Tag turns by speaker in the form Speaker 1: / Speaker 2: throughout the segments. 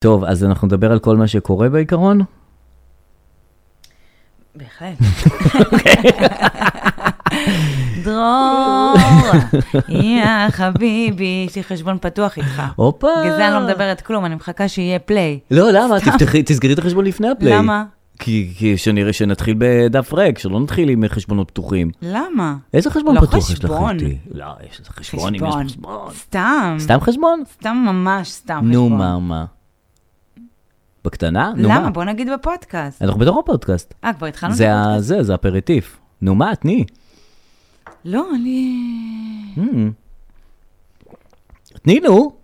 Speaker 1: טוב, אז אנחנו נדבר על כל מה שקורה בעיקרון?
Speaker 2: בהחלט. אוקיי. דרור, יא חביבי, יש לי חשבון פתוח איתך.
Speaker 1: הופה.
Speaker 2: בגלל זה אני לא מדברת כלום, אני מחכה שיהיה פליי.
Speaker 1: לא, למה? תפתחי, תסגרי את החשבון לפני הפליי.
Speaker 2: למה?
Speaker 1: כי, כי שנראה שנתחיל בדף ריק, שלא נתחיל עם חשבונות פתוחים.
Speaker 2: למה?
Speaker 1: איזה חשבון
Speaker 2: לא
Speaker 1: פתוח יש לך?
Speaker 2: חשבון.
Speaker 1: איתי? לא, יש לך חשבון אם יש לך חשבון.
Speaker 2: סתם.
Speaker 1: סתם חשבון?
Speaker 2: Mm. סתם ממש סתם
Speaker 1: נו,
Speaker 2: חשבון.
Speaker 1: מה, מה? בקטנה? נו, מה?
Speaker 2: למה? בוא נגיד בפודקאסט.
Speaker 1: אנחנו בתוך הפודקאסט.
Speaker 2: אה, כבר התחלנו?
Speaker 1: זה
Speaker 2: בפודקאסט?
Speaker 1: ה- זה, זה הפריטיף. נו, מה, תני.
Speaker 2: לא, אני...
Speaker 1: אמ. תני, נו.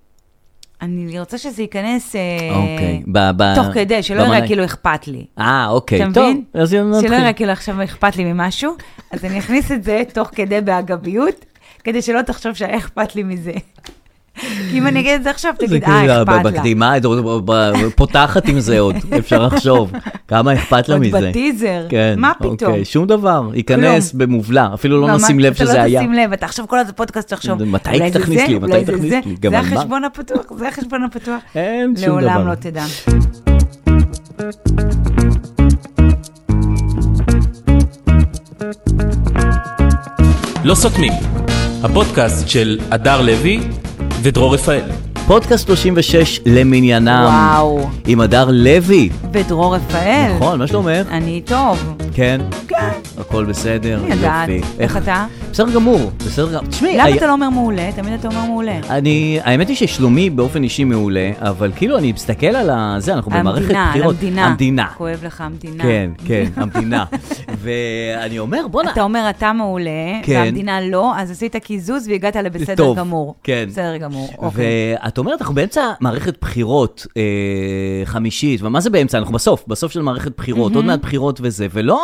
Speaker 2: אני רוצה שזה ייכנס אה,
Speaker 1: אוקיי. לא ב- ב-
Speaker 2: תוך כדי, שלא
Speaker 1: במנה-
Speaker 2: יראה כאילו אכפת לי.
Speaker 1: אה, אוקיי.
Speaker 2: אתה
Speaker 1: טוב,
Speaker 2: מבין?
Speaker 1: אז נתחיל.
Speaker 2: שלא יראה כאילו עכשיו אכפת לי ממשהו, אז אני אכניס את זה תוך כדי באגביות, כדי שלא תחשוב שהיה אכפת לי מזה. כי אם אני אגיד את זה עכשיו,
Speaker 1: זה
Speaker 2: תגיד,
Speaker 1: כאילו
Speaker 2: אה, אכפת לה.
Speaker 1: בקדימה, את עוד- ב- ב- פותחת עם זה עוד, אפשר לחשוב. כמה אכפת לה
Speaker 2: עוד
Speaker 1: לא מזה.
Speaker 2: בטיזר,
Speaker 1: כן,
Speaker 2: מה פתאום?
Speaker 1: אוקיי, שום דבר, ייכנס במובלע, אפילו לא
Speaker 2: ממש,
Speaker 1: נשים לב שזה
Speaker 2: אתה לא
Speaker 1: היה.
Speaker 2: תשים לב, אתה עכשיו כל הזמן פודקאסט תחשוב.
Speaker 1: מתי
Speaker 2: אולי זה
Speaker 1: תכניס
Speaker 2: זה,
Speaker 1: לי? מתי
Speaker 2: אולי זה
Speaker 1: תכניס
Speaker 2: זה.
Speaker 1: לי? גם
Speaker 2: זה
Speaker 1: על מה?
Speaker 2: החשבון הפתוח, זה החשבון הפתוח.
Speaker 1: אין שום דבר.
Speaker 2: לעולם לא תדע.
Speaker 3: לא סותמים, הפודקאסט של הדר לוי ודרור רפאל.
Speaker 1: פודקאסט 36 למניינם.
Speaker 2: וואו. אה.
Speaker 1: עם הדר לוי.
Speaker 2: ודרור רפאל.
Speaker 1: נכון, מה שלומך?
Speaker 2: אני טוב.
Speaker 1: כן,
Speaker 2: אה. כן,
Speaker 1: הכל בסדר,
Speaker 2: אני יודעת.
Speaker 1: יופי.
Speaker 2: איך אתה?
Speaker 1: בסדר גמור, בסדר גמור. תשמעי,
Speaker 2: למה
Speaker 1: היה-
Speaker 2: אתה לא אומר מעולה? תמיד אתה אומר מעולה.
Speaker 1: אני, האמת היא ששלומי באופן אישי מעולה, אבל כאילו אני מסתכל על ה- זה, אנחנו במערכת
Speaker 2: המדינה,
Speaker 1: בחירות.
Speaker 2: המדינה.
Speaker 1: המדינה.
Speaker 2: כואב לך המדינה.
Speaker 1: כן, כן, המדינה. ואני אומר, בואנה,
Speaker 2: אתה אומר, אתה מעולה,
Speaker 1: נכון. כן.
Speaker 2: והמדינה לא, אז עשית קיזוז והגעת לבסדר
Speaker 1: טוב,
Speaker 2: גמור.
Speaker 1: כן.
Speaker 2: בסדר גמור, אוקיי.
Speaker 1: ואת אומרת, אנחנו באמצע מערכת בחירות אה, חמישית, ומה זה באמצע? אנחנו בסוף, בסוף של מערכת בחירות, עוד מעט בחירות וזה, ולא...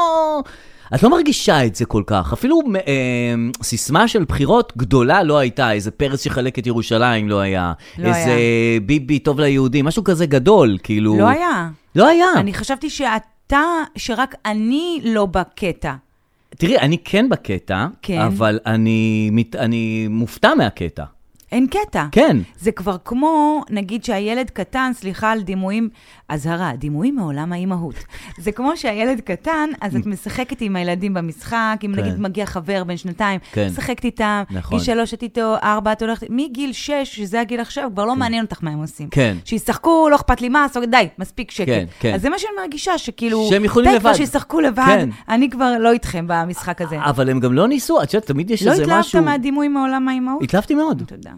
Speaker 1: את לא מרגישה את זה כל כך, אפילו אה, סיסמה של בחירות גדולה לא הייתה, איזה פרס שחלק את ירושלים לא היה,
Speaker 2: לא
Speaker 1: איזה
Speaker 2: היה.
Speaker 1: ביבי טוב ליהודים, משהו כזה גדול, כאילו...
Speaker 2: לא היה.
Speaker 1: לא היה.
Speaker 2: אני חשבתי שאתה, שרק אני לא בקטע.
Speaker 1: תראי, אני כן בקטע,
Speaker 2: כן.
Speaker 1: אבל אני, מת, אני מופתע מהקטע.
Speaker 2: אין קטע.
Speaker 1: כן.
Speaker 2: זה כבר כמו, נגיד שהילד קטן, סליחה על דימויים, אזהרה, דימויים מעולם האימהות. זה כמו שהילד קטן, אז את משחקת עם הילדים במשחק, אם
Speaker 1: כן.
Speaker 2: נגיד מגיע חבר בן שנתיים,
Speaker 1: כן.
Speaker 2: משחקת איתם,
Speaker 1: נכון.
Speaker 2: גיל שלוש את איתו, ארבע את הולכת, מגיל שש, שזה הגיל עכשיו, כבר לא מעניין אותך מה הם עושים.
Speaker 1: כן.
Speaker 2: שישחקו, לא אכפת לי מה, סוג- די, מספיק שקט.
Speaker 1: כן, כן.
Speaker 2: אז זה מה שאני מרגישה, שכאילו,
Speaker 1: שהם יכולים
Speaker 2: די כבר
Speaker 1: לבד.
Speaker 2: שישחקו לבד,
Speaker 1: כן.
Speaker 2: אני כבר לא איתכם במשחק הזה.
Speaker 1: אבל הם גם לא ניסו, את יודעת, תמיד יש
Speaker 2: כן. לא
Speaker 1: איזה
Speaker 2: התלהבת
Speaker 1: משהו...
Speaker 2: מהדימויים מעולם האימהות?
Speaker 1: התלהבתי מאוד,
Speaker 2: תודה.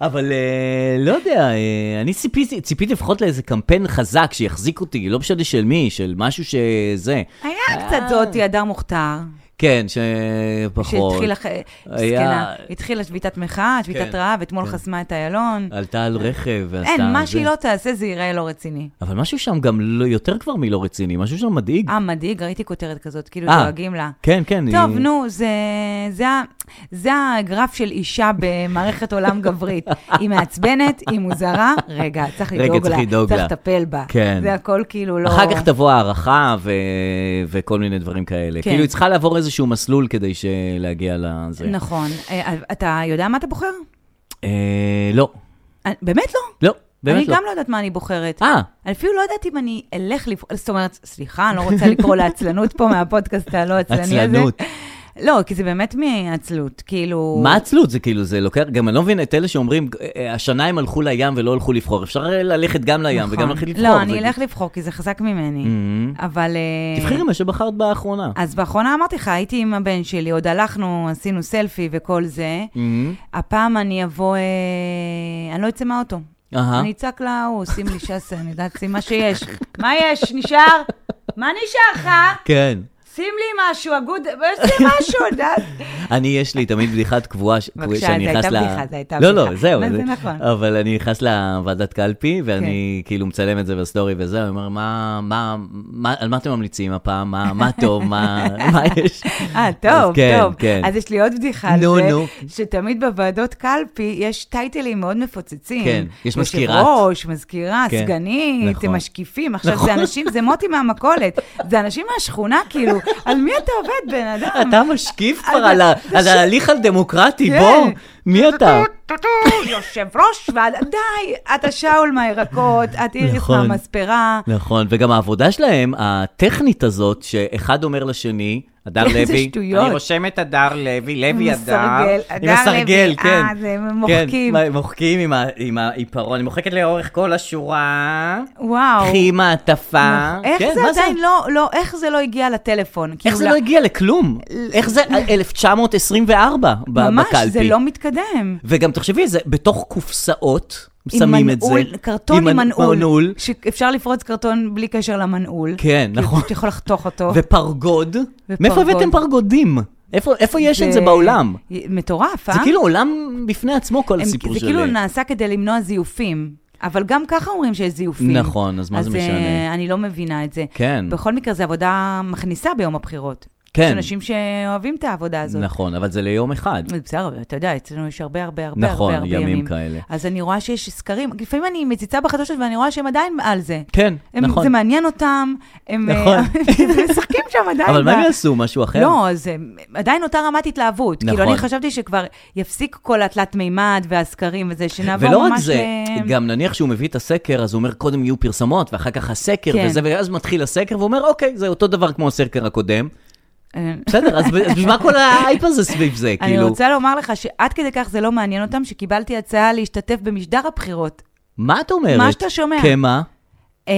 Speaker 1: אבל אה, לא יודע, אה, אני ציפיתי, ציפיתי לפחות לאיזה קמפיין חזק שיחזיק אותי, לא משנה של מי, של משהו שזה.
Speaker 2: היה קצת
Speaker 1: אה.
Speaker 2: זאתי, הדר מוכתר,
Speaker 1: כן, שפחות.
Speaker 2: שהתחילה, ח-
Speaker 1: היה-
Speaker 2: זקנה, התחילה שביתת מחאה, שביתת
Speaker 1: כן,
Speaker 2: רעב, אתמול
Speaker 1: כן.
Speaker 2: חסמה את איילון.
Speaker 1: עלתה על רכב ועשתה...
Speaker 2: אין, מה
Speaker 1: זה.
Speaker 2: שהיא לא תעשה זה ייראה לא רציני.
Speaker 1: אבל משהו שם גם לא, יותר כבר מלא רציני, משהו שם מדאיג.
Speaker 2: אה, מדאיג, ראיתי כותרת כזאת, כאילו
Speaker 1: אה,
Speaker 2: דואגים לה.
Speaker 1: כן, כן.
Speaker 2: טוב,
Speaker 1: היא-
Speaker 2: נו, זה, זה, ה- זה הגרף של אישה במערכת עולם גברית. היא מעצבנת, היא מוזרה, רגע, צריך
Speaker 1: רגע,
Speaker 2: לדאוג לה,
Speaker 1: צריך לדאוג לה.
Speaker 2: צריך לטפל בה.
Speaker 1: כן.
Speaker 2: זה הכל כאילו לא...
Speaker 1: אחר כך תבוא הערכה ו... וכל מיני דברים כאלה.
Speaker 2: כן.
Speaker 1: כאילו, היא צריכה לעבור איזשהו מסלול כדי ש- להגיע לזה.
Speaker 2: נכון. אה, אתה יודע מה אתה בוחר?
Speaker 1: אה, לא,
Speaker 2: אה, באמת לא?
Speaker 1: לא, באמת
Speaker 2: אני
Speaker 1: לא.
Speaker 2: גם לא יודעת מה אני בוחרת.
Speaker 1: אה,
Speaker 2: אני אפילו לא יודעת אם אני אלך לפעול, זאת אומרת, סליחה, אני לא רוצה לקרוא לעצלנות פה מהפודקאסט הלא עצלני הזה.
Speaker 1: עצלנות.
Speaker 2: לא, כי זה באמת מעצלות, כאילו...
Speaker 1: מה עצלות זה כאילו, זה לוקח, גם אני לא מבין את אלה שאומרים, אה, אה, השנה הם הלכו לים ולא הלכו לבחור. אפשר אה, ללכת גם לים
Speaker 2: נכון.
Speaker 1: וגם ללכת לבחור.
Speaker 2: לא,
Speaker 1: זה-
Speaker 2: אני אלך לבחור, כי זה חזק ממני.
Speaker 1: מהמם.
Speaker 2: אבל... אה,
Speaker 1: תבחרי מה שבחרת באחרונה.
Speaker 2: אז באחרונה אמרתי לך, הייתי עם הבן שלי, עוד הלכנו, עשינו סלפי וכל זה.
Speaker 1: מהמם.
Speaker 2: הפעם אה, אני אבוא, אה, אני לא אצא מהאוטו.
Speaker 1: אהה.
Speaker 2: אני אצעק להוא, שים לי שס, אני יודעת, שים מה שיש. מה יש? נשאר? מה נשאר לך?
Speaker 1: כן.
Speaker 2: שים לי משהו, אגוד, שים משהו, את יודעת.
Speaker 1: אני, יש לי תמיד בדיחת קבועה, ש-
Speaker 2: בבקשה,
Speaker 1: שאני
Speaker 2: זו
Speaker 1: נכנס
Speaker 2: הייתה
Speaker 1: ל-
Speaker 2: בדיחה, זו הייתה
Speaker 1: לא, לא,
Speaker 2: בדיחה.
Speaker 1: זהו.
Speaker 2: לא,
Speaker 1: זה-
Speaker 2: זה נכון. כן.
Speaker 1: אבל אני נכנס לוועדת קלפי, ואני כאילו מצלם את זה בסטורי וזה, אני אומר, "מה- מה, מה- על מה אתם ממליצים הפעם? מה מה טוב? מה מה יש?
Speaker 2: אה,
Speaker 1: אז
Speaker 2: טוב,
Speaker 1: כן,
Speaker 2: טוב.
Speaker 1: כן.
Speaker 2: אז יש לי עוד בדיחה על
Speaker 1: נו,
Speaker 2: זה,
Speaker 1: נו.
Speaker 2: שתמיד בוועדות קלפי יש טייטלים מאוד מפוצצים.
Speaker 1: כן, יש מזכירת.
Speaker 2: יושב ראש, מזכירה,
Speaker 1: כן,
Speaker 2: סגנית,
Speaker 1: נכון.
Speaker 2: משקיפים. עכשיו,
Speaker 1: נכון.
Speaker 2: זה אנשים, זה מוטי מהמכולת. זה אנשים מהשכונה, כאילו, על מי אתה עובד, בן אדם?
Speaker 1: אתה משקיף כבר
Speaker 2: על-
Speaker 1: על ה- על ההליך הדמוקרטי,
Speaker 2: כן.
Speaker 1: בוא, מי אתה?
Speaker 2: טו-טו-טו, יושב ראש ועד... די, אתה שאול מהירקות, את איריס
Speaker 1: נכון.
Speaker 2: מהמספרה.
Speaker 1: נכון, וגם העבודה שלהם, הטכנית הזאת, שאחד אומר לשני, הדר
Speaker 2: איזה
Speaker 1: לוי,
Speaker 2: שטויות.
Speaker 1: אני רושמת הדר לוי, לוי הדר,
Speaker 2: מסרגל,
Speaker 1: עם
Speaker 2: הדר
Speaker 1: הסרגל,
Speaker 2: לוי,
Speaker 1: כן,
Speaker 2: אה, זה
Speaker 1: כן,
Speaker 2: מוחקים.
Speaker 1: מה, מוחקים עם ה- עם העיפרון, אני מוחקת לאורך כל השורה,
Speaker 2: וואו.
Speaker 1: קחי מעטפה,
Speaker 2: איך
Speaker 1: כן,
Speaker 2: זה
Speaker 1: מה
Speaker 2: עדיין לא, לא, איך זה לא הגיע לטלפון?
Speaker 1: איך
Speaker 2: כאילו,
Speaker 1: זה
Speaker 2: לה-
Speaker 1: לא הגיע לכלום? איך זה 1924 ב- בקלפי?
Speaker 2: ממש, זה לא מתקדם.
Speaker 1: וגם תחשבי, זה בתוך קופסאות
Speaker 2: עם
Speaker 1: שמים את זה.
Speaker 2: מנעול, קרטון עם מנעול.
Speaker 1: מנעול.
Speaker 2: שאפשר לפרוץ קרטון בלי קשר למנעול.
Speaker 1: כן,
Speaker 2: כאילו,
Speaker 1: נכון.
Speaker 2: שאתה יכול לחתוך אותו.
Speaker 1: ופרגוד.
Speaker 2: ופרגוד.
Speaker 1: מאיפה הבאתם פרגודים? איפה איפה יש את זה בעולם?
Speaker 2: מטורף, אה?
Speaker 1: זה כאילו עולם בפני עצמו, כל
Speaker 2: הם-
Speaker 1: הסיפור
Speaker 2: זה כאילו
Speaker 1: שלי.
Speaker 2: נעשה כדי למנוע זיופים. אבל גם ככה אומרים שיש זיופים.
Speaker 1: נכון, אז מה זה
Speaker 2: אז
Speaker 1: משנה?
Speaker 2: אה, אני לא מבינה את זה.
Speaker 1: כן.
Speaker 2: בכל מקרה, זו עבודה מכניסה ביום הבחירות.
Speaker 1: כן.
Speaker 2: יש אנשים שאוהבים את העבודה הזאת.
Speaker 1: נכון, אבל זה ליום אחד.
Speaker 2: אז בסדר, אתה יודע, אצלנו יש הרבה הרבה הרבה
Speaker 1: נכון,
Speaker 2: הרבה הרבה
Speaker 1: ימים
Speaker 2: ימים.
Speaker 1: כאלה.
Speaker 2: אז אני רואה שיש סקרים, לפעמים אני מציצה בחדשות ואני רואה שהם עדיין על זה.
Speaker 1: כן,
Speaker 2: הם,
Speaker 1: נכון.
Speaker 2: זה מעניין אותם, הם אה,
Speaker 1: נכון.
Speaker 2: הם משחקים שם עדיין.
Speaker 1: אבל מה
Speaker 2: ב-
Speaker 1: הם יעשו? משהו אחר?
Speaker 2: לא, אז הם- עדיין אותה רמת התלהבות.
Speaker 1: נכון.
Speaker 2: כאילו, אני חשבתי שכבר יפסיק כל התלת מימד והסקרים וזה, שנעבור ממש...
Speaker 1: ולא רק זה,
Speaker 2: ל-
Speaker 1: גם נניח שהוא מביא את הסקר, אז הוא אומר, קודם יהיו פרסמות, ואחר כך הסקר,
Speaker 2: כן.
Speaker 1: וזה, ואז מתחיל הסקר, והוא אומר, אוקיי, זה אותו דבר כמו הסקר הקודם.
Speaker 2: אה,
Speaker 1: בסדר, אז אז בשביל מה כל האייפ הזה סביב זה,
Speaker 2: אני
Speaker 1: כאילו?
Speaker 2: רוצה לומר לך שעד כדי כך זה לא מעניין אותם, שקיבלתי הצעה להשתתף במשדר הבחירות.
Speaker 1: מה את אומרת?
Speaker 2: מה שאתה שומע.
Speaker 1: כמה?
Speaker 2: אמ,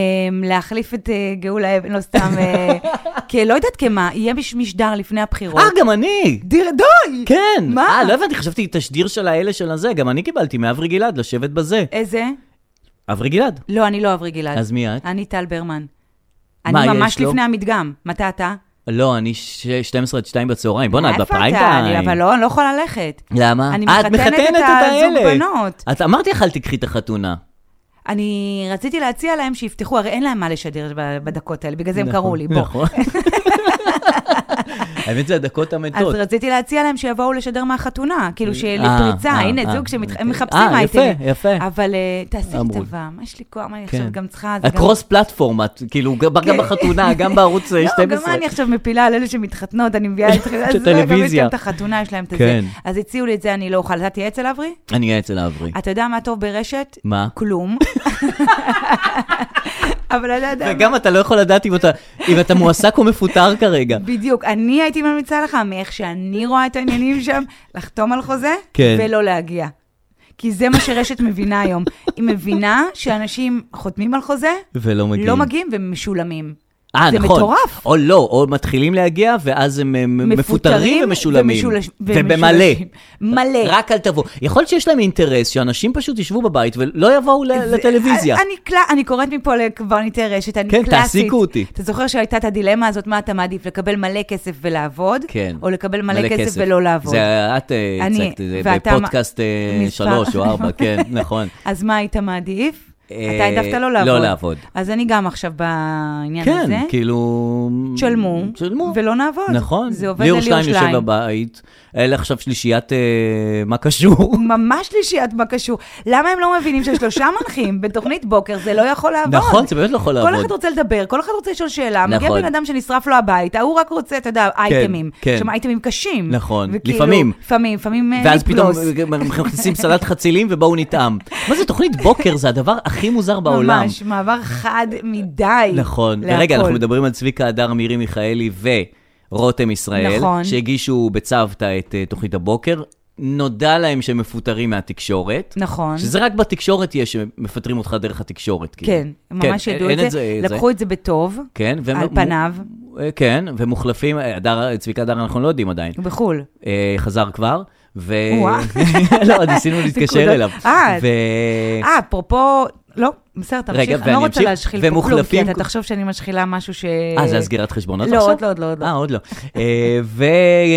Speaker 2: להחליף את אה, גאולה אבן, לא סתם, אה, כי לא יודעת כמה, יהיה מש- משדר לפני הבחירות.
Speaker 1: אה, גם אני!
Speaker 2: דירדוי!
Speaker 1: כן!
Speaker 2: מה?
Speaker 1: אה, לא הבנתי, חשבתי תשדיר של האלה של הזה, גם אני קיבלתי מאברי גלעד לשבת בזה.
Speaker 2: איזה?
Speaker 1: אברי גלעד.
Speaker 2: לא, אני לא אברי גלעד.
Speaker 1: אז מי את?
Speaker 2: אני טל ברמן.
Speaker 1: מה
Speaker 2: אני ממש
Speaker 1: יש לו?
Speaker 2: לפני המדגם. מתי אתה?
Speaker 1: לא, אני ש- 12 עד 2 בצהריים. בואנה, את
Speaker 2: איפה אתה?
Speaker 1: בפריים
Speaker 2: אני-
Speaker 1: טיים.
Speaker 2: אבל לא, אני לא יכולה ללכת.
Speaker 1: למה?
Speaker 2: אני
Speaker 1: אה, את
Speaker 2: מחתנת את הזוג בנות.
Speaker 1: את אמרתי לך, אל תיקחי את החתונה.
Speaker 2: אני רציתי להציע להם שיפתחו, הרי אין להם מה לשדר ב- בדקות האלה, בגלל זה הם קראו לי, בוא.
Speaker 1: נכון. האמת זה הדקות המתות.
Speaker 2: אז רציתי להציע להם שיבואו לשדר מהחתונה, כאילו שיהיה לי
Speaker 1: אה,
Speaker 2: פריצה,
Speaker 1: אה,
Speaker 2: הנה,
Speaker 1: אה,
Speaker 2: זוג
Speaker 1: אוקיי.
Speaker 2: שמחפשים
Speaker 1: אה, יפה,
Speaker 2: אייטמים.
Speaker 1: יפה.
Speaker 2: אבל אה, תעשי לי
Speaker 1: אמרו.
Speaker 2: טובה, מה יש לי כוח, מה אני
Speaker 1: כן.
Speaker 2: עכשיו גם צריכה... זה גם-
Speaker 1: הקרוס פלטפורם, את כאילו, גם גם בחתונה, גם בערוץ 12.
Speaker 2: לא, גם אני עכשיו מפילה על אלה שמתחתנות, אני מביאה את זה, אז גם יש
Speaker 1: הטלוויזיה.
Speaker 2: להם את החתונה, יש להם את זה.
Speaker 1: כן.
Speaker 2: אז הציעו לי את זה, אני לא אוכל. אתה תהיה אצל אברי?
Speaker 1: אני אהיה אצל אברי.
Speaker 2: אתה יודע מה טוב ברשת?
Speaker 1: מה?
Speaker 2: כלום. אבל אתה יודע... מה-
Speaker 1: וגם אתה לא יכול לדעת אם אתה, אם אתה מועסק או מפוטר כרגע.
Speaker 2: בדיוק. אני הייתי ממליצה לך, מאיך שאני רואה את העניינים שם, לחתום על חוזה
Speaker 1: כן.
Speaker 2: ולא להגיע. כי זה מה שרשת מבינה היום. היא מבינה שאנשים חותמים על חוזה,
Speaker 1: ולא מגיעים.
Speaker 2: לא מגיעים ומשולמים.
Speaker 1: אה,
Speaker 2: זה
Speaker 1: נכון.
Speaker 2: מטורף.
Speaker 1: או לא, או מתחילים להגיע, ואז הם הם מפוטרים ומשולמים.
Speaker 2: ומשולש-
Speaker 1: ובמלא.
Speaker 2: ומשולשים. מלא.
Speaker 1: רק אל תבוא. יכול להיות שיש להם אינטרס שאנשים פשוט ישבו בבית ולא יבואו ל-
Speaker 2: זה- אה,
Speaker 1: לטלוויזיה.
Speaker 2: אני, קל... אני קוראת מפה לקברניטי רשת, אני
Speaker 1: כן,
Speaker 2: קלאסית.
Speaker 1: תעסיקו אותי.
Speaker 2: אתה זוכר שהייתה את הדילמה הזאת, מה אתה מעדיף, לקבל מלא כסף ולעבוד?
Speaker 1: כן.
Speaker 2: או לקבל מלא, כסף, ולא לעבוד?
Speaker 1: זה את אה,
Speaker 2: אני,
Speaker 1: הצגת את זה
Speaker 2: ואתה מה-
Speaker 1: בפודקאסט אה,
Speaker 2: מספר-
Speaker 1: שלוש או ארבע, כן, נכון.
Speaker 2: אז מה היית מעדיף?
Speaker 1: אה,
Speaker 2: אתה העדפת לא
Speaker 1: לא
Speaker 2: לעבוד.
Speaker 1: לעבוד.
Speaker 2: אז אני גם עכשיו בעניין
Speaker 1: כן,
Speaker 2: הזה.
Speaker 1: כאילו...
Speaker 2: תשלמו,
Speaker 1: תשלמו.
Speaker 2: ולא נעבוד.
Speaker 1: נכון.
Speaker 2: זה עובד על
Speaker 1: ליאור שטיין יושב
Speaker 2: ירושלים.
Speaker 1: בבית, אלה עכשיו שלישיית אה, מה קשור.
Speaker 2: ממש שלישיית מה קשור. למה הם לא מבינים ששלושה מנחים בתוכנית בוקר, זה לא יכול לעבוד.
Speaker 1: נכון, זה באמת לא יכול
Speaker 2: כל
Speaker 1: לעבוד.
Speaker 2: אחד רוצה לדבר, כל אחד רוצה לשאול שאלה. מגיע
Speaker 1: נכון.
Speaker 2: בן אדם שנשרף לו הבית, ההוא רק רוצה, אתה יודע, אייטמים.
Speaker 1: כן.
Speaker 2: שם אייטמים קשים.
Speaker 1: נכון,
Speaker 2: וכאילו,
Speaker 1: לפעמים.
Speaker 2: לפעמים, לפעמים אה,
Speaker 1: ואז פתאום
Speaker 2: לפלוס.
Speaker 1: אה, מכניסים סלט חצילים ובואו נטעם. מה זה תוכנית בוקר? זה הדבר הכי מוזר בעולם.
Speaker 2: ממש, מעבר חד מדי.
Speaker 1: נכון.
Speaker 2: אה, להכל.
Speaker 1: ורגע, אנחנו מדברים על צביקה הדר, מירי מיכאלי ורותם ישראל,
Speaker 2: נכון.
Speaker 1: שהגישו בצוותא את אה, תוכנית הבוקר. נודע להם שהם מפוטרים מהתקשורת.
Speaker 2: נכון.
Speaker 1: שזה רק בתקשורת יש, שמפטרים אותך דרך התקשורת. כאילו.
Speaker 2: כן, ממש
Speaker 1: כן,
Speaker 2: ידעו
Speaker 1: אין
Speaker 2: את זה. לקחו את זה בטוב,
Speaker 1: כן, והם-
Speaker 2: על פניו,
Speaker 1: אה, כן, ומוחלפים, אה, הדר- צביקה הדר אנחנו לא יודעים עדיין.
Speaker 2: בחו"ל.
Speaker 1: אה, חזר כבר, ו...
Speaker 2: וואו.
Speaker 1: לא, עוד ניסינו להתקשר
Speaker 2: נקודות.
Speaker 1: אליו.
Speaker 2: אה,
Speaker 1: ו...
Speaker 2: אה, אפרופו, לא, בסדר,
Speaker 1: כן. רגע,
Speaker 2: תמשיך,
Speaker 1: ואני
Speaker 2: אני לא רוצה
Speaker 1: אמשיך?
Speaker 2: להשחיל פה כלום, כי
Speaker 1: ומוחלפים-
Speaker 2: אתה תחשוב שאני משחילה משהו ש...
Speaker 1: אה, זה הסגירת חשבונות
Speaker 2: לא,
Speaker 1: עכשיו?
Speaker 2: עוד לא, עוד לא, עוד לא.
Speaker 1: אה, עוד לא. אה,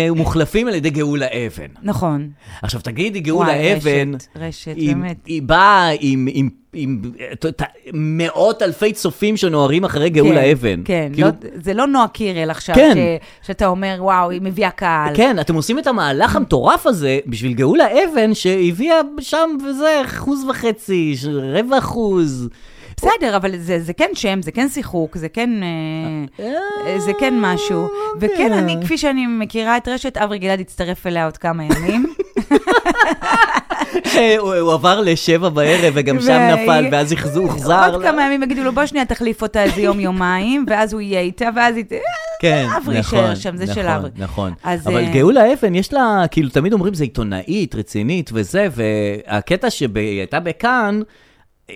Speaker 1: ומוחלפים על ידי גאולה אבן.
Speaker 2: נכון.
Speaker 1: עכשיו תגידי, גאולה
Speaker 2: וואי,
Speaker 1: אבן,
Speaker 2: רשת, רשת,
Speaker 1: היא-
Speaker 2: באמת.
Speaker 1: היא באה עם- עם- עם את- את- מאות אלפי צופים שנוהרים אחרי גאולה
Speaker 2: כן,
Speaker 1: אבן.
Speaker 2: כן,
Speaker 1: כאילו,
Speaker 2: לא- זה לא נועה קירל עכשיו,
Speaker 1: כן.
Speaker 2: ש- שאתה אומר, וואו, היא מביאה קהל.
Speaker 1: כן, אתם עושים את המהלך המטורף הזה בשביל גאולה אבן שהביאה שם וזה אחוז וחצי, ש- רבע אחוז.
Speaker 2: בסדר, אבל זה, זה כן שם, זה כן שיחוק, זה כן, אה, אה, זה כן משהו.
Speaker 1: יודע.
Speaker 2: וכן, אני, כפי שאני מכירה את רשת, אברי גלעד הצטרף אליה עוד כמה ימים.
Speaker 1: הוא הוא עבר לשבע בערב וגם שם
Speaker 2: וה-
Speaker 1: נפל, ואז החזו- הוחזר.
Speaker 2: עוד כמה ימים יגידו לו, בוא שנייה תחליף אותה איזה יום-יומיים, ואז הוא יהיה איתה, ואז היא...
Speaker 1: כן,
Speaker 2: אברי
Speaker 1: נכון,
Speaker 2: יישאר שם, זה של
Speaker 1: נכון,
Speaker 2: אברי.
Speaker 1: נכון,
Speaker 2: אז,
Speaker 1: אבל
Speaker 2: אה,
Speaker 1: גאולה אבן, יש לה, כאילו, תמיד אומרים זה עיתונאית, רצינית וזה, והקטע שהיא הייתה בכאן,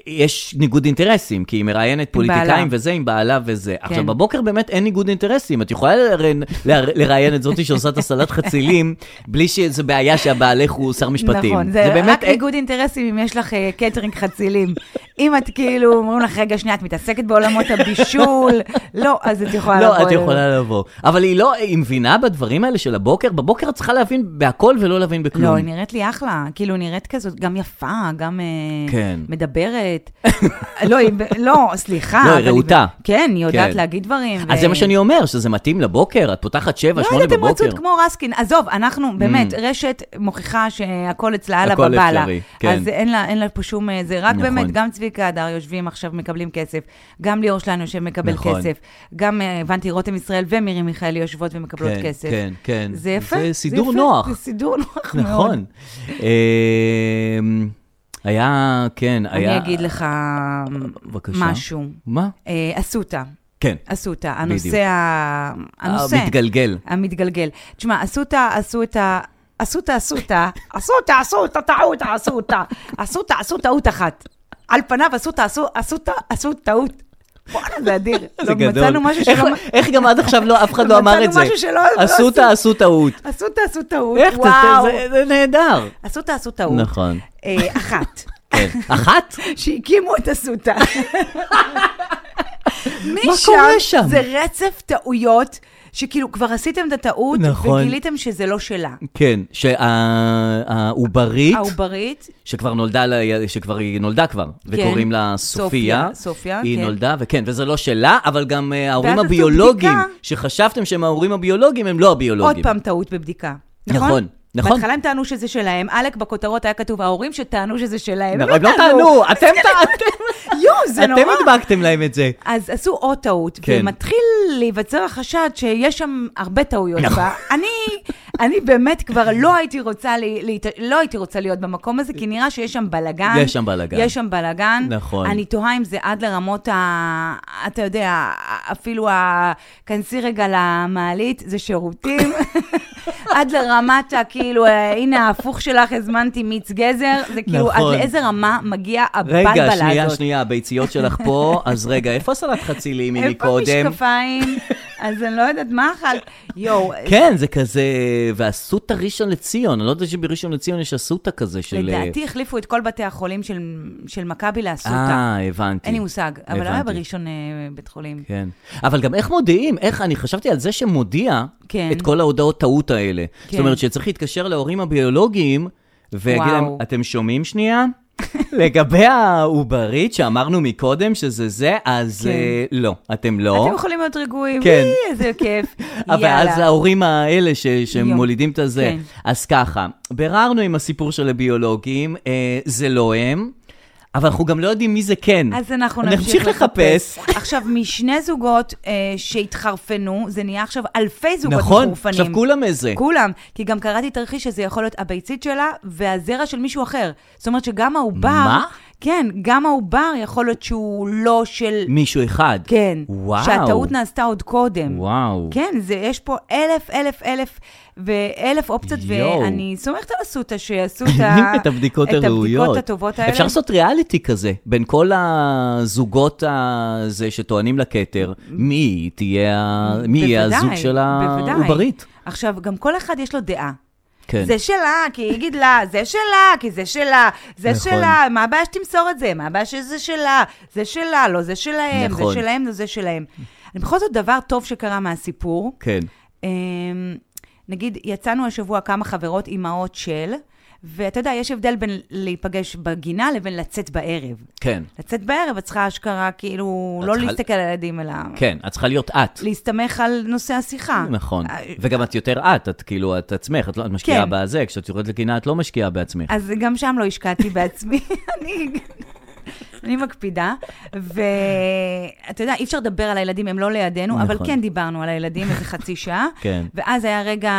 Speaker 1: יש ניגוד אינטרסים, כי היא מראיינת
Speaker 2: בעלה.
Speaker 1: פוליטיקאים וזה עם בעלה וזה. עכשיו,
Speaker 2: כן.
Speaker 1: בבוקר באמת אין ניגוד אינטרסים. את יכולה לראיין- לר- לראיין את זאתי שעושה את הסלט חצילים, בלי שזה בעיה שהבעלך הוא שר משפטים.
Speaker 2: נכון, זה,
Speaker 1: באמת
Speaker 2: רק
Speaker 1: אין-
Speaker 2: ניגוד אינטרסים אם יש לך אה, קייטרינג חצילים. אם את כאילו, אומרים לך, רגע, שנייה, את מתעסקת בעולמות הבישול, לא, אז את יכולה לבוא.
Speaker 1: לא, את
Speaker 2: אלינו.
Speaker 1: יכולה לבוא. אבל היא לא, היא מבינה בדברים האלה של הבוקר? בבוקר את צריכה להבין בהכל ולא להבין בכלום.
Speaker 2: לא, היא נראית לי אחלה, כאילו, היא נראית כזאת, גם יפה, גם אה,
Speaker 1: כן.
Speaker 2: מדברת. לא, היא ב- לא, סליחה.
Speaker 1: לא, היא
Speaker 2: אבל
Speaker 1: רהוטה.
Speaker 2: כן, היא יודעת
Speaker 1: כן.
Speaker 2: להגיד דברים. אה,
Speaker 1: אז
Speaker 2: ו-
Speaker 1: זה מה שאני אומר, שזה מתאים לבוקר, את פותחת 7-8 בבוקר. Mm.
Speaker 2: לא יודעת, הם רצו כמו רסקין. עזוב, אנחנו, באמת, רשת מוכיחה שהכל אצלה אללה
Speaker 1: הכל
Speaker 2: ובאללה.
Speaker 1: אפשרי, כן.
Speaker 2: אז אין לה, אין לה פה שום... אה, זה רק
Speaker 1: נכון.
Speaker 2: באמת, גם צביקה הדר יושבים עכשיו, מקבלים כסף. גם ליאור שלנו יושב ומקבל
Speaker 1: נכון.
Speaker 2: כסף. גם, אה, הבנתי, רותם ישראל ומירי מיכאלי יושבות ומקבלות
Speaker 1: כן,
Speaker 2: כסף.
Speaker 1: כן, כן.
Speaker 2: זה יפה.
Speaker 1: זה סידור
Speaker 2: יפה,
Speaker 1: נוח.
Speaker 2: זה סידור נוח מאוד.
Speaker 1: נכון. אמ, היה, כן, היה...
Speaker 2: אני אגיד לך
Speaker 1: בבקשה.
Speaker 2: משהו.
Speaker 1: מה?
Speaker 2: אה, אסותא,
Speaker 1: כן. בדיוק.
Speaker 2: אסותא,
Speaker 1: אה,
Speaker 2: הנושא ה... הנושא. לא,
Speaker 1: המתגלגל.
Speaker 2: המתגלגל. תשמע, אסותא, אסותא... אסותא, אסותא, אסותא, אסותא, טעות, אסותא, אסותא, עשו טעות אחת. על פניו אסותא, עשו- אסותא, עשו טעות. וואלה, זה אדיר.
Speaker 1: זה
Speaker 2: לא,
Speaker 1: גדול.
Speaker 2: מצאנו משהו
Speaker 1: איך- אמ-
Speaker 2: שלא...
Speaker 1: איך גם עד עכשיו לא- אף אחד לא אמר
Speaker 2: מצאנו
Speaker 1: את זה?
Speaker 2: משהו שלא- לא
Speaker 1: עשו
Speaker 2: עשו.
Speaker 1: טע- עשו טעות.
Speaker 2: אסותא, עשו טעות,
Speaker 1: איך זה-
Speaker 2: וואו.
Speaker 1: זה- זה נהדר.
Speaker 2: אסותא, עשו טעות.
Speaker 1: נכון.
Speaker 2: אה, אחת,
Speaker 1: כן. אחת?
Speaker 2: שהקימו את אסותא.
Speaker 1: מה
Speaker 2: משם
Speaker 1: קורה שם?
Speaker 2: זה רצף טעויות, שכאילו כבר עשיתם את הטעות,
Speaker 1: נכון.
Speaker 2: וגיליתם שזה לא שלה.
Speaker 1: כן, שהעוברית,
Speaker 2: העוברית,
Speaker 1: שכבר נולדה, ל- שכבר היא נולדה כבר, וקוראים לה סופיה.
Speaker 2: כן, סופיה, סופיה,
Speaker 1: היא
Speaker 2: כן.
Speaker 1: נולדה, וכן, וזה לא שלה, אבל גם אה, ההורים
Speaker 2: ואז עשו
Speaker 1: הביולוגיים,
Speaker 2: בדיקה.
Speaker 1: שחשבתם שהם ההורים הביולוגיים, הם לא
Speaker 2: עוד
Speaker 1: הביולוגיים.
Speaker 2: פעם טעות בבדיקה. נכון?
Speaker 1: נכון, נכון.
Speaker 2: בהתחלה הם טענו שזה שלהם. עלק בכותרות היה כתוב, ההורים שטענו שזה שלהם.
Speaker 1: נכון, הם לא טענו, אתם
Speaker 2: טענו. יואו, זה נורא.
Speaker 1: אתם הדבקתם להם את זה.
Speaker 2: אז עשו עוד טעות,
Speaker 1: כן.
Speaker 2: ומתחיל להיווצר החשד שיש שם הרבה טעויות
Speaker 1: נכון.
Speaker 2: בה. אני, אני באמת כבר לא הייתי, רוצה לי, להת... לא הייתי רוצה להיות במקום הזה, כי נראה שיש שם בלאגן.
Speaker 1: יש שם בלגן.
Speaker 2: יש שם בלאגן.
Speaker 1: נכון.
Speaker 2: אני תוהה אם זה עד לרמות ה... אתה יודע, אפילו ה... כנסי רגע למעלית, זה שירותים. עד לרמת ה... כאילו, אה, הנה ההפוך שלך, הזמנתי מיץ גזר. זה כאילו,
Speaker 1: נכון.
Speaker 2: עד לאיזה רמה מגיע הבלבלה הזאת?
Speaker 1: רגע, שנייה, שנייה, הביציות שלך פה, אז רגע, איפה סלט חצילים
Speaker 2: איפה
Speaker 1: מקודם?
Speaker 2: משקפיים? אז אני לא יודעת מה אכלת. יואו,
Speaker 1: כן, זה כזה, והסוטה ראשון לציון, אני לא יודע שבראשון לציון יש הסוטה כזה של... אה,
Speaker 2: לדעתי החליפו את כל בתי החולים של- של מכבי לאסותא.
Speaker 1: אה, הבנתי.
Speaker 2: אין לי מושג, אבל לא היה
Speaker 1: הבנתי.
Speaker 2: בראשון אה, בית חולים.
Speaker 1: כן. אבל גם איך מודיעים? איך, אני חשבתי על זה שמודיע
Speaker 2: כן.
Speaker 1: את כל ההודעות טעות האלה.
Speaker 2: כן.
Speaker 1: זאת אומרת שצריך להתקשר להורים הביולוגיים ויגיד להם,
Speaker 2: וואו.
Speaker 1: אתם שומעים שנייה? לגבי העוברית שאמרנו מקודם שזה זה, אז
Speaker 2: כן.
Speaker 1: אה, לא, אתם לא.
Speaker 2: אתם יכולים להיות רגועים,
Speaker 1: כן.
Speaker 2: וואי, איזה כיף.
Speaker 1: אבל אז
Speaker 2: יאללה.
Speaker 1: ההורים האלה ש- שמולידים את הזה.
Speaker 2: כן.
Speaker 1: אז ככה, ביררנו עם הסיפור של הביולוגים, אה, זה לא הם, אבל אנחנו גם לא יודעים מי זה כן.
Speaker 2: אז אנחנו נמשיך
Speaker 1: לחפש.
Speaker 2: לחפש. עכשיו, משני זוגות אה, שהתחרפנו, זה נהיה עכשיו אלפי זוגות
Speaker 1: נכון,
Speaker 2: מחורפנים.
Speaker 1: עכשיו כולם איזה.
Speaker 2: כולם, כי גם קראתי תרחיש שזה יכול להיות הביצית שלה והזרע של מישהו אחר. זאת אומרת שגם העובר...
Speaker 1: מה?
Speaker 2: כן, גם העובר יכול להיות שהוא לא של...
Speaker 1: מישהו אחד.
Speaker 2: כן.
Speaker 1: וואו.
Speaker 2: שהטעות נעשתה עוד קודם.
Speaker 1: וואו.
Speaker 2: כן, זה, יש פה אלף, אלף, אלף ואלף אופציות,
Speaker 1: יואו.
Speaker 2: ואני סומכת על אסותא שיעשו את ה...
Speaker 1: נותנים את הבדיקות הראויות.
Speaker 2: את הבדיקות הטובות האלה.
Speaker 1: אפשר לעשות ריאליטי כזה, בין כל הזוגות הזה שטוענים לכתר, מי תהיה, ה- מי יהיה
Speaker 2: בוודאי,
Speaker 1: הזוג של
Speaker 2: בוודאי.
Speaker 1: העוברית.
Speaker 2: עכשיו, גם כל אחד יש לו דעה.
Speaker 1: כן.
Speaker 2: זה שלה, כי היא גידלה, זה שלה, כי זה שלה, זה
Speaker 1: נכון.
Speaker 2: שלה, מה הבעיה שתמסור את זה? מה הבעיה שזה שלה? זה שלה, לא זה שלהם,
Speaker 1: נכון.
Speaker 2: זה שלהם, לא זה שלהם. אני בכל זאת, דבר טוב שקרה מהסיפור,
Speaker 1: כן.
Speaker 2: אמ, נגיד, יצאנו השבוע כמה חברות אימהות של, ואתה יודע, יש הבדל בין להיפגש בגינה לבין לצאת בערב.
Speaker 1: כן,
Speaker 2: לצאת בערב, את צריכה אשכרה, כאילו,
Speaker 1: את
Speaker 2: לא
Speaker 1: צריכה-
Speaker 2: להסתכל על הילדים, אלא
Speaker 1: כן, את צריכה להיות את.
Speaker 2: להסתמך על נושא השיחה.
Speaker 1: נכון.
Speaker 2: אה,
Speaker 1: וגם את יותר את, את כאילו, את עצמך, את לא- את משקיעה
Speaker 2: כן.
Speaker 1: בזה, כשאת יורדת לגינה את לא משקיעה בעצמך.
Speaker 2: אז גם שם לא השקעתי בעצמי, אני... אני מקפידה, ואתה יודע, אי אפשר לדבר על הילדים, הם לא לידינו, אבל
Speaker 1: נכון.
Speaker 2: כן דיברנו על הילדים איזה חצי שעה,
Speaker 1: כן.
Speaker 2: ואז היה רגע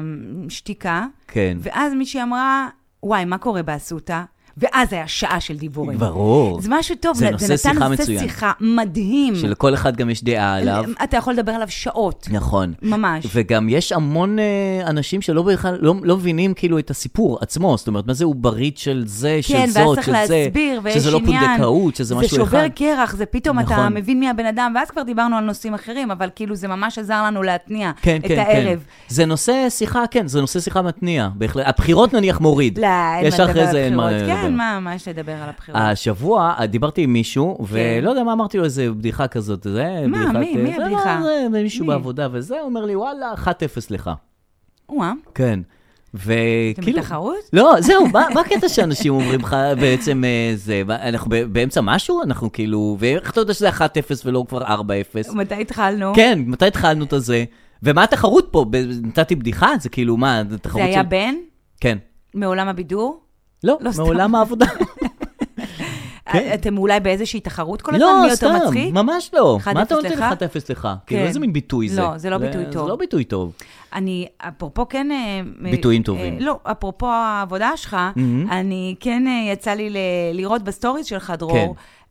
Speaker 2: אמ, שתיקה,
Speaker 1: כן.
Speaker 2: ואז מישהי אמרה, וואי, מה קורה באסותא? ואז היה שעה של דיבורים.
Speaker 1: ברור.
Speaker 2: זה משהו טוב,
Speaker 1: זה נושא
Speaker 2: נתן
Speaker 1: שיחה
Speaker 2: נושא
Speaker 1: מצוין.
Speaker 2: שיחה מדהים.
Speaker 1: שלכל אחד גם יש
Speaker 2: אה,
Speaker 1: דעה עליו.
Speaker 2: אתה יכול לדבר עליו שעות,
Speaker 1: נכון.
Speaker 2: ממש.
Speaker 1: וגם יש המון אה, אנשים שלא בכלל, לא, לא מבינים כאילו את הסיפור עצמו, זאת אומרת, מה זה עוברית של זה, של
Speaker 2: כן,
Speaker 1: זאת, של זה,
Speaker 2: ואז צריך להסביר, ויש
Speaker 1: שזה לא
Speaker 2: עניין.
Speaker 1: פונדקאות, שזה משהו
Speaker 2: זה שובר
Speaker 1: אחד.
Speaker 2: קרח, זה פתאום אתה
Speaker 1: נכון.
Speaker 2: מבין מי הבן אדם, ואז כבר דיברנו על נושאים אחרים, אבל כאילו זה ממש עזר לנו להתניע
Speaker 1: כן,
Speaker 2: את
Speaker 1: כן,
Speaker 2: הערב.
Speaker 1: כן. זה נושא שיחה, כן, זה נושא שיחה מתניע, בהחלט. הבחירות נניח מוריד.
Speaker 2: לא, אין
Speaker 1: יש
Speaker 2: מה לדבר
Speaker 1: אחרי
Speaker 2: על
Speaker 1: זה, אין מה
Speaker 2: בחירות.
Speaker 1: לדבר.
Speaker 2: כן, מה, מה יש לדבר על הבחירות?
Speaker 1: השבוע אה, דיברתי עם מישהו, ולא יודע מה אמרתי לו, איזה בדיחה כזאת, זה
Speaker 2: כן. מה,
Speaker 1: בדיחת,
Speaker 2: מי?
Speaker 1: אה,
Speaker 2: מי
Speaker 1: זה לא,
Speaker 2: הבדיחה?
Speaker 1: זה מישהו
Speaker 2: מי?
Speaker 1: בעבודה וזה, הוא אומר לי, וואלה, 1-0 לך.
Speaker 2: וואה,
Speaker 1: כן.
Speaker 2: אתם
Speaker 1: וכאילו...
Speaker 2: בתחרות?
Speaker 1: לא, זהו, מה מה הקטע שאנשים אומרים לך בעצם אה, זה, מה, אנחנו ב- באמצע משהו? אנחנו כאילו, ואיך אתה יודע שזה 1-0 ולא כבר 4-0?
Speaker 2: מתי התחלנו?
Speaker 1: כן, מתי התחלנו את הזה? ומה התחרות פה? ב- נתתי בדיחה? זה כאילו, מה, זה תחרות
Speaker 2: זה
Speaker 1: של...
Speaker 2: היה בן?
Speaker 1: כן.
Speaker 2: מעולם הבידור?
Speaker 1: לא,
Speaker 2: לא, סתם.
Speaker 1: מעולם העבודה.
Speaker 2: כן. אתם אולי באיזושהי תחרות כל הזמן?
Speaker 1: לא,
Speaker 2: מי יותר
Speaker 1: סתם,
Speaker 2: מצחיק?
Speaker 1: ממש לא.
Speaker 2: אחד
Speaker 1: מה אתה
Speaker 2: אפס
Speaker 1: נותן
Speaker 2: לך? כן.
Speaker 1: 1-0 לך? כאילו, איזה מין ביטוי זה?
Speaker 2: לא, זה לא ביטוי
Speaker 1: זה
Speaker 2: טוב.
Speaker 1: לא ביטוי טוב.
Speaker 2: אני, אפרופו כן... אה,
Speaker 1: ביטויים
Speaker 2: אה,
Speaker 1: טובים. Mm-hmm.
Speaker 2: לא, אפרופו העבודה שלך, אני כן, אה, יצא לי ל- לראות בסטוריז שלך, דרור,
Speaker 1: כן.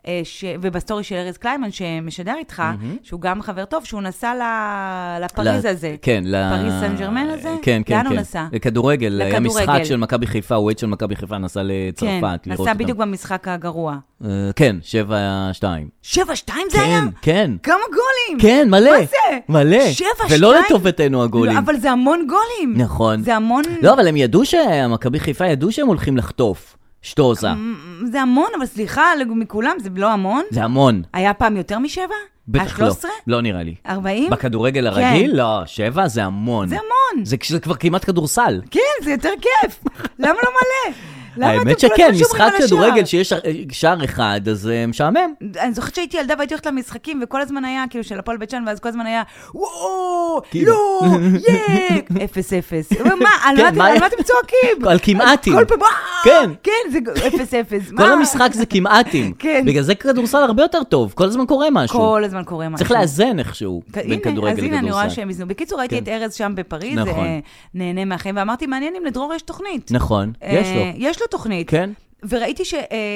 Speaker 2: אה, ש- ובסטורי של ארז קליימן, שמשדר איתך, שהוא גם חבר טוב, שהוא נסע ל- לפריז
Speaker 1: Mm-hmm. ל-
Speaker 2: הזה.
Speaker 1: כן, ל...
Speaker 2: פריז סן ג'רמן הזה?
Speaker 1: כן, כן,
Speaker 2: לאן
Speaker 1: כן.
Speaker 2: הוא נסע?
Speaker 1: לכדורגל. היה
Speaker 2: לכדורגל.
Speaker 1: משחק של מכבי חיפה, אוהד של מכבי חיפה נסע לצרפת
Speaker 2: כן,
Speaker 1: לראות אותם.
Speaker 2: נסע בדיוק במשחק הגרוע.
Speaker 1: אה, כן, שבע, שתיים.
Speaker 2: שבע, שתיים זה היה?
Speaker 1: כן, כן.
Speaker 2: כמה גולים!
Speaker 1: כן, מלא.
Speaker 2: מה זה?
Speaker 1: מלא.
Speaker 2: שבע,
Speaker 1: ולא
Speaker 2: שתיים?
Speaker 1: לטובתנו הגולים.
Speaker 2: לא, אבל זה המון גולים.
Speaker 1: נכון.
Speaker 2: זה המון...
Speaker 1: לא, אבל הם ידעו שהמכבי חיפה ידעו שהם הולכים לחטוף. שטוזה.
Speaker 2: אה, מ- זה המון, אבל סליחה מכולם, זה לא המון.
Speaker 1: זה המון.
Speaker 2: היה פעם יותר משבע?
Speaker 1: בטח לא.
Speaker 2: ה-13?
Speaker 1: לא נראה לי.
Speaker 2: 40?
Speaker 1: בכדורגל
Speaker 2: כן.
Speaker 1: הרגיל? לא, שבע זה המון.
Speaker 2: זה המון.
Speaker 1: זה כש- כבר כמעט כדורסל.
Speaker 2: כן, זה יותר כיף. למה לא מלא? למה אתם
Speaker 1: האמת
Speaker 2: כל הזמן
Speaker 1: שכן,
Speaker 2: שומרים
Speaker 1: משחק
Speaker 2: על השער?
Speaker 1: כדורגל שיש אה, שער אחד, אז אה, משעמם.
Speaker 2: אני זוכרת שהייתי ילדה והייתי הולכת למשחקים, וכל הזמן היה, כאילו, של הפועל בית שאן, ואז כל הזמן היה, וואו,
Speaker 1: כאילו.
Speaker 2: לא, יק, אפס אפס. אבל מה, על
Speaker 1: כן,
Speaker 2: מה אתם-
Speaker 1: מה-
Speaker 2: על מה אתם צועקים?
Speaker 1: על כמעטים.
Speaker 2: כל פעם, וואו,
Speaker 1: כן.
Speaker 2: כן, זה אפס אפס.
Speaker 1: כל
Speaker 2: מה?
Speaker 1: המשחק זה כמעטים.
Speaker 2: כן.
Speaker 1: בגלל זה כדורסל הרבה יותר טוב, כל הזמן קורה משהו.
Speaker 2: כל הזמן קורה משהו.
Speaker 1: נכון. צריך לאזן איכשהו
Speaker 2: כ-
Speaker 1: בין
Speaker 2: הנה,
Speaker 1: כדורגל
Speaker 2: אז הנה, אני רואה
Speaker 1: לכדורסל.
Speaker 2: שהם איזנו. בקיצור, ראיתי
Speaker 1: כן.
Speaker 2: את ארז שם בפריז,
Speaker 1: נכון.
Speaker 2: אה, נהנה מהחיים, ואמרתי, מעניין אם לדרור יש תוכנית.
Speaker 1: נכון, יש
Speaker 2: אה,
Speaker 1: לו.
Speaker 2: יש לו תוכנית.
Speaker 1: כן.
Speaker 2: וראיתי אה,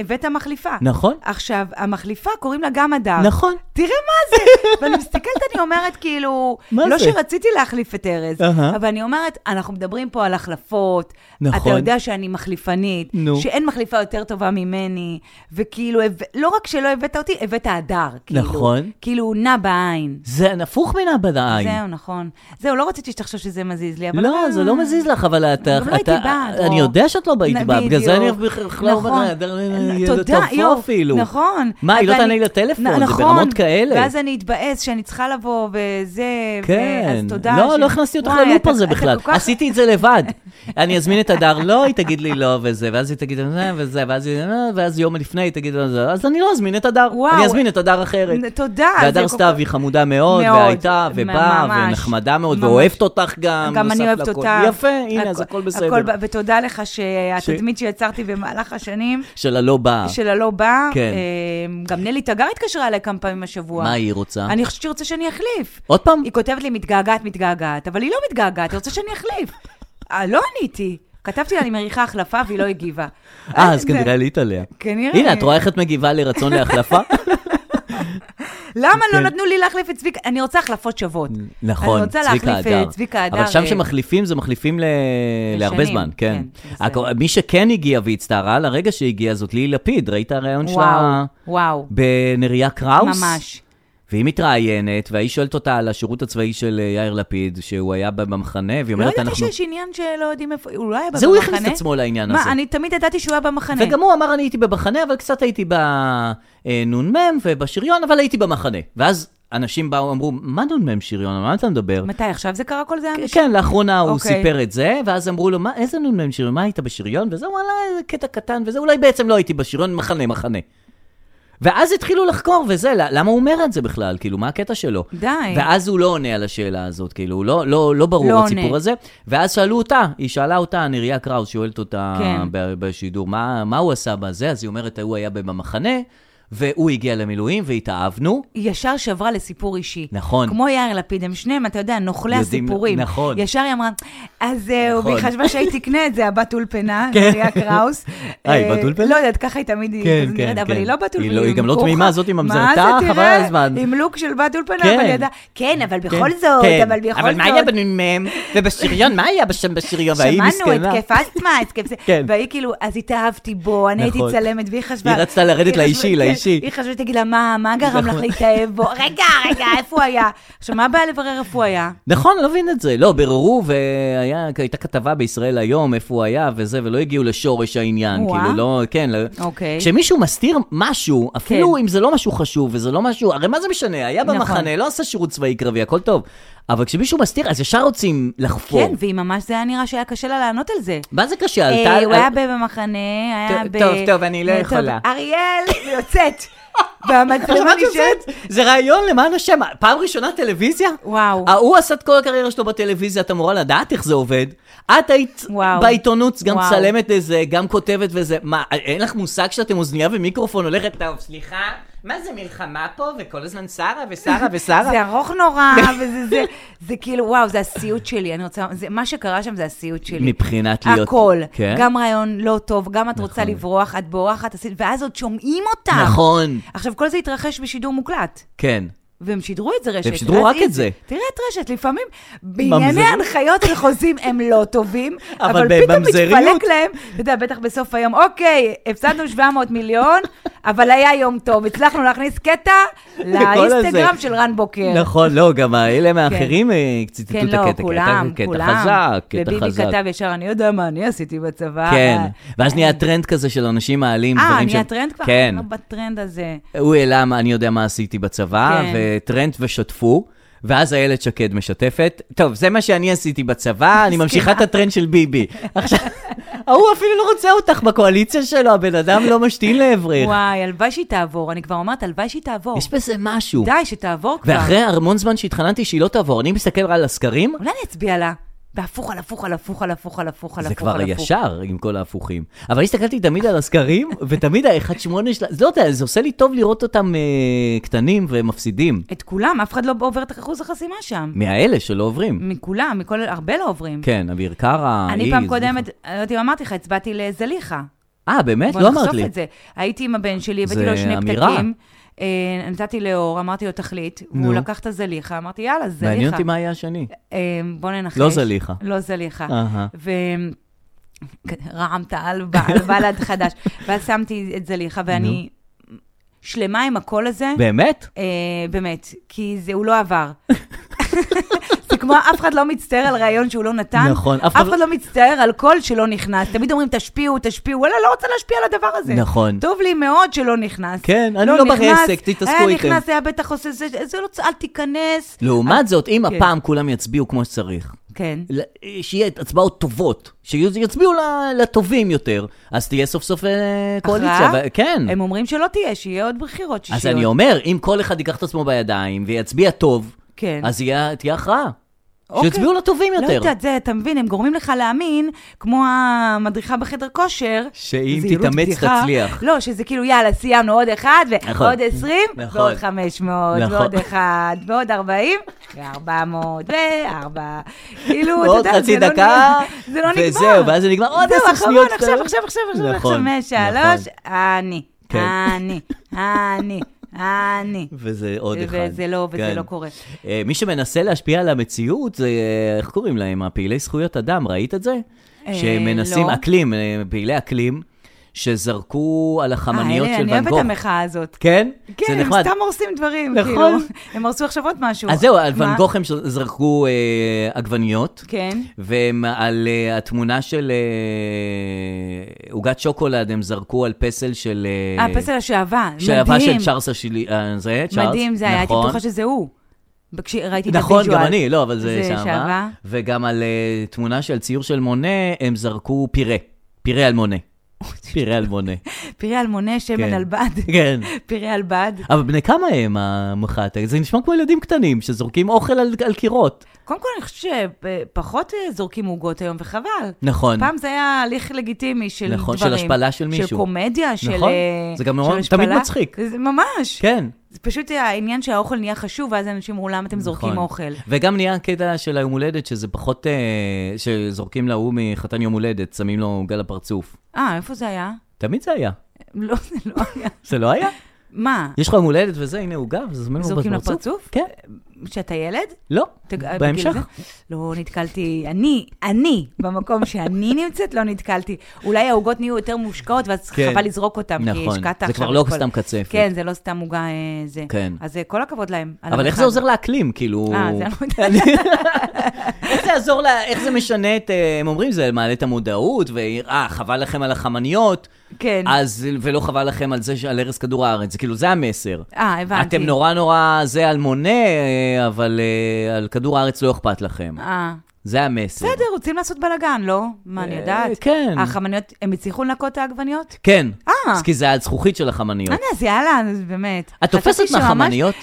Speaker 2: שהבאת מחליפה.
Speaker 1: נכון.
Speaker 2: עכשיו, המחליפה קוראים לה גם הדר.
Speaker 1: נכון.
Speaker 2: תראה מה זה. ואני מסתכלת, אני אומרת, כאילו,
Speaker 1: מה
Speaker 2: לא
Speaker 1: זה?
Speaker 2: שרציתי להחליף את ארז,
Speaker 1: אהה.
Speaker 2: אבל אני אומרת, אנחנו מדברים פה על החלפות, אתה
Speaker 1: נכון.
Speaker 2: יודע שאני מחליפנית,
Speaker 1: נו.
Speaker 2: שאין מחליפה יותר טובה ממני, וכאילו, הב- לא רק שלא הבאת אותי, הבאת הדר. כאילו.
Speaker 1: נכון.
Speaker 2: כאילו, נע בעין.
Speaker 1: זה הפוך מן הבדעיים.
Speaker 2: זהו, נכון. זהו, לא רציתי שתחשוב שזה מזיז לי, אבל...
Speaker 1: לא,
Speaker 2: אה,
Speaker 1: זה לא מזיז לך, אבל אתה...
Speaker 2: גם לא הייתי
Speaker 1: אתה-
Speaker 2: באה, דרור.
Speaker 1: אני יודע שאת לא
Speaker 2: נ-
Speaker 1: היית בה, בגלל זה אני
Speaker 2: בדיוק.
Speaker 1: בכלל לא אומר
Speaker 2: נכון.
Speaker 1: לה, "דר- יהיה
Speaker 2: תודה,
Speaker 1: יותר טוב
Speaker 2: יופי,
Speaker 1: אפילו.
Speaker 2: נכון.
Speaker 1: מה, היא
Speaker 2: אבל
Speaker 1: לא
Speaker 2: אני-
Speaker 1: תענה לי לטלפון?
Speaker 2: נ-
Speaker 1: זה
Speaker 2: נכון.
Speaker 1: ברמות כאלה.
Speaker 2: ואז אני אתבאס שאני צריכה לבוא וזה, ו-
Speaker 1: כן.
Speaker 2: אז תודה.
Speaker 1: לא,
Speaker 2: ש-
Speaker 1: לא הכנסתי אותך
Speaker 2: וואי,
Speaker 1: ללופ
Speaker 2: אתה-
Speaker 1: הזה
Speaker 2: אתה
Speaker 1: בכלל.
Speaker 2: כל כך-
Speaker 1: עשיתי את זה לבד. אני אזמין את הדר, לא, היא תגיד לי לא, וזה, ואז היא תגיד "אה", וזה, ואז היא, "אה", ואז יום לפני היא תגיד לא, זה, אז אני לא אזמין את הדר.
Speaker 2: וואו.
Speaker 1: אני אזמין את הדר אחרת.
Speaker 2: נ- תודה. זה
Speaker 1: והדר
Speaker 2: כל
Speaker 1: סתיו
Speaker 2: כך-
Speaker 1: היא חמודה מאוד,
Speaker 2: מאוד,
Speaker 1: והייתה, ובאה,
Speaker 2: ממש,
Speaker 1: ונחמדה מאוד,
Speaker 2: ממש.
Speaker 1: ואוהבת אותך גם.
Speaker 2: גם
Speaker 1: נוסף
Speaker 2: אני אוהבת
Speaker 1: לכל.
Speaker 2: אותה.
Speaker 1: יפה, הנה, אז הכל בסדר.
Speaker 2: ב- ותודה לך שהתדמית שיצרתי במהלך השנים,
Speaker 1: של הלא באה.
Speaker 2: של הלא בא,
Speaker 1: אה. כן.
Speaker 2: אה, גם נלי תגר התקשרה אליי כמה פעמים השבוע.
Speaker 1: מה היא רוצה?
Speaker 2: אני חושבת שהיא רוצה שאני אחליף.
Speaker 1: עוד פעם?
Speaker 2: היא כותבת לי, מתגעגעת, מתגעגעת, אבל היא לא מתגעגעת, היא רוצה שאני אחליף. אה, לא עניתי. כתבתי לה, אני מריחה החלפה, והיא לא הגיבה.
Speaker 1: אה, אז
Speaker 2: זה-
Speaker 1: כנראה עלית עליה.
Speaker 2: כנראה.
Speaker 1: הנה, את רואה איך את מגיבה לרצון להחלפה?
Speaker 2: למה לא
Speaker 1: כן.
Speaker 2: נתנו לי להחליף את צביקה? אני רוצה החלפות שוות.
Speaker 1: נכון,
Speaker 2: אני רוצה
Speaker 1: צביקה
Speaker 2: להחליף
Speaker 1: הדר.
Speaker 2: את צביקה הדר.
Speaker 1: אבל שם
Speaker 2: אה,
Speaker 1: שמחליפים, זה מחליפים ל... להרבה
Speaker 2: שנים,
Speaker 1: זמן, כן.
Speaker 2: כן, זה בסדר.
Speaker 1: הכ- מי שכן הגיע והצטערה, לרגע שהגיעה זאת ליהי לפיד, ראית הריאיון
Speaker 2: וואו,
Speaker 1: שלה
Speaker 2: וואו,
Speaker 1: בנריה קראוס?
Speaker 2: ממש.
Speaker 1: והיא מתראיינת, והיא שואלת אותה על השירות הצבאי של אה, יאיר לפיד, שהוא היה במחנה, והיא
Speaker 2: לא
Speaker 1: אומרת,
Speaker 2: ידעתי
Speaker 1: אנחנו...
Speaker 2: שיש עניין שלא יודעים איפה, הוא לא היה במחנה.
Speaker 1: זה הוא הכניס את עצמו לעניין הזה.
Speaker 2: מה, אני תמיד ידעתי שהוא היה במחנה.
Speaker 1: וגם הוא אה, אמר, אני הייתי במחנה, אבל קצת הייתי בנ"מ ובשריון, אבל הייתי במחנה. ואז אנשים באו, אמרו, מה אדון מ"ם שריון, על מה אתה מדבר?
Speaker 2: מתי, עכשיו זה קרה כל זה?
Speaker 1: כן,
Speaker 2: אנשים?
Speaker 1: כן, לאחרונה הוא
Speaker 2: אוקיי.
Speaker 1: סיפר את זה, ואז אמרו לו, "מה, איזה נ"מ שריון, מה היית בשריון? וזה, וואלה, איזה קטע קטן, וזה, אולי בעצם לא הייתי בשריון, מחנה, מחנה. ואז התחילו לחקור, וזה, ל- למה הוא אומר את זה בכלל? כאילו, מה הקטע שלו?
Speaker 2: די.
Speaker 1: ואז הוא לא עונה על השאלה הזאת, כאילו, הוא לא, לא, לא ברור
Speaker 2: לא
Speaker 1: הסיפור
Speaker 2: עונה.
Speaker 1: הזה. ואז שאלו אותה, היא שאלה אותה, נריה קראוס, שואלת אותה
Speaker 2: כן.
Speaker 1: ב- בשידור, מה, מה הוא עשה בזה? אז היא אומרת, הוא היה במחנה, והוא הגיע למילואים, והתאהבנו.
Speaker 2: היא ישר שברה לסיפור אישי.
Speaker 1: נכון.
Speaker 2: כמו יאיר לפיד, הם שניהם, אתה יודע, נוכלי
Speaker 1: יודעים,
Speaker 2: הסיפורים.
Speaker 1: נכון.
Speaker 2: ישר היא אמרה, אז אה,
Speaker 1: נכון.
Speaker 2: היא חשבה שהיא תקנה את זה, הבת אולפנה,
Speaker 1: כן.
Speaker 2: נריה קראוס.
Speaker 1: אה, היא
Speaker 2: אה,
Speaker 1: בת אולפנה?
Speaker 2: לא יודעת, ככה היא תמיד,
Speaker 1: כן,
Speaker 2: היא כזה
Speaker 1: כן,
Speaker 2: נראית, אבל
Speaker 1: כן.
Speaker 2: היא לא בת
Speaker 1: היא
Speaker 2: אולפנה.
Speaker 1: לא- היא גם לא
Speaker 2: מכוחה.
Speaker 1: תמימה, זאת היא ממזרתה,
Speaker 2: מה זה,
Speaker 1: חבל
Speaker 2: תראה,
Speaker 1: על הזמן.
Speaker 2: עם לוק של בת אולפנה,
Speaker 1: כן.
Speaker 2: אבל היא ידעה, כן, אבל בכל
Speaker 1: כן,
Speaker 2: זאת,
Speaker 1: כן.
Speaker 2: אבל בכל זאת.
Speaker 1: אבל מה היה בנ"מ? ובשריון, מה היה בשם בשריון? והיא
Speaker 2: שמענו
Speaker 1: מסכנה.
Speaker 2: התקף אסתמה, התקף זה.
Speaker 1: כן.
Speaker 2: והיא כאילו, אז התאהבתי בו, אני הייתי
Speaker 1: נכון.
Speaker 2: צלמת, והיא חשבה...
Speaker 1: היא רצתה לרדת
Speaker 2: היא
Speaker 1: לאישי,
Speaker 2: חשבה- כן,
Speaker 1: לאישי. נכון.
Speaker 2: היא חשבה, תגיד לה, מה, מה גרם לך להתאהב בו? רגע, רגע, איפה הוא היה? עכשיו, מה הבעיה לברר איפה הוא היה?
Speaker 1: נכון, אני לא מבין את זה. לא, ביררו, והייתה כתבה בישראל היום, איפה הוא היה וזה, ולא הגיעו לשורש העניין.
Speaker 2: וואו.
Speaker 1: כאילו, לא, כן. לא-
Speaker 2: אוקיי.
Speaker 1: כשמישהו מסתיר משהו, אפילו
Speaker 2: כן.
Speaker 1: אם זה לא משהו חשוב וזה לא משהו, הרי מה זה משנה? היה
Speaker 2: נכון.
Speaker 1: במחנה, לא עשה שירות צבאי קרבי, הכל טוב. אבל כשמישהו מסתיר, אז ישר רוצים לחפור.
Speaker 2: כן, והיא ממש, זה היה נראה שהיה קשה לה לענות על זה.
Speaker 1: מה זה קשה?
Speaker 2: אה,
Speaker 1: עלתה-
Speaker 2: הוא היה במחנה, היה
Speaker 1: טוב,
Speaker 2: ב... אה,
Speaker 1: טוב, טוב, אני לא
Speaker 2: טוב,
Speaker 1: יכולה. לא
Speaker 2: אריאל, היא יוצאת. והמצלמה
Speaker 1: מה את
Speaker 2: נשארת.
Speaker 1: עושה? זה רעיון למען השם, פעם ראשונה טלוויזיה?
Speaker 2: וואו.
Speaker 1: ההוא עשה את כל הקריירה שלו בטלוויזיה, את אמורה לדעת איך זה עובד. את היית
Speaker 2: וואו.
Speaker 1: בעיתונות, גם
Speaker 2: וואו.
Speaker 1: צלמת לזה, גם כותבת וזה. מה, אין לך מושג שאתם אוזנייה ומיקרופון הולכת, טוב, סליחה, מה זה מלחמה פה, וכל הזמן שרה ושרה ושרה?
Speaker 2: זה ארוך נורא, וזה זה, זה כאילו, וואו, זה הסיוט שלי. אני רוצה, זה, מה שקרה שם זה הסיוט שלי.
Speaker 1: מבחינת להיות-
Speaker 2: הכל.
Speaker 1: כן.
Speaker 2: גם רעיון לא טוב, גם את רוצה לברוח, את בורחת, עשית- ואז עוד שומעים אותך.
Speaker 1: נכון,
Speaker 2: עכשיו, כל זה התרחש בשידור מוקלט.
Speaker 1: כן.
Speaker 2: והם שידרו את זה רשת.
Speaker 1: והם שידרו
Speaker 2: אז
Speaker 1: רק
Speaker 2: אם-
Speaker 1: את זה.
Speaker 2: תראה את רשת, לפעמים בענייני
Speaker 1: ממזרים.
Speaker 2: הנחיות על חוזים הם לא טובים,
Speaker 1: אבל
Speaker 2: אבל פתאום
Speaker 1: בממזריות-
Speaker 2: מתפלק להם, אתה יודע, בטח בסוף היום, אוקיי, הפסדנו 700 מיליון, אבל היה יום טוב, הצלחנו להכניס קטע לאינסטגרם
Speaker 1: הזה.
Speaker 2: של רן בוקר.
Speaker 1: נכון, לא, גם האלה מהאחרים אה, ציטטו
Speaker 2: כן,
Speaker 1: את
Speaker 2: לא,
Speaker 1: הקטע,
Speaker 2: כולם,
Speaker 1: קטע
Speaker 2: כולם.
Speaker 1: חזק, קטע
Speaker 2: וביבי
Speaker 1: חזק.
Speaker 2: כתב ישר, אני יודע מה אני עשיתי בצבא.
Speaker 1: כן,
Speaker 2: אה,
Speaker 1: ואז נהיה טרנד כזה של אנשים מעלים דברים
Speaker 2: אה,
Speaker 1: שהם-
Speaker 2: נהיה טרנד כבר?
Speaker 1: כן.
Speaker 2: אני לא בטרנד הזה.
Speaker 1: הוא העלה מה אני יודע מה עשיתי בצבא,
Speaker 2: כן.
Speaker 1: וטרנט ושתפו. ואז איילת שקד משתפת, טוב, זה מה שאני עשיתי בצבא, אני ממשיכה את הטרנד של ביבי. עכשיו, ההוא אפילו לא רוצה אותך בקואליציה שלו, הבן אדם לא משתין לעברך.
Speaker 2: וואי, הלוואי שהיא תעבור, אני כבר אומרת, הלוואי שהיא תעבור.
Speaker 1: יש בזה משהו.
Speaker 2: די, שתעבור כבר.
Speaker 1: ואחרי המון זמן שהתחננתי שהיא לא תעבור, אני מסתכל על הסקרים,
Speaker 2: אולי אני אצביע לה. בהפוך על הפוך על הפוך על הפוך על הפוך על הפוך.
Speaker 1: זה כבר
Speaker 2: על הפוך.
Speaker 1: ישר עם כל ההפוכים. אבל הסתכלתי תמיד על הסקרים, ותמיד ה-1.8 שלה, לא יודע, זה עושה לי טוב לראות אותם אה, קטנים ומפסידים.
Speaker 2: את כולם, אף אחד לא עובר את אחוז החסימה שם.
Speaker 1: מהאלה שלא עוברים.
Speaker 2: מכולם, מכל, הרבה לא עוברים.
Speaker 1: כן, אביר קארה,
Speaker 2: אני
Speaker 1: היא,
Speaker 2: פעם
Speaker 1: זה-
Speaker 2: קודמת, אני לא יודעת אם אמרתי לך, הצבעתי לזליכה.
Speaker 1: אה, באמת?
Speaker 2: בוא
Speaker 1: לא אמרת
Speaker 2: נחשוף
Speaker 1: לי.
Speaker 2: את זה. הייתי עם הבן שלי, הבאתי
Speaker 1: זה
Speaker 2: לו שני
Speaker 1: אמירה.
Speaker 2: פתקים. אה, נתתי לאור, אמרתי לו תחליט,
Speaker 1: נו.
Speaker 2: והוא לקח את הזליכה, אמרתי יאללה, זליכה.
Speaker 1: מעניין אותי מה היה השני.
Speaker 2: אה, בוא ננחש.
Speaker 1: לא זליכה. אה.
Speaker 2: לא זליכה.
Speaker 1: אהה.
Speaker 2: ורעמת על בעל בלד חדש. ואז שמתי את זליכה, ואני שלמה עם הקול הזה.
Speaker 1: באמת?
Speaker 2: אה, באמת, כי זה, הוא לא עבר. זה כמו אף אחד לא מצטער על רעיון שהוא לא נתן,
Speaker 1: נכון, אף
Speaker 2: אף
Speaker 1: אחד
Speaker 2: אחד לא מצטער על קול שלא נכנס. תמיד אומרים, תשפיעו, תשפיעו, וואלה, לא רוצה להשפיע על הדבר הזה.
Speaker 1: נכון.
Speaker 2: טוב לי מאוד שלא נכנס.
Speaker 1: כן, אני לא
Speaker 2: נכנס,
Speaker 1: בעסק, תתעסקו איתם.
Speaker 2: היה נכנס, היה בטח עושה זה, זה לא, צ- אל תיכנס.
Speaker 1: לעומת זאת, אם
Speaker 2: כן.
Speaker 1: הפעם כולם יצביעו כמו שצריך,
Speaker 2: כן.
Speaker 1: ל- שיהיה את הצבעות טובות, שיצביעו ל- לטובים יותר, אז תהיה סוף סוף אה, קואליציה.
Speaker 2: הכרעה?
Speaker 1: ו- כן.
Speaker 2: הם אומרים שלא תהיה, שיהיה עוד בחירות שישיות.
Speaker 1: אז אני אומר, אם כל אחד ייקח את עצמו בידיים ויצביע טוב,
Speaker 2: כן.
Speaker 1: אז יהיה- תהיה הכרעה.
Speaker 2: אוקיי.
Speaker 1: שיצביעו לטובים
Speaker 2: לא
Speaker 1: יותר.
Speaker 2: יודעת, זה, אתה מבין, הם גורמים לך להאמין, כמו המדריכה בחדר כושר.
Speaker 1: שאם
Speaker 2: זהירות
Speaker 1: תתאמץ,
Speaker 2: בדיחה.
Speaker 1: תצליח.
Speaker 2: לא, שזה כאילו, יאללה, סיימנו עוד אחד,
Speaker 1: נכון.
Speaker 2: ועוד 20,
Speaker 1: נכון.
Speaker 2: ועוד 500,
Speaker 1: נכון.
Speaker 2: ועוד אחד, ועוד 40, ו-400, ו-4. כאילו, אתה
Speaker 1: ועוד
Speaker 2: יודע,
Speaker 1: חצי
Speaker 2: זה לא
Speaker 1: דקה,
Speaker 2: נגמר. זה לא נגמר.
Speaker 1: וזהו, ואז זה נגמר עוד
Speaker 2: זהו,
Speaker 1: עשר שניות
Speaker 2: אחרון, עכשיו,
Speaker 1: קטנות.
Speaker 2: עכשיו, עכשיו, עכשיו, עכשיו,
Speaker 1: נכון,
Speaker 2: חמש,
Speaker 1: נכון.
Speaker 2: שלוש, אני,
Speaker 1: כן.
Speaker 2: אני, אני, אני.
Speaker 1: וזה עוד אחד.
Speaker 2: וזה לא, וזה
Speaker 1: כן.
Speaker 2: לא קורה.
Speaker 1: אה, מי שמנסה להשפיע על המציאות, זה, אה, איך קוראים להם? הפעילי זכויות אדם, ראית את זה?
Speaker 2: אה,
Speaker 1: שמנסים
Speaker 2: לא.
Speaker 1: אקלים, אה, פעילי אקלים. שזרקו על החמניות
Speaker 2: אה,
Speaker 1: של ואן
Speaker 2: אני אוהבת
Speaker 1: גוך.
Speaker 2: את המחאה הזאת.
Speaker 1: כן?
Speaker 2: כן,
Speaker 1: זה
Speaker 2: הם
Speaker 1: נחמד.
Speaker 2: סתם הורסים דברים,
Speaker 1: נכון.
Speaker 2: כאילו. הם הרסו עכשיו עוד משהו.
Speaker 1: אז זהו, על ואן
Speaker 2: מה?
Speaker 1: גוך הם ש- זרקו אה, עגבניות.
Speaker 2: כן.
Speaker 1: ועל אה, התמונה של אה, עוגת שוקולד הם זרקו על פסל של... אה,
Speaker 2: אה, פסל השעווה,
Speaker 1: שעבה
Speaker 2: מדהים.
Speaker 1: של צ'ארס השלי... אה, זה, צ'ארס.
Speaker 2: מדהים זה היה, הייתי
Speaker 1: נכון.
Speaker 2: בטוחה שזה הוא. כשראיתי את הוויז'ואל.
Speaker 1: נכון, גם אני, לא, אבל זה שעבה.
Speaker 2: שעבה.
Speaker 1: וגם על אה, תמונה של ציור של מונה, הם זרקו פירה. פירה על מונה. פירה על מונה.
Speaker 2: פירי אלמונה,
Speaker 1: כן.
Speaker 2: שמן על בד.
Speaker 1: כן.
Speaker 2: פירי על בד.
Speaker 1: אבל בני כמה הם המח"ט? זה נשמע כמו ילדים קטנים שזורקים אוכל על, על קירות.
Speaker 2: קודם כל, אני חושבת שפחות אה, זורקים עוגות היום, וחבל.
Speaker 1: נכון.
Speaker 2: פעם זה היה הליך לגיטימי של דברים.
Speaker 1: נכון, של השפלה של
Speaker 2: של
Speaker 1: מישהו.
Speaker 2: קומדיה, של
Speaker 1: נכון.
Speaker 2: אה,
Speaker 1: זה גם
Speaker 2: של
Speaker 1: מאוד-
Speaker 2: השפלה.
Speaker 1: תמיד מצחיק.
Speaker 2: זה ממש.
Speaker 1: כן.
Speaker 2: זה פשוט העניין שהאוכל נהיה חשוב, ואז אנשים אמרו, למה אתם זורקים
Speaker 1: נכון.
Speaker 2: אוכל?
Speaker 1: וגם נהיה הקטע של היום הולדת, שזה פחות... אה, שזורקים להוא מחתן יום הולדת, שמים לו עוגה לפרצוף.
Speaker 2: אה, איפה זה היה?
Speaker 1: תמיד זה היה.
Speaker 2: לא, זה לא היה.
Speaker 1: זה לא היה?
Speaker 2: מה,
Speaker 1: יש לך יום הולדת וזה, הנה עוגה, וזורקים לו
Speaker 2: זורקים לו
Speaker 1: בפרצוף?
Speaker 2: פרצוף?
Speaker 1: כן.
Speaker 2: כשאתה ילד?
Speaker 1: לא,
Speaker 2: תג- אה,
Speaker 1: בהמשך.
Speaker 2: בגיל הזה? לא נתקלתי, אני, אני, במקום שאני נמצאת, לא נתקלתי. אולי העוגות נהיו יותר מושקעות, ואז
Speaker 1: כן.
Speaker 2: חבל לזרוק אותן, כי
Speaker 1: נכון.
Speaker 2: השקעת
Speaker 1: זה
Speaker 2: עכשיו.
Speaker 1: כבר לא
Speaker 2: את כל-
Speaker 1: סתם קצפת.
Speaker 2: כן, זה לא סתם עוגה אה, זה.
Speaker 1: כן.
Speaker 2: אז אה, כל הכבוד להם. על
Speaker 1: אבל איך
Speaker 2: המחאה
Speaker 1: זה עוזר
Speaker 2: הזאת.
Speaker 1: לאקלים, כאילו...
Speaker 2: אה, זה אני לא יודעת.
Speaker 1: איך זה יעזור, לה- איך זה משנה את... אה, הם אומרים, זה מעלה את המודעות, ואה, חבל לכם על החמניות,
Speaker 2: כן.
Speaker 1: אז, ולא חבל לכם על זה, ש- על הרס כדור הארץ. זה כאילו, זה המסר.
Speaker 2: אה, הבנתי.
Speaker 1: אתם נורא נורא זה על מונה, אה, אבל אה, על כדור הארץ לא אכפת לכם.
Speaker 2: אה.
Speaker 1: זה המסר.
Speaker 2: בסדר, רוצים לעשות בלאגן, לא? מה, אני
Speaker 1: אה,
Speaker 2: יודעת?
Speaker 1: כן.
Speaker 2: החמניות, הם הצליחו לנקות את העגבניות?
Speaker 1: כן.
Speaker 2: אה.
Speaker 1: אז כי זה על זכוכית של החמניות.
Speaker 2: אנא, אז יאללה, אז באמת.
Speaker 1: כן. את תופסת
Speaker 2: חשבתי שממש-
Speaker 1: מהחמניות?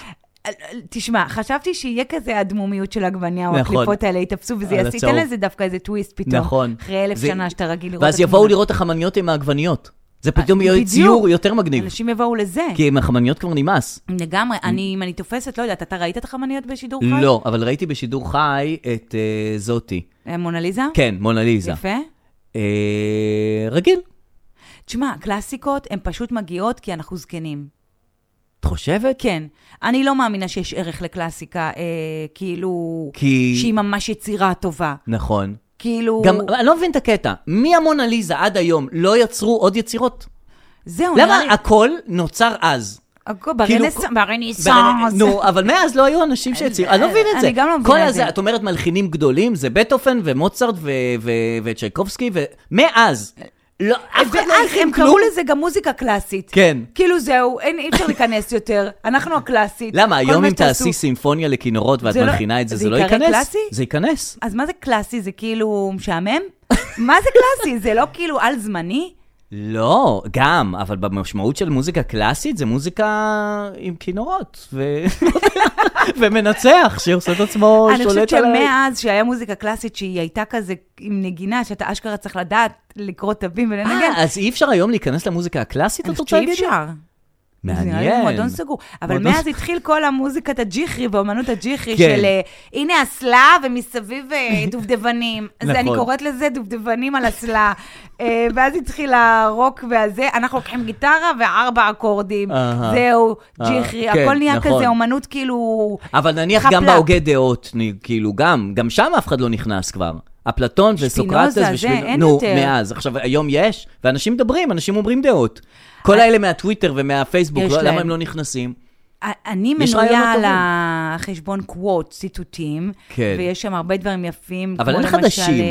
Speaker 2: תשמע, חשבתי שיהיה כזה הדמומיות של עגבניה, או
Speaker 1: נכון.
Speaker 2: הקליפות האלה ייתפסו, וזה
Speaker 1: על
Speaker 2: יעשה-
Speaker 1: הצהוב.
Speaker 2: ייתן לזה דווקא איזה טוויסט פתאום.
Speaker 1: נכון.
Speaker 2: אחרי אלף
Speaker 1: זה-
Speaker 2: שנה שאתה רגיל לראות
Speaker 1: ואז
Speaker 2: את
Speaker 1: יבואו
Speaker 2: התמונה.
Speaker 1: לראות החמניות עם העגבניות. זה פתאום יהיה
Speaker 2: בדיוק.
Speaker 1: ציור יותר מגניב.
Speaker 2: אנשים יבואו לזה.
Speaker 1: כי עם החמניות כבר נמאס.
Speaker 2: לגמרי, אני, אם אני תופסת, לא יודעת, אתה ראית את החמניות בשידור חי?
Speaker 1: לא, אבל ראיתי בשידור חי את אה, זאתי.
Speaker 2: אה, מונליזה?
Speaker 1: כן, מונליזה.
Speaker 2: יפה.
Speaker 1: אה, רגיל.
Speaker 2: תשמע, קלאסיקות הן פשוט מגיעות כי אנחנו זקנים.
Speaker 1: את חושבת?
Speaker 2: כן. אני לא מאמינה שיש ערך לקלאסיקה, אה, כאילו,
Speaker 1: כי-
Speaker 2: שהיא ממש יצירה טובה.
Speaker 1: נכון.
Speaker 2: כאילו...
Speaker 1: גם, אני לא מבין את הקטע. מהמונליזה עד היום לא יצרו עוד יצירות?
Speaker 2: זהו,
Speaker 1: למה הכל נוצר אז?
Speaker 2: הכל
Speaker 1: כאילו-
Speaker 2: ברנסאנס. ברנסאנס.
Speaker 1: ברנ- נו, אבל מאז לא היו אנשים שיצירו, אני לא מבין את
Speaker 2: אני
Speaker 1: זה.
Speaker 2: גם לא מבינה
Speaker 1: כל
Speaker 2: את
Speaker 1: הזה,
Speaker 2: זה.
Speaker 1: את אומרת מלחינים גדולים, זה בטהופן ומוצרט ו- ו- וצ'ייקובסקי, ומאז. לא, אף אחד לא
Speaker 2: אה, ואז
Speaker 1: הלחין
Speaker 2: הם
Speaker 1: כלום.
Speaker 2: קראו לזה גם מוזיקה קלאסית.
Speaker 1: כן.
Speaker 2: כאילו זהו, אין, אי אפשר להיכנס יותר, אנחנו הקלאסית.
Speaker 1: למה,
Speaker 2: כל
Speaker 1: היום
Speaker 2: מה
Speaker 1: אם
Speaker 2: שתעשו-
Speaker 1: תעשי סימפוניה לכינורות ואת
Speaker 2: זה לא-
Speaker 1: מלחינה את זה,
Speaker 2: זה
Speaker 1: זה לא
Speaker 2: ייקרא
Speaker 1: ייכנס?
Speaker 2: קלאסי?
Speaker 1: זה ייכנס.
Speaker 2: אז מה זה קלאסי? זה כאילו משעמם? מה זה קלאסי? זה לא כאילו על זמני?
Speaker 1: לא, גם, אבל במשמעות של מוזיקה קלאסית, זה מוזיקה עם כינורות, ו- ומנצח, שעושה את עצמו
Speaker 2: אני חושבת
Speaker 1: שולט על... ה-
Speaker 2: שמאז שהיה מוזיקה קלאסית שהיא הייתה כזה עם נגינה, שאתה אשכרה צריך לדעת לקרוא תווים ולנגן.
Speaker 1: אה, אז אי אפשר היום להיכנס למוזיקה הקלאסית,
Speaker 2: אני
Speaker 1: את
Speaker 2: חושבת
Speaker 1: רוצה
Speaker 2: שאי
Speaker 1: להגיד? לי?
Speaker 2: אפשר. זה נראה לי
Speaker 1: מעניין.
Speaker 2: מועדון סגור. אבל
Speaker 1: מועדון
Speaker 2: מאז
Speaker 1: סגור.
Speaker 2: התחיל כל המוזיקת הג'יחרי ואומנות הג'יחרי
Speaker 1: כן.
Speaker 2: של אה, הנה אסלה ומסביב אה, דובדבנים. אז אני
Speaker 1: נכון.
Speaker 2: קוראת לזה דובדבנים על אסלה. אה, ואז התחיל הרוק והזה, אנחנו לוקחים גיטרה וארבע אקורדים.
Speaker 1: אהה.
Speaker 2: זהו,
Speaker 1: אה,
Speaker 2: ג'יחרי,
Speaker 1: כן,
Speaker 2: הכל נהיה
Speaker 1: נכון.
Speaker 2: כזה אומנות כאילו...
Speaker 1: אבל נניח
Speaker 2: חפלק.
Speaker 1: גם בהוגה דעות, נ- כאילו גם, גם שם אף אחד לא נכנס כבר. אפלטון וסוקרטס
Speaker 2: שפינוזה, זה,
Speaker 1: ושפינו-
Speaker 2: אין
Speaker 1: נו,
Speaker 2: יותר.
Speaker 1: מאז. עכשיו, היום יש, ואנשים מדברים, אנשים אומרים דעות. כל האלה מהטוויטר ומהפייסבוק,
Speaker 2: אה- יש
Speaker 1: לא- למה
Speaker 2: להם.
Speaker 1: הם לא נכנסים?
Speaker 2: אני
Speaker 1: יש רעיונות
Speaker 2: מנויה על
Speaker 1: טובים.
Speaker 2: החשבון קוואט, ציטוטים,
Speaker 1: כן.
Speaker 2: ויש שם הרבה דברים יפים,
Speaker 1: אבל
Speaker 2: כמו
Speaker 1: אין חדשים.
Speaker 2: למשל,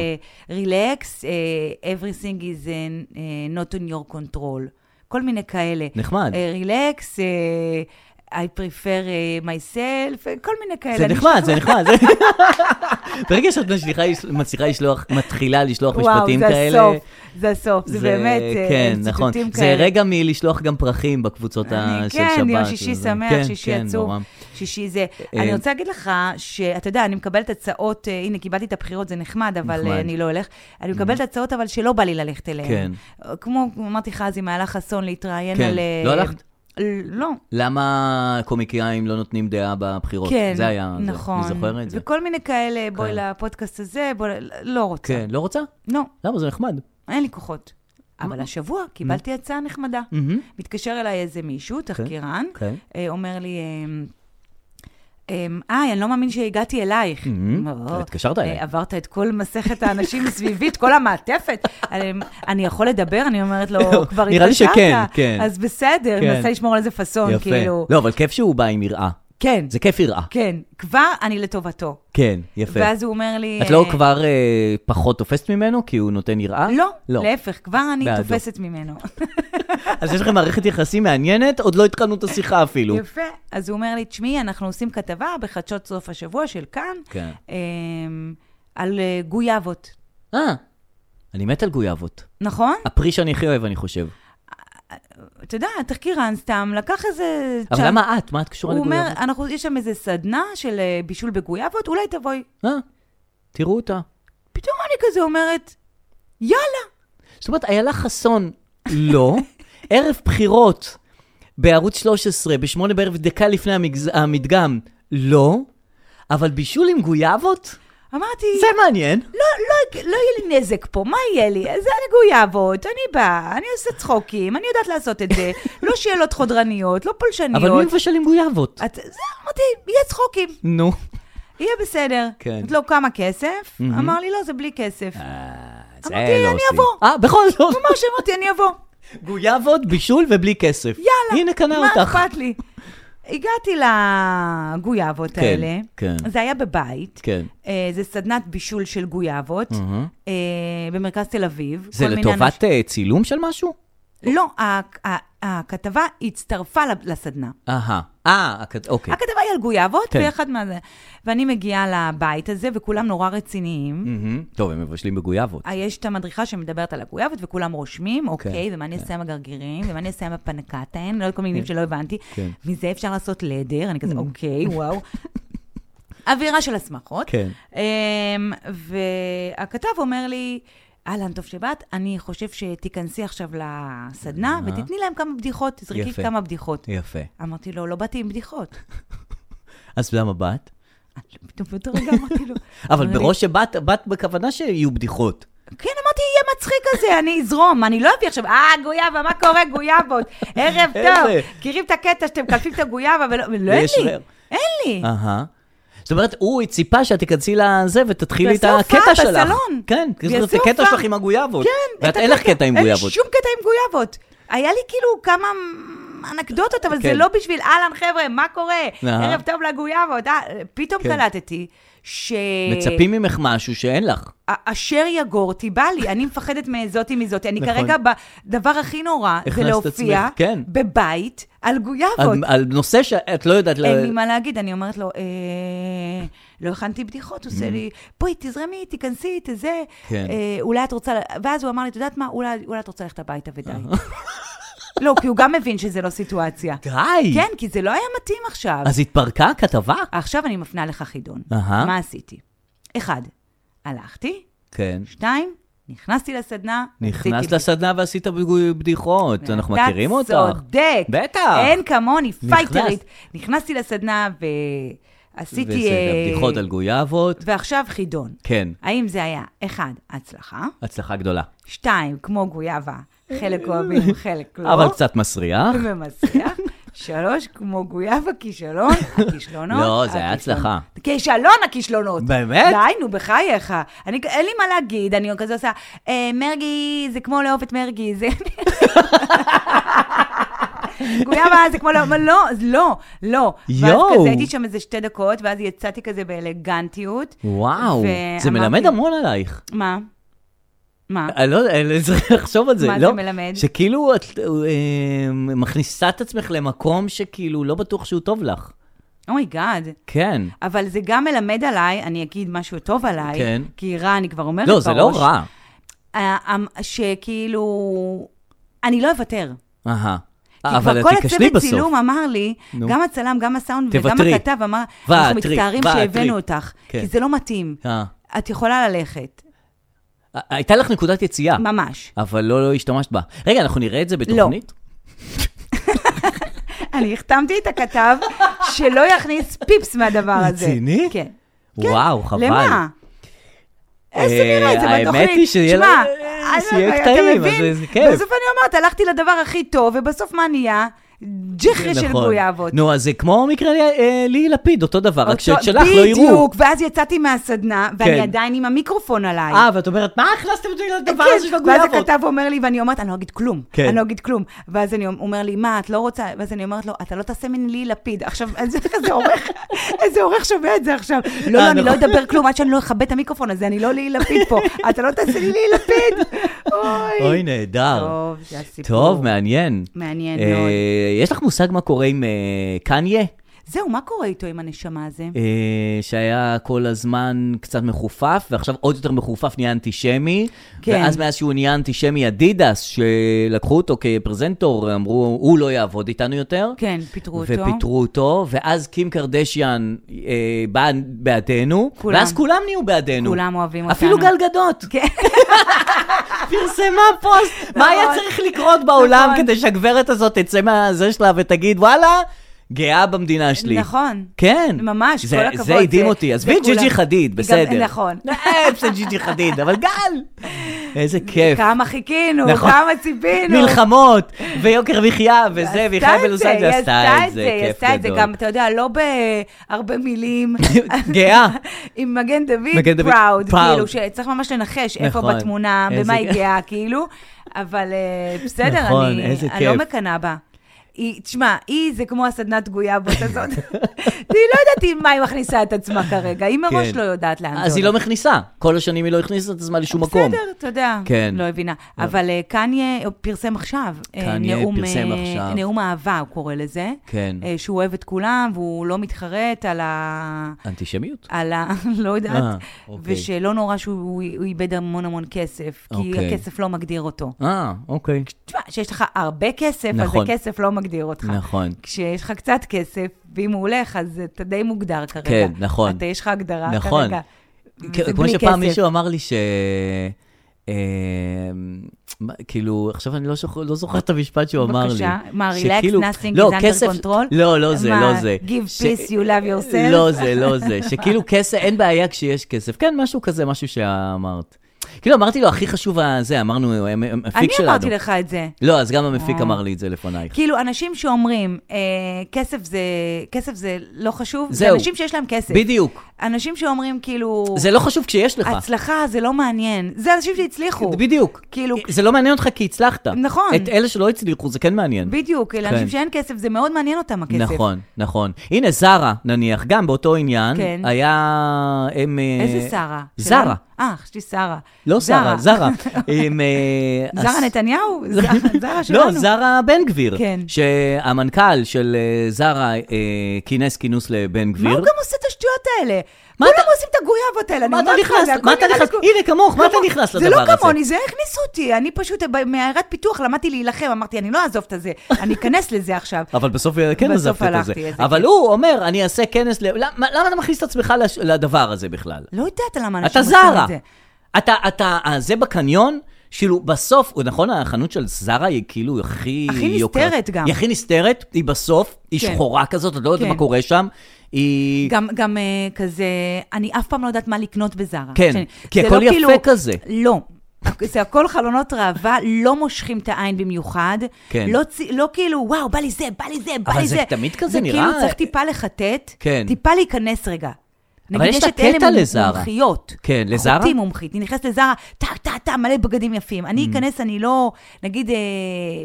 Speaker 2: רילקס, אה, everything is in, אה, not on your control, כל מיני כאלה.
Speaker 1: נחמד.
Speaker 2: אה, רילקס, I prefer אה, myself, אה, כל מיני כאלה.
Speaker 1: זה
Speaker 2: אני
Speaker 1: נחמד, זה נחמד. זה- ברגע שאת משליחה- מצליחה לשלוח, מתחילה לשלוח משפטים כאלה...
Speaker 2: וואו, זה הסוף, זה הסוף, זה באמת אה,
Speaker 1: כן, נכון.
Speaker 2: ציטוטים
Speaker 1: זה
Speaker 2: כאלה.
Speaker 1: רגע מלשלוח גם פרחים בקבוצות ה- של
Speaker 2: אני-
Speaker 1: שבת.
Speaker 2: כן, יום שישי
Speaker 1: וזה.
Speaker 2: שמח,
Speaker 1: כן,
Speaker 2: שישי
Speaker 1: כן,
Speaker 2: עצוב,
Speaker 1: נורא.
Speaker 2: שישי זה.
Speaker 1: אה,
Speaker 2: אני רוצה להגיד לך שאתה יודע, אני מקבלת הצעות, אה, הנה, קיבלתי את הבחירות, זה נחמד, אבל
Speaker 1: נחמד. Mm-hmm.
Speaker 2: אה, אני לא אלך. אני מקבלת הצעות, אבל שלא בא לי ללכת אליהן.
Speaker 1: כן.
Speaker 2: אה, כמו, כמו אמרתי לך אז, עם איילה חסון להתראיין
Speaker 1: כן.
Speaker 2: על... אה,
Speaker 1: לא הלכת?
Speaker 2: ל- לא.
Speaker 1: למה קומיקאים לא נותנים דעה בבחירות?
Speaker 2: כן,
Speaker 1: זה היה, זה.
Speaker 2: נכון.
Speaker 1: אני זוכר את זה.
Speaker 2: וכל מיני כאלה, בואי
Speaker 1: כן.
Speaker 2: לפודקאסט הזה, בואי... ל- לא רוצה.
Speaker 1: כן, לא רוצה?
Speaker 2: לא,
Speaker 1: למה? זה נחמד.
Speaker 2: אין לי כוחות. אבל
Speaker 1: Mm-hmm.
Speaker 2: השבוע קיבלתי הצעה נחמדה. מתקשר אליי איזה מישהו, תחקירן,
Speaker 1: כן.
Speaker 2: אה, אומר לי, אה, אמ, איי, אני לא מאמין שהגעתי אלייך.
Speaker 1: אמ,
Speaker 2: אמר,
Speaker 1: התקשרת אליי.
Speaker 2: אה, עברת את כל מסכת האנשים מסביבי, את כל המעטפת. אמ, אני יכול לדבר? אני אומרת לו, כבר התקשרת.
Speaker 1: נראה לי שכן, כן.
Speaker 2: אז בסדר,
Speaker 1: כן.
Speaker 2: מנסה לשמור על איזה פאסון, כאילו.
Speaker 1: לא, אבל כיף שהוא בא עם יראה.
Speaker 2: כן,
Speaker 1: זה כיף יראה.
Speaker 2: כן, כבר אני לטובתו.
Speaker 1: כן, יפה.
Speaker 2: ואז הוא אומר לי...
Speaker 1: את לא
Speaker 2: אה,
Speaker 1: כבר אה, פחות תופסת ממנו כי הוא נותן יראה?
Speaker 2: לא,
Speaker 1: לא.
Speaker 2: להפך, כבר אני
Speaker 1: בעדו.
Speaker 2: תופסת ממנו.
Speaker 1: אז יש לכם מערכת יחסים מעניינת, עוד לא התחלנו את השיחה אפילו.
Speaker 2: יפה. אז הוא אומר לי, תשמעי, אנחנו עושים כתבה בחדשות סוף השבוע של כאן,
Speaker 1: כן.
Speaker 2: אמ, על אה, גויאבות,
Speaker 1: אה, אני מת על גויאבות.
Speaker 2: נכון?
Speaker 1: הפרי שאני הכי אוהב, אני חושב.
Speaker 2: אתה יודע, התחקירן סתם לקח איזה...
Speaker 1: אבל
Speaker 2: צ'אנס.
Speaker 1: למה את? מה את קשורה
Speaker 2: הוא אומר,
Speaker 1: לגויאבות?
Speaker 2: אנחנו, יש שם איזה סדנה של אה, בישול בגויאבות, אולי תבואי.
Speaker 1: אה, תראו אותה.
Speaker 2: פתאום אני כזה אומרת, יאללה.
Speaker 1: זאת אומרת, איילה חסון, לא. ערב בחירות בערוץ 13, ב-8 בערב, דקה לפני המגז... המדגם, לא. אבל בישול עם גויאבות?
Speaker 2: אמרתי,
Speaker 1: זה מעניין.
Speaker 2: לא, לא, לא יהיה לי נזק פה, מה יהיה לי? אז זה על גויאבות, אני באה, אני עושה צחוקים, אני יודעת לעשות את זה. לא שאלות חודרניות, לא פולשניות.
Speaker 1: אבל מי מבשל עם גויאבות?
Speaker 2: את, זה, אמרתי, יהיה צחוקים,
Speaker 1: נו.
Speaker 2: יהיה בסדר.
Speaker 1: כן. אה.
Speaker 2: אמרתי לו, כמה כסף? אמר לי, לא, זה בלי כסף.
Speaker 1: זה
Speaker 2: אמרתי,
Speaker 1: לא
Speaker 2: אני
Speaker 1: עושים.
Speaker 2: אבוא.
Speaker 1: אה, בכל זאת.
Speaker 2: ממש אמרתי, אני אבוא.
Speaker 1: גויאבות, בישול ובלי כסף.
Speaker 2: יאללה,
Speaker 1: הנה, קנה
Speaker 2: מה
Speaker 1: אותך.
Speaker 2: אכפת לי? הגעתי לגויאבות
Speaker 1: כן,
Speaker 2: האלה.
Speaker 1: כן.
Speaker 2: זה היה בבית.
Speaker 1: כן.
Speaker 2: אה, זה סדנת בישול של גויאבות, אה, במרכז תל אביב.
Speaker 1: זה
Speaker 2: כל מיני
Speaker 1: לטובת אה, צילום של משהו?
Speaker 2: אנשים- לא, ה- ה- הכתבה הצטרפה לב- לסדנה.
Speaker 1: אהה. אה, הכת- אוקיי.
Speaker 2: הכתבה היא על גויאבות,
Speaker 1: כן.
Speaker 2: ואחד מה... ואני מגיעה לבית הזה, וכולם נורא רציניים.
Speaker 1: מהמם. טוב, הם מבשלים בגויאבות.
Speaker 2: אה, יש את המדריכה שמדברת על הגויאבות, וכולם רושמים, אוקיי,
Speaker 1: כן,
Speaker 2: ומה אני אעשה עם הגרגירים, ומה אני אעשה עם הפנקטן, לא יודעת כל מיני מילים שלא הבנתי.
Speaker 1: כן. Mm.
Speaker 2: מזה אפשר לעשות לדר, אני כזה, אוקיי, וואו. אווירה של הסמכות.
Speaker 1: כן.
Speaker 2: אמ, והכתב אומר לי, אהלן, טוב שבאת, אני חושב שתיכנסי עכשיו לסדנה ותתני להם כמה בדיחות, תזרקי
Speaker 1: אה. יפה.
Speaker 2: כמה בדיחות.
Speaker 1: יפה.
Speaker 2: אמרתי לו, לא באתי עם בדיחות.
Speaker 1: אז למה באת?
Speaker 2: פתאום באותו רגע אמרתי לו... אמר
Speaker 1: אבל
Speaker 2: לי,
Speaker 1: בראש שבאת, באת בכוונה שיהיו בדיחות.
Speaker 2: כן, אמרתי, יהיה מצחיק כזה, אני אזרום, אני לא אביא עכשיו, אה, גויאבה, מה קורה, גויאבות? ערב טוב,
Speaker 1: איזה?
Speaker 2: מכירים את הקטע שאתם מקלפים את הגויאבה, ולא, ולא, אין
Speaker 1: ויש
Speaker 2: לי,
Speaker 1: רער.
Speaker 2: אין לי.
Speaker 1: אהה. זאת אומרת, הוא ציפה שאת תיכנסי לזה ותתחילי את
Speaker 2: תעשה
Speaker 1: הקטע
Speaker 2: הופעה
Speaker 1: שלך.
Speaker 2: בסלון.
Speaker 1: כן, כי
Speaker 2: ויעשה
Speaker 1: זה הקטע
Speaker 2: הופעה.
Speaker 1: שלך עם הגויאבות.
Speaker 2: כן.
Speaker 1: ואת
Speaker 2: את
Speaker 1: אין לך
Speaker 2: הקטע-
Speaker 1: קטע עם
Speaker 2: אין לי
Speaker 1: גויאבות.
Speaker 2: שום קטע עם גויאבות. היה לי כאילו כמה אנקדוטות, אבל זה
Speaker 1: כן.
Speaker 2: לא בשביל, אהלן, חבר'ה, מה קורה?
Speaker 1: אהה.
Speaker 2: ערב טוב לגויאבות. אה, פתאום
Speaker 1: כן.
Speaker 2: קלטתי ש...
Speaker 1: מצפים ממך משהו שאין לך.
Speaker 2: א- אשר יגורתי, בא לי, אני מפחדת מזאתי מזאתי. אני
Speaker 1: נכון.
Speaker 2: כרגע, בדבר הכי נורא, זה
Speaker 1: הכנסת
Speaker 2: להופיע
Speaker 1: עצמך, כן.
Speaker 2: בבית על
Speaker 1: על-
Speaker 2: גויאבות.
Speaker 1: על נושא שאת לא יודעת... ל-
Speaker 2: אין לי מה להגיד, אני אומרת לו, אה, לא הכנתי בדיחות, הוא עושה לי, בואי, תזרמי, תיכנסי, תזה,
Speaker 1: Mm-hmm. כן.
Speaker 2: אה, אולי את רוצה, ל- ואז הוא אמר לי, את יודעת מה, אולי אולי את רוצה ללכת הביתה ודי. לא, כי הוא גם מבין שזה לא סיטואציה.
Speaker 1: די!
Speaker 2: כן, כי זה לא היה מתאים עכשיו.
Speaker 1: אז התפרקה הכתבה?
Speaker 2: עכשיו אני מפנה לך חידון.
Speaker 1: אהה.
Speaker 2: מה עשיתי? אחד, הלכתי,
Speaker 1: כן.
Speaker 2: שתיים, נכנסתי לסדנה,
Speaker 1: נכנסת
Speaker 2: עשיתי אה,
Speaker 1: לסדנה ועשית בגו- בדיחות, אנחנו מכירים אותך.
Speaker 2: אתה צודק.
Speaker 1: בטח.
Speaker 2: אין כמוני,
Speaker 1: נכנס.
Speaker 2: פייטרית. נכנסתי לסדנה ועשיתי...
Speaker 1: וזה
Speaker 2: אה,
Speaker 1: בדיחות על גויאבות.
Speaker 2: ועכשיו חידון.
Speaker 1: כן,
Speaker 2: האם זה היה, אחד, הצלחה,
Speaker 1: הצלחה גדולה.
Speaker 2: שתיים, כמו גויאבה, חלק אוהבים, חלק לא.
Speaker 1: אבל קצת מסריח.
Speaker 2: ומסריח. שלוש, כמו גויאבה, כישלון, הכישלונות.
Speaker 1: לא, זה היה
Speaker 2: הכישלון-
Speaker 1: הצלחה.
Speaker 2: כישלון הכישלונות.
Speaker 1: באמת?
Speaker 2: די, נו, בחייך. אני, אין לי מה להגיד, אני כזה עושה, "אה, מרגי, זה כמו לאהוב את מרגי, זה... גויאבה, זה כמו לאהוב... לא, אז לא, לא. ואז
Speaker 1: יואו.
Speaker 2: כזה הייתי שם איזה שתי דקות, ואז יצאתי כזה באלגנטיות.
Speaker 1: וואו,
Speaker 2: ואמרתי-
Speaker 1: זה מלמד המון עלייך.
Speaker 2: מה? מה?
Speaker 1: אני לא יודע, אני צריך לחשוב על זה.
Speaker 2: מה
Speaker 1: לא?
Speaker 2: זה מלמד?
Speaker 1: שכאילו את אה, מכניסה את עצמך למקום שכאילו לא בטוח שהוא טוב לך.
Speaker 2: אומייגאד.
Speaker 1: כן.
Speaker 2: Oh אבל זה גם מלמד עליי, אני אגיד משהו טוב עליי,
Speaker 1: כן.
Speaker 2: כי רע, אני כבר אומרת
Speaker 1: לא,
Speaker 2: בראש.
Speaker 1: זה לא רע.
Speaker 2: אה, אמ- שכאילו, אני לא אוותר.
Speaker 1: אהה. אה,
Speaker 2: כי
Speaker 1: אבל את
Speaker 2: כבר כל
Speaker 1: תיכשלי
Speaker 2: הצוות
Speaker 1: בסוף.
Speaker 2: צילום אמר לי,
Speaker 1: נו.
Speaker 2: גם הצלם, גם הסאונד וגם
Speaker 1: תוותרי.
Speaker 2: הכתב אמר,
Speaker 1: ותרי,
Speaker 2: אנחנו מצטערים
Speaker 1: ותרי."
Speaker 2: שהבאנו אותך,
Speaker 1: כן.
Speaker 2: כי זה לא מתאים.
Speaker 1: אה.
Speaker 2: את יכולה ללכת,
Speaker 1: הייתה לך נקודת יציאה,
Speaker 2: ממש.
Speaker 1: אבל לא לא השתמשת בה. רגע, אנחנו נראה את זה
Speaker 2: לא.
Speaker 1: בתוכנית?
Speaker 2: אני החתמתי את הכתב שלא יכניס פיפס מהדבר הזה.
Speaker 1: רציני?
Speaker 2: כן.
Speaker 1: וואו, חבל.
Speaker 2: למה? איזה נראה את זה
Speaker 1: אה,
Speaker 2: בתוכנית.
Speaker 1: האמת היא שיהיה
Speaker 2: שמע,
Speaker 1: לה-
Speaker 2: אני-
Speaker 1: שיהיה
Speaker 2: אתה
Speaker 1: קטעים,
Speaker 2: מבין?
Speaker 1: אז זה- זה כיף.
Speaker 2: בסוף אני אומרת, הלכתי לדבר הכי טוב, ובסוף מה נהיה? ג'חרי של
Speaker 1: נכון.
Speaker 2: גויאבות.
Speaker 1: נו, אז זה כמו מקרה אה, ליהי לפיד, אותו דבר, רק
Speaker 2: אותו-
Speaker 1: ששלך לא יראו.
Speaker 2: בדיוק, ואז יצאתי מהסדנה, ואני
Speaker 1: כן.
Speaker 2: עדיין עם המיקרופון עליי.
Speaker 1: אה, ואת אומרת, מה הכנסתם אותי לדבר הזה של
Speaker 2: כן, ואז
Speaker 1: הגויאבות?
Speaker 2: הכתב אומר לי, ואני אומרת, אני לא אגיד כלום.
Speaker 1: כן.
Speaker 2: אני לא אגיד כלום. ואז אני אומר לי, מה, את לא רוצה? ואז אני אומרת לו, אתה לא תעשה ממני לי לפיד. עכשיו, איזה איזה עורך, איזה עורך שומע את זה עכשיו. לא,
Speaker 1: אה,
Speaker 2: לא, אני לא
Speaker 1: נכון.
Speaker 2: אדבר כלום עד שאני לא אכבה את המיקרופון הזה, אני לא לי לפיד פה. אתה לא תעשה לי לי לפיד.
Speaker 1: אוי,
Speaker 2: אוי.
Speaker 1: נהדר.
Speaker 2: טוב, זה הסיפור.
Speaker 1: טוב, מעניין.
Speaker 2: מעניין
Speaker 1: אה,
Speaker 2: מאוד.
Speaker 1: יש לך מושג מה קורה עם אה, קניה?
Speaker 2: זהו, מה קורה איתו עם הנשמה הזה?
Speaker 1: אה, שהיה כל הזמן קצת מחופף, ועכשיו עוד יותר מחופף נהיה אנטישמי.
Speaker 2: כן.
Speaker 1: כן. ואז מאז שהוא נהיה אנטישמי, אדידס, שלקחו אותו כפרזנטור, אמרו, הוא לא יעבוד איתנו יותר.
Speaker 2: כן, פיטרו אותו.
Speaker 1: ופיטרו אותו, ואז קים קרדשיאן אה, באה בעדנו,
Speaker 2: כולם.
Speaker 1: ואז כולם נהיו בעדנו.
Speaker 2: כולם אוהבים
Speaker 1: אפילו
Speaker 2: אותנו.
Speaker 1: גל גדות.
Speaker 2: כן.
Speaker 1: פרסמה פוסט, מה היה
Speaker 2: נכון.
Speaker 1: צריך לקרות בעולם
Speaker 2: נכון.
Speaker 1: כדי שהגברת הזאת תצא מהזה שלה ותגיד, וואלה, גאה במדינה שלי.
Speaker 2: נכון.
Speaker 1: כן.
Speaker 2: ממש,
Speaker 1: זה-
Speaker 2: כל הכבוד.
Speaker 1: זה הדהים אותי. עזבי
Speaker 2: זה
Speaker 1: את ג'יג'י
Speaker 2: כולם.
Speaker 1: חדיד,
Speaker 2: גם-
Speaker 1: בסדר.
Speaker 2: נכון.
Speaker 1: אה, בסדר, ג'יג'י חדיד, אבל גל! איזה כיף.
Speaker 2: כמה חיכינו,
Speaker 1: נכון.
Speaker 2: כמה ציפינו.
Speaker 1: מלחמות, ויוקר מחיה, וזה, והיא חיה בלוס
Speaker 2: היא
Speaker 1: אנג'לס, עשתה את זה,
Speaker 2: היא
Speaker 1: כיף
Speaker 2: עשתה את זה,
Speaker 1: גדול.
Speaker 2: גם, אתה יודע, לא בהרבה מילים.
Speaker 1: גאה.
Speaker 2: עם מגן
Speaker 1: מגן
Speaker 2: דוד
Speaker 1: דוד,
Speaker 2: פראוד,
Speaker 1: proud.
Speaker 2: כאילו, שצריך ממש לנחש איפה
Speaker 1: נכון.
Speaker 2: בתמונה,
Speaker 1: איזה
Speaker 2: במה היא
Speaker 1: כיף.
Speaker 2: גאה, כאילו, אבל אה, בסדר,
Speaker 1: נכון,
Speaker 2: אני-
Speaker 1: איזה
Speaker 2: אני לא
Speaker 1: כיף.
Speaker 2: מקנאה בה. היא, תשמע, היא זה כמו הסדנת גויאבות הזאת. היא לא יודעת עם מה היא מכניסה את עצמה כרגע, היא מראש
Speaker 1: כן.
Speaker 2: לא יודעת לאן זה
Speaker 1: אז היא לא מכניסה. כל השנים היא לא הכניסה את עצמה לשום מקום.
Speaker 2: בסדר, אתה יודע,
Speaker 1: כן.
Speaker 2: לא הבינה. אבל אה, קניה פרסם עכשיו, אה,
Speaker 1: קניה
Speaker 2: נאום,
Speaker 1: פרסם
Speaker 2: אה,
Speaker 1: עכשיו.
Speaker 2: נאום אהבה, הוא קורא לזה.
Speaker 1: כן.
Speaker 2: אה, שהוא אוהב את כולם, והוא לא מתחרט על ה...
Speaker 1: אנטישמיות.
Speaker 2: על ה... לא יודעת.
Speaker 1: אה, אוקיי.
Speaker 2: ושלא נורא שהוא הוא איבד המון המון כסף, כי
Speaker 1: אוקיי.
Speaker 2: הכסף לא מגדיר אותו.
Speaker 1: אה, אוקיי.
Speaker 2: תשמע, כשיש לך הרבה כסף,
Speaker 1: נכון.
Speaker 2: אז הכסף לא מגדיר אותך.
Speaker 1: נכון.
Speaker 2: כשיש לך קצת כסף, ואם הוא הולך, אז אתה די מוגדר כרגע.
Speaker 1: כן, נכון.
Speaker 2: אתה, יש לך הגדרה
Speaker 1: נכון.
Speaker 2: כרגע.
Speaker 1: כמו
Speaker 2: וזה בלי
Speaker 1: שפעם
Speaker 2: כסף.
Speaker 1: מישהו אמר לי ש... אה, מה- כאילו, עכשיו אני לא שוכ- לא זוכר את המשפט שהוא אמר לי.
Speaker 2: בבקשה, מה, relax,
Speaker 1: שכאילו-
Speaker 2: nothing
Speaker 1: לא,
Speaker 2: is under
Speaker 1: כסף-
Speaker 2: control?
Speaker 1: לא, לא זה,
Speaker 2: מה,
Speaker 1: לא זה.
Speaker 2: give
Speaker 1: ש-
Speaker 2: peace, you love yourself?
Speaker 1: לא זה, לא זה. שכאילו כסף, אין בעיה כשיש כסף. כן, משהו כזה, משהו שאמרת. כאילו, אמרתי לו, הכי חשוב הזה, אמרנו, המ- המפיק
Speaker 2: אני
Speaker 1: שלנו.
Speaker 2: אמרתי לך את זה.
Speaker 1: לא, אז גם המפיק
Speaker 2: אה.
Speaker 1: אמר לי את זה לפנייך.
Speaker 2: כאילו, אנשים שאומרים, אה, כסף זה כסף זה לא חשוב, זה
Speaker 1: זהו.
Speaker 2: אנשים שיש להם כסף.
Speaker 1: בדיוק.
Speaker 2: אנשים שאומרים, כאילו,
Speaker 1: זה לא חשוב כשיש לך.
Speaker 2: הצלחה זה לא מעניין. זה אנשים שהצליחו.
Speaker 1: בדיוק.
Speaker 2: כאילו-
Speaker 1: זה לא מעניין אותך כי הצלחת.
Speaker 2: נכון.
Speaker 1: את אלה שלא הצליחו, זה כן מעניין.
Speaker 2: בדיוק, לאנשים
Speaker 1: כן.
Speaker 2: שאין כסף, זה מאוד מעניין אותם, הכסף.
Speaker 1: נכון, נכון. הנה, זרה, נניח, גם באותו עניין,
Speaker 2: כן.
Speaker 1: היה... הם... אה,
Speaker 2: איזה שרה?
Speaker 1: זרה.
Speaker 2: שלנו? אה, אשתי שרה.
Speaker 1: לא שרה, זרה. הם, אה,
Speaker 2: זרה
Speaker 1: אז-
Speaker 2: נתניהו? זרה- זרה שלנו.
Speaker 1: לא, זרה בן גביר.
Speaker 2: כן.
Speaker 1: שהמנכ"ל של אה, זרה אה, כינס כינוס לבן גביר.
Speaker 2: מה הוא גם עושה את השטויות האלה?
Speaker 1: מה
Speaker 2: כולם
Speaker 1: אתה-
Speaker 2: עושים את הגויאבות האלה, אני
Speaker 1: מה אתה
Speaker 2: אומרת לך,
Speaker 1: נכנס?
Speaker 2: זה הכל
Speaker 1: מה אתה
Speaker 2: נראה לי
Speaker 1: נכנס?
Speaker 2: כל-
Speaker 1: הנה, כמוך, מה אתה
Speaker 2: כמוך.
Speaker 1: נכנס
Speaker 2: זה
Speaker 1: לדבר
Speaker 2: לא
Speaker 1: הזה?
Speaker 2: כמוני, זה הכניס אותי. אני פשוט, ב- מעיירת פיתוח למדתי להילחם, אמרתי, אני לא אעזוב את הזה, אני אכנס לזה עכשיו.
Speaker 1: אבל בסוף אה, כן
Speaker 2: בסוף
Speaker 1: עזבת את
Speaker 2: הלכתי, כן.
Speaker 1: זה.
Speaker 2: איזה
Speaker 1: אבל הוא אומר, אני אעשה כנס ל... למה- למה אתה מכניס את עצמך לש- לדבר הזה בכלל?
Speaker 2: לא יודעת למה אנשים
Speaker 1: אתה
Speaker 2: עושים את
Speaker 1: זרה.
Speaker 2: זה.
Speaker 1: אתה, אתה, אה, זה בקניון, כאילו, בסוף, הוא- נכון, החנות של זרה היא כאילו הכי...
Speaker 2: הכי
Speaker 1: יוקרת-
Speaker 2: נסתרת גם.
Speaker 1: היא הכי נסתרת, היא בסוף, היא
Speaker 2: כן.
Speaker 1: שחורה כזאת, את לא יודעת
Speaker 2: כן.
Speaker 1: מה קורה שם. היא...
Speaker 2: גם, גם אה, כזה, אני אף פעם לא יודעת מה לקנות בזארה.
Speaker 1: כן,
Speaker 2: שאני-
Speaker 1: כי
Speaker 2: זה
Speaker 1: הכל
Speaker 2: לא
Speaker 1: יפה
Speaker 2: כאילו,
Speaker 1: כזה.
Speaker 2: לא. זה הכל חלונות ראווה, לא מושכים את העין במיוחד.
Speaker 1: כן.
Speaker 2: לא, צ... לא כאילו, וואו, בא לי זה, בא לי זה, בא
Speaker 1: אבל
Speaker 2: לי
Speaker 1: זה
Speaker 2: זה.
Speaker 1: תמיד כזה נראה-
Speaker 2: זה כאילו צריך טיפה לחטט,
Speaker 1: כן.
Speaker 2: טיפה להיכנס רגע.
Speaker 1: אבל
Speaker 2: נגיד,
Speaker 1: יש לה
Speaker 2: את אלה
Speaker 1: קטע
Speaker 2: מומ-
Speaker 1: לזארה.
Speaker 2: מומחיות.
Speaker 1: כן, לזארה?
Speaker 2: אחותי מומחית, היא נכנסת לזארה, טה, טה, טה, מלא בגדים יפים.
Speaker 1: Mm.
Speaker 2: אני אכנס, אני לא... נגיד, אה,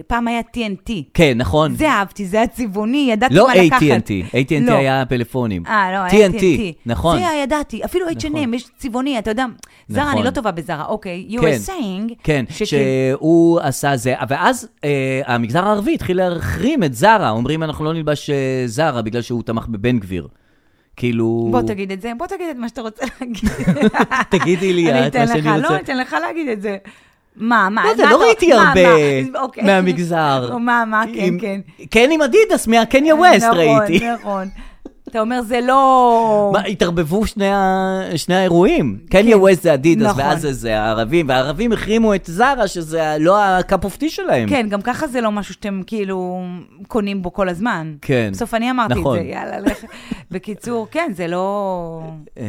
Speaker 2: פעם היה TNT.
Speaker 1: כן, נכון.
Speaker 2: זה אהבתי, זה היה צבעוני, ידעתי
Speaker 1: לא
Speaker 2: מה לקחת.
Speaker 1: AT&T, AT&T
Speaker 2: לא.
Speaker 1: היה פלאפונים.
Speaker 2: אה, לא, היה TNT.
Speaker 1: נכון.
Speaker 2: זה היה, ידעתי, אפילו H&M, יש צבעוני, אתה יודע, זרה,
Speaker 1: נכון.
Speaker 2: אני לא טובה בזרה, אוקיי, you
Speaker 1: כן,
Speaker 2: were saying,
Speaker 1: כן,
Speaker 2: שכאילו-
Speaker 1: שהוא עשה זה, ואז אה, המגזר הערבי התחיל להחרים את זרה, אומרים אנחנו לא נלבש אה, זרה בגלל שהוא תמך בבן גביר. כאילו...
Speaker 2: בוא תגיד את זה, בוא תגיד את מה שאתה רוצה להגיד.
Speaker 1: תגידי לי
Speaker 2: אני
Speaker 1: את מה
Speaker 2: אתן לך,
Speaker 1: שאני רוצה.
Speaker 2: לא, אני אתן לך להגיד את זה. מה, מה,
Speaker 1: לא יודע,
Speaker 2: מה
Speaker 1: לא
Speaker 2: אתה-
Speaker 1: ראיתי
Speaker 2: מה,
Speaker 1: הרבה
Speaker 2: מה, אוקיי.
Speaker 1: מהמגזר.
Speaker 2: מה, מה, כן,
Speaker 1: עם-
Speaker 2: כן.
Speaker 1: כן עם אדידס מהקניה ווסט
Speaker 2: נכון,
Speaker 1: ראיתי.
Speaker 2: נכון. אתה אומר, זה לא...
Speaker 1: מה, התערבבו שני, ה... שני האירועים. קניה ווסט זה אדידס,
Speaker 2: כן, נכון.
Speaker 1: ואז זה- זה הערבים, והערבים החרימו את זרה, שזה ה- לא הקאפ אוף טי שלהם.
Speaker 2: כן, גם ככה זה לא משהו שאתם כאילו קונים בו כל הזמן.
Speaker 1: כן.
Speaker 2: בסוף אני אמרתי את
Speaker 1: נכון.
Speaker 2: זה, יאללה, לך. בקיצור, כן, זה לא...
Speaker 1: אה,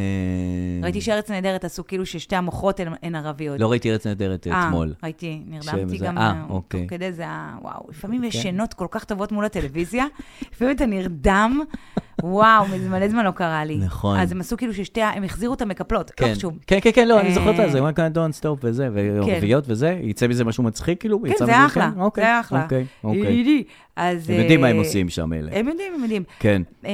Speaker 2: ראיתי שארץ נהדרת עשו כאילו ששתי המוחות הן- הן ערביות.
Speaker 1: לא ראיתי ארץ נהדרת
Speaker 2: אה,
Speaker 1: אתמול.
Speaker 2: ראיתי,
Speaker 1: שם
Speaker 2: נרדמתי
Speaker 1: זה-
Speaker 2: גם,
Speaker 1: אה,
Speaker 2: אה,
Speaker 1: אוקיי.
Speaker 2: תוך כדי זה, ה- וואו, לפעמים יש
Speaker 1: כן.
Speaker 2: שינות כל כך טובות מול הטלוויזיה, לפעמים אתה נרדם, וואו, מזה מלא זמן לא קרה לי.
Speaker 1: נכון.
Speaker 2: אז הם עשו כאילו ששתי, ה- הם החזירו את המקפלות, לא
Speaker 1: כן,
Speaker 2: חשוב.
Speaker 1: כן, כן, כן, לא, אני
Speaker 2: אה,
Speaker 1: זוכר את זה, one kind don't stop וזה, וערביות וזה, יצא מזה משהו מצחיק כאילו?
Speaker 2: כן,
Speaker 1: יצא
Speaker 2: זה
Speaker 1: מזה
Speaker 2: אחלה,
Speaker 1: כן? אוקיי,
Speaker 2: זה אחלה.
Speaker 1: אוקיי, אוקיי.
Speaker 2: ידידי. אז...
Speaker 1: הם יודעים מה הם
Speaker 2: אה,
Speaker 1: עושים שם אלה.
Speaker 2: הם יודעים, הם יודעים.
Speaker 1: כן.
Speaker 2: אמ,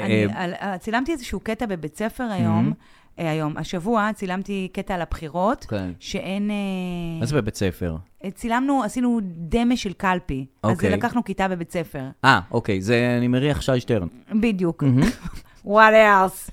Speaker 2: אני- על- אה, צילמתי איזשהו קטע בבית ספר היום,
Speaker 1: Mm-hmm.
Speaker 2: אה, היום, השבוע צילמתי קטע על הבחירות,
Speaker 1: כן.
Speaker 2: שאין... אה,
Speaker 1: מה זה בבית ספר?
Speaker 2: צילמנו, עשינו דמה של קלפי. אז
Speaker 1: אוקיי.
Speaker 2: לקחנו כיתה בבית ספר.
Speaker 1: אה, אוקיי, זה אני מריח שי שטרן.
Speaker 2: בדיוק. What else?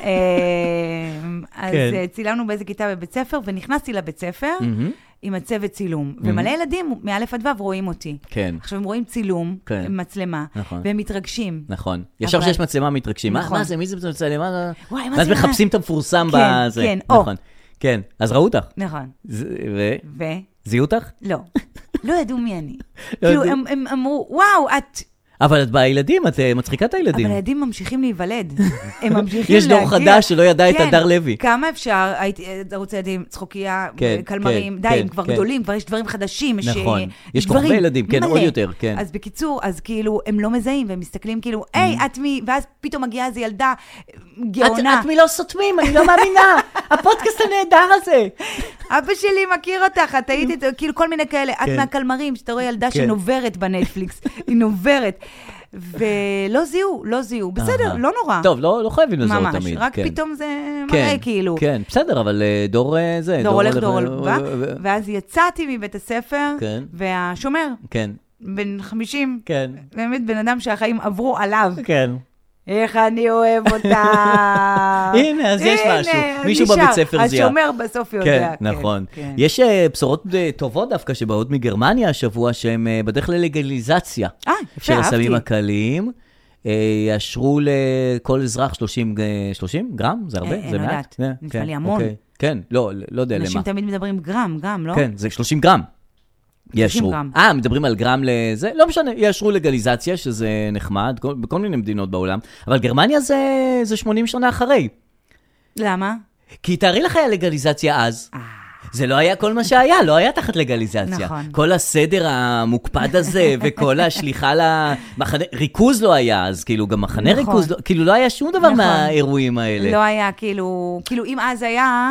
Speaker 2: אמ, אז
Speaker 1: כן.
Speaker 2: אה, צילמנו באיזה כיתה בבית ספר, ונכנסתי לבית ספר
Speaker 1: מהמם.
Speaker 2: עם הצוות צילום. ומלא ילדים מא' עד ו' רואים אותי.
Speaker 1: כן.
Speaker 2: עכשיו, הם רואים צילום,
Speaker 1: כן.
Speaker 2: מצלמה,
Speaker 1: נכון.
Speaker 2: והם מתרגשים.
Speaker 1: נכון. ישר כשיש מצלמה מתרגשים. מה
Speaker 2: נכון.
Speaker 1: מה זה, מי זה מצלם? מה זה?
Speaker 2: וואי, מה
Speaker 1: ואז
Speaker 2: זה?
Speaker 1: מחפשים את המפורסם
Speaker 2: כן,
Speaker 1: בזה.
Speaker 2: כן, או.
Speaker 1: נכון. כן, אז ראו אותך.
Speaker 2: נכון.
Speaker 1: זיהו
Speaker 2: ו?
Speaker 1: אותך?
Speaker 2: לא. לא ידעו מי אני.
Speaker 1: לא
Speaker 2: כאילו,
Speaker 1: ידעו.
Speaker 2: הם הם אמרו, וואו, את...
Speaker 1: אבל את בילדים, את אה, מצחיקה את
Speaker 2: אבל
Speaker 1: הילדים.
Speaker 2: הילדים ממשיכים להיוולד. הם ממשיכים להגיע.
Speaker 1: יש דור חדש שלא ידע את
Speaker 2: כן,
Speaker 1: הדר לוי.
Speaker 2: כמה אפשר, הייתי- אה, ערוץ ילדים, צחוקיה,
Speaker 1: כן,
Speaker 2: קלמרים,
Speaker 1: כן,
Speaker 2: די,
Speaker 1: כן,
Speaker 2: הם כבר
Speaker 1: כן.
Speaker 2: גדולים, כבר יש דברים חדשים. ש-
Speaker 1: נכון. יש כל
Speaker 2: דברים,
Speaker 1: כך הרבה ילדים, כן,
Speaker 2: מלא.
Speaker 1: עוד יותר, כן. Mm.
Speaker 2: אז בקיצור, אז כאילו, הם לא מזהים, והם מסתכלים כאילו, היי, את מי... ואז פתאום מגיעה איזו ילדה אה, גאונה.
Speaker 1: מלא סותמים, אני לא מאמינה. הפודקאסט הנהדר הזה.
Speaker 2: אבא שלי מכיר אותך, את היית, איתו", כאילו כל מיני כאלה. את
Speaker 1: Mm. כן.
Speaker 2: מהקלמרים, שאתה רואה ילדה
Speaker 1: כן.
Speaker 2: שנוברת בנטפליקס, היא נוברת. ולא זיהו, לא זיהו. בסדר,
Speaker 1: אהה.
Speaker 2: לא נורא.
Speaker 1: טוב, לא לא חייבים לזהות
Speaker 2: ממש,
Speaker 1: תמיד.
Speaker 2: רק
Speaker 1: כן.
Speaker 2: פתאום זה
Speaker 1: כן,
Speaker 2: מראה כאילו.
Speaker 1: כן, בסדר, אבל אה, דור אה, זה.
Speaker 2: דור לא הולך, דור הולך, בא,
Speaker 1: ו-
Speaker 2: ואז יצאתי מבית הספר,
Speaker 1: כן.
Speaker 2: והשומר,
Speaker 1: כן,
Speaker 2: בן 50,
Speaker 1: כן,
Speaker 2: באמת בן אדם שהחיים עברו עליו.
Speaker 1: כן.
Speaker 2: איך אני אוהב אותה.
Speaker 1: הנה, אז יש
Speaker 2: הנה,
Speaker 1: משהו.
Speaker 2: אז
Speaker 1: מישהו
Speaker 2: נשאר.
Speaker 1: בבית ספר זיהה.
Speaker 2: השומר בסוף
Speaker 1: כן,
Speaker 2: יודע.
Speaker 1: נכון.
Speaker 2: כן.
Speaker 1: יש אה, בשורות אה, טובות דווקא שבאות מגרמניה השבוע, שהן אה, בדרך ללגליזציה
Speaker 2: אה,
Speaker 1: של
Speaker 2: יפה, אהבתי.
Speaker 1: הסמים הקלים. אה, יאשרו לכל אזרח 30 אה, 30 גרם? זה הרבה?
Speaker 2: אין,
Speaker 1: זה
Speaker 2: אני לא
Speaker 1: מעט?
Speaker 2: יודעת.
Speaker 1: כן,
Speaker 2: נשמע לי
Speaker 1: כן,
Speaker 2: המון.
Speaker 1: אוקיי. כן, לא, לא יודע למה.
Speaker 2: אנשים תמיד מדברים גרם, גרם, לא?
Speaker 1: כן, זה 30 גרם. יאשרו.
Speaker 2: גרם.
Speaker 1: אה, מדברים על גרם לזה? לא משנה, יאשרו לגליזציה, שזה נחמד, כל- בכל מיני מדינות בעולם, אבל גרמניה זה, זה 80 שנה אחרי.
Speaker 2: למה?
Speaker 1: כי תארי לך היה לגליזציה אז. זה לא היה כל מה שהיה, לא היה תחת לגליזציה.
Speaker 2: נכון.
Speaker 1: כל הסדר המוקפד הזה, וכל השליחה למחנה, ריכוז לא היה אז, כאילו, גם מחנה
Speaker 2: נכון.
Speaker 1: ריכוז, לא- כאילו, לא היה שום דבר
Speaker 2: נכון.
Speaker 1: מהאירועים האלה.
Speaker 2: לא היה כאילו, כאילו אם אז היה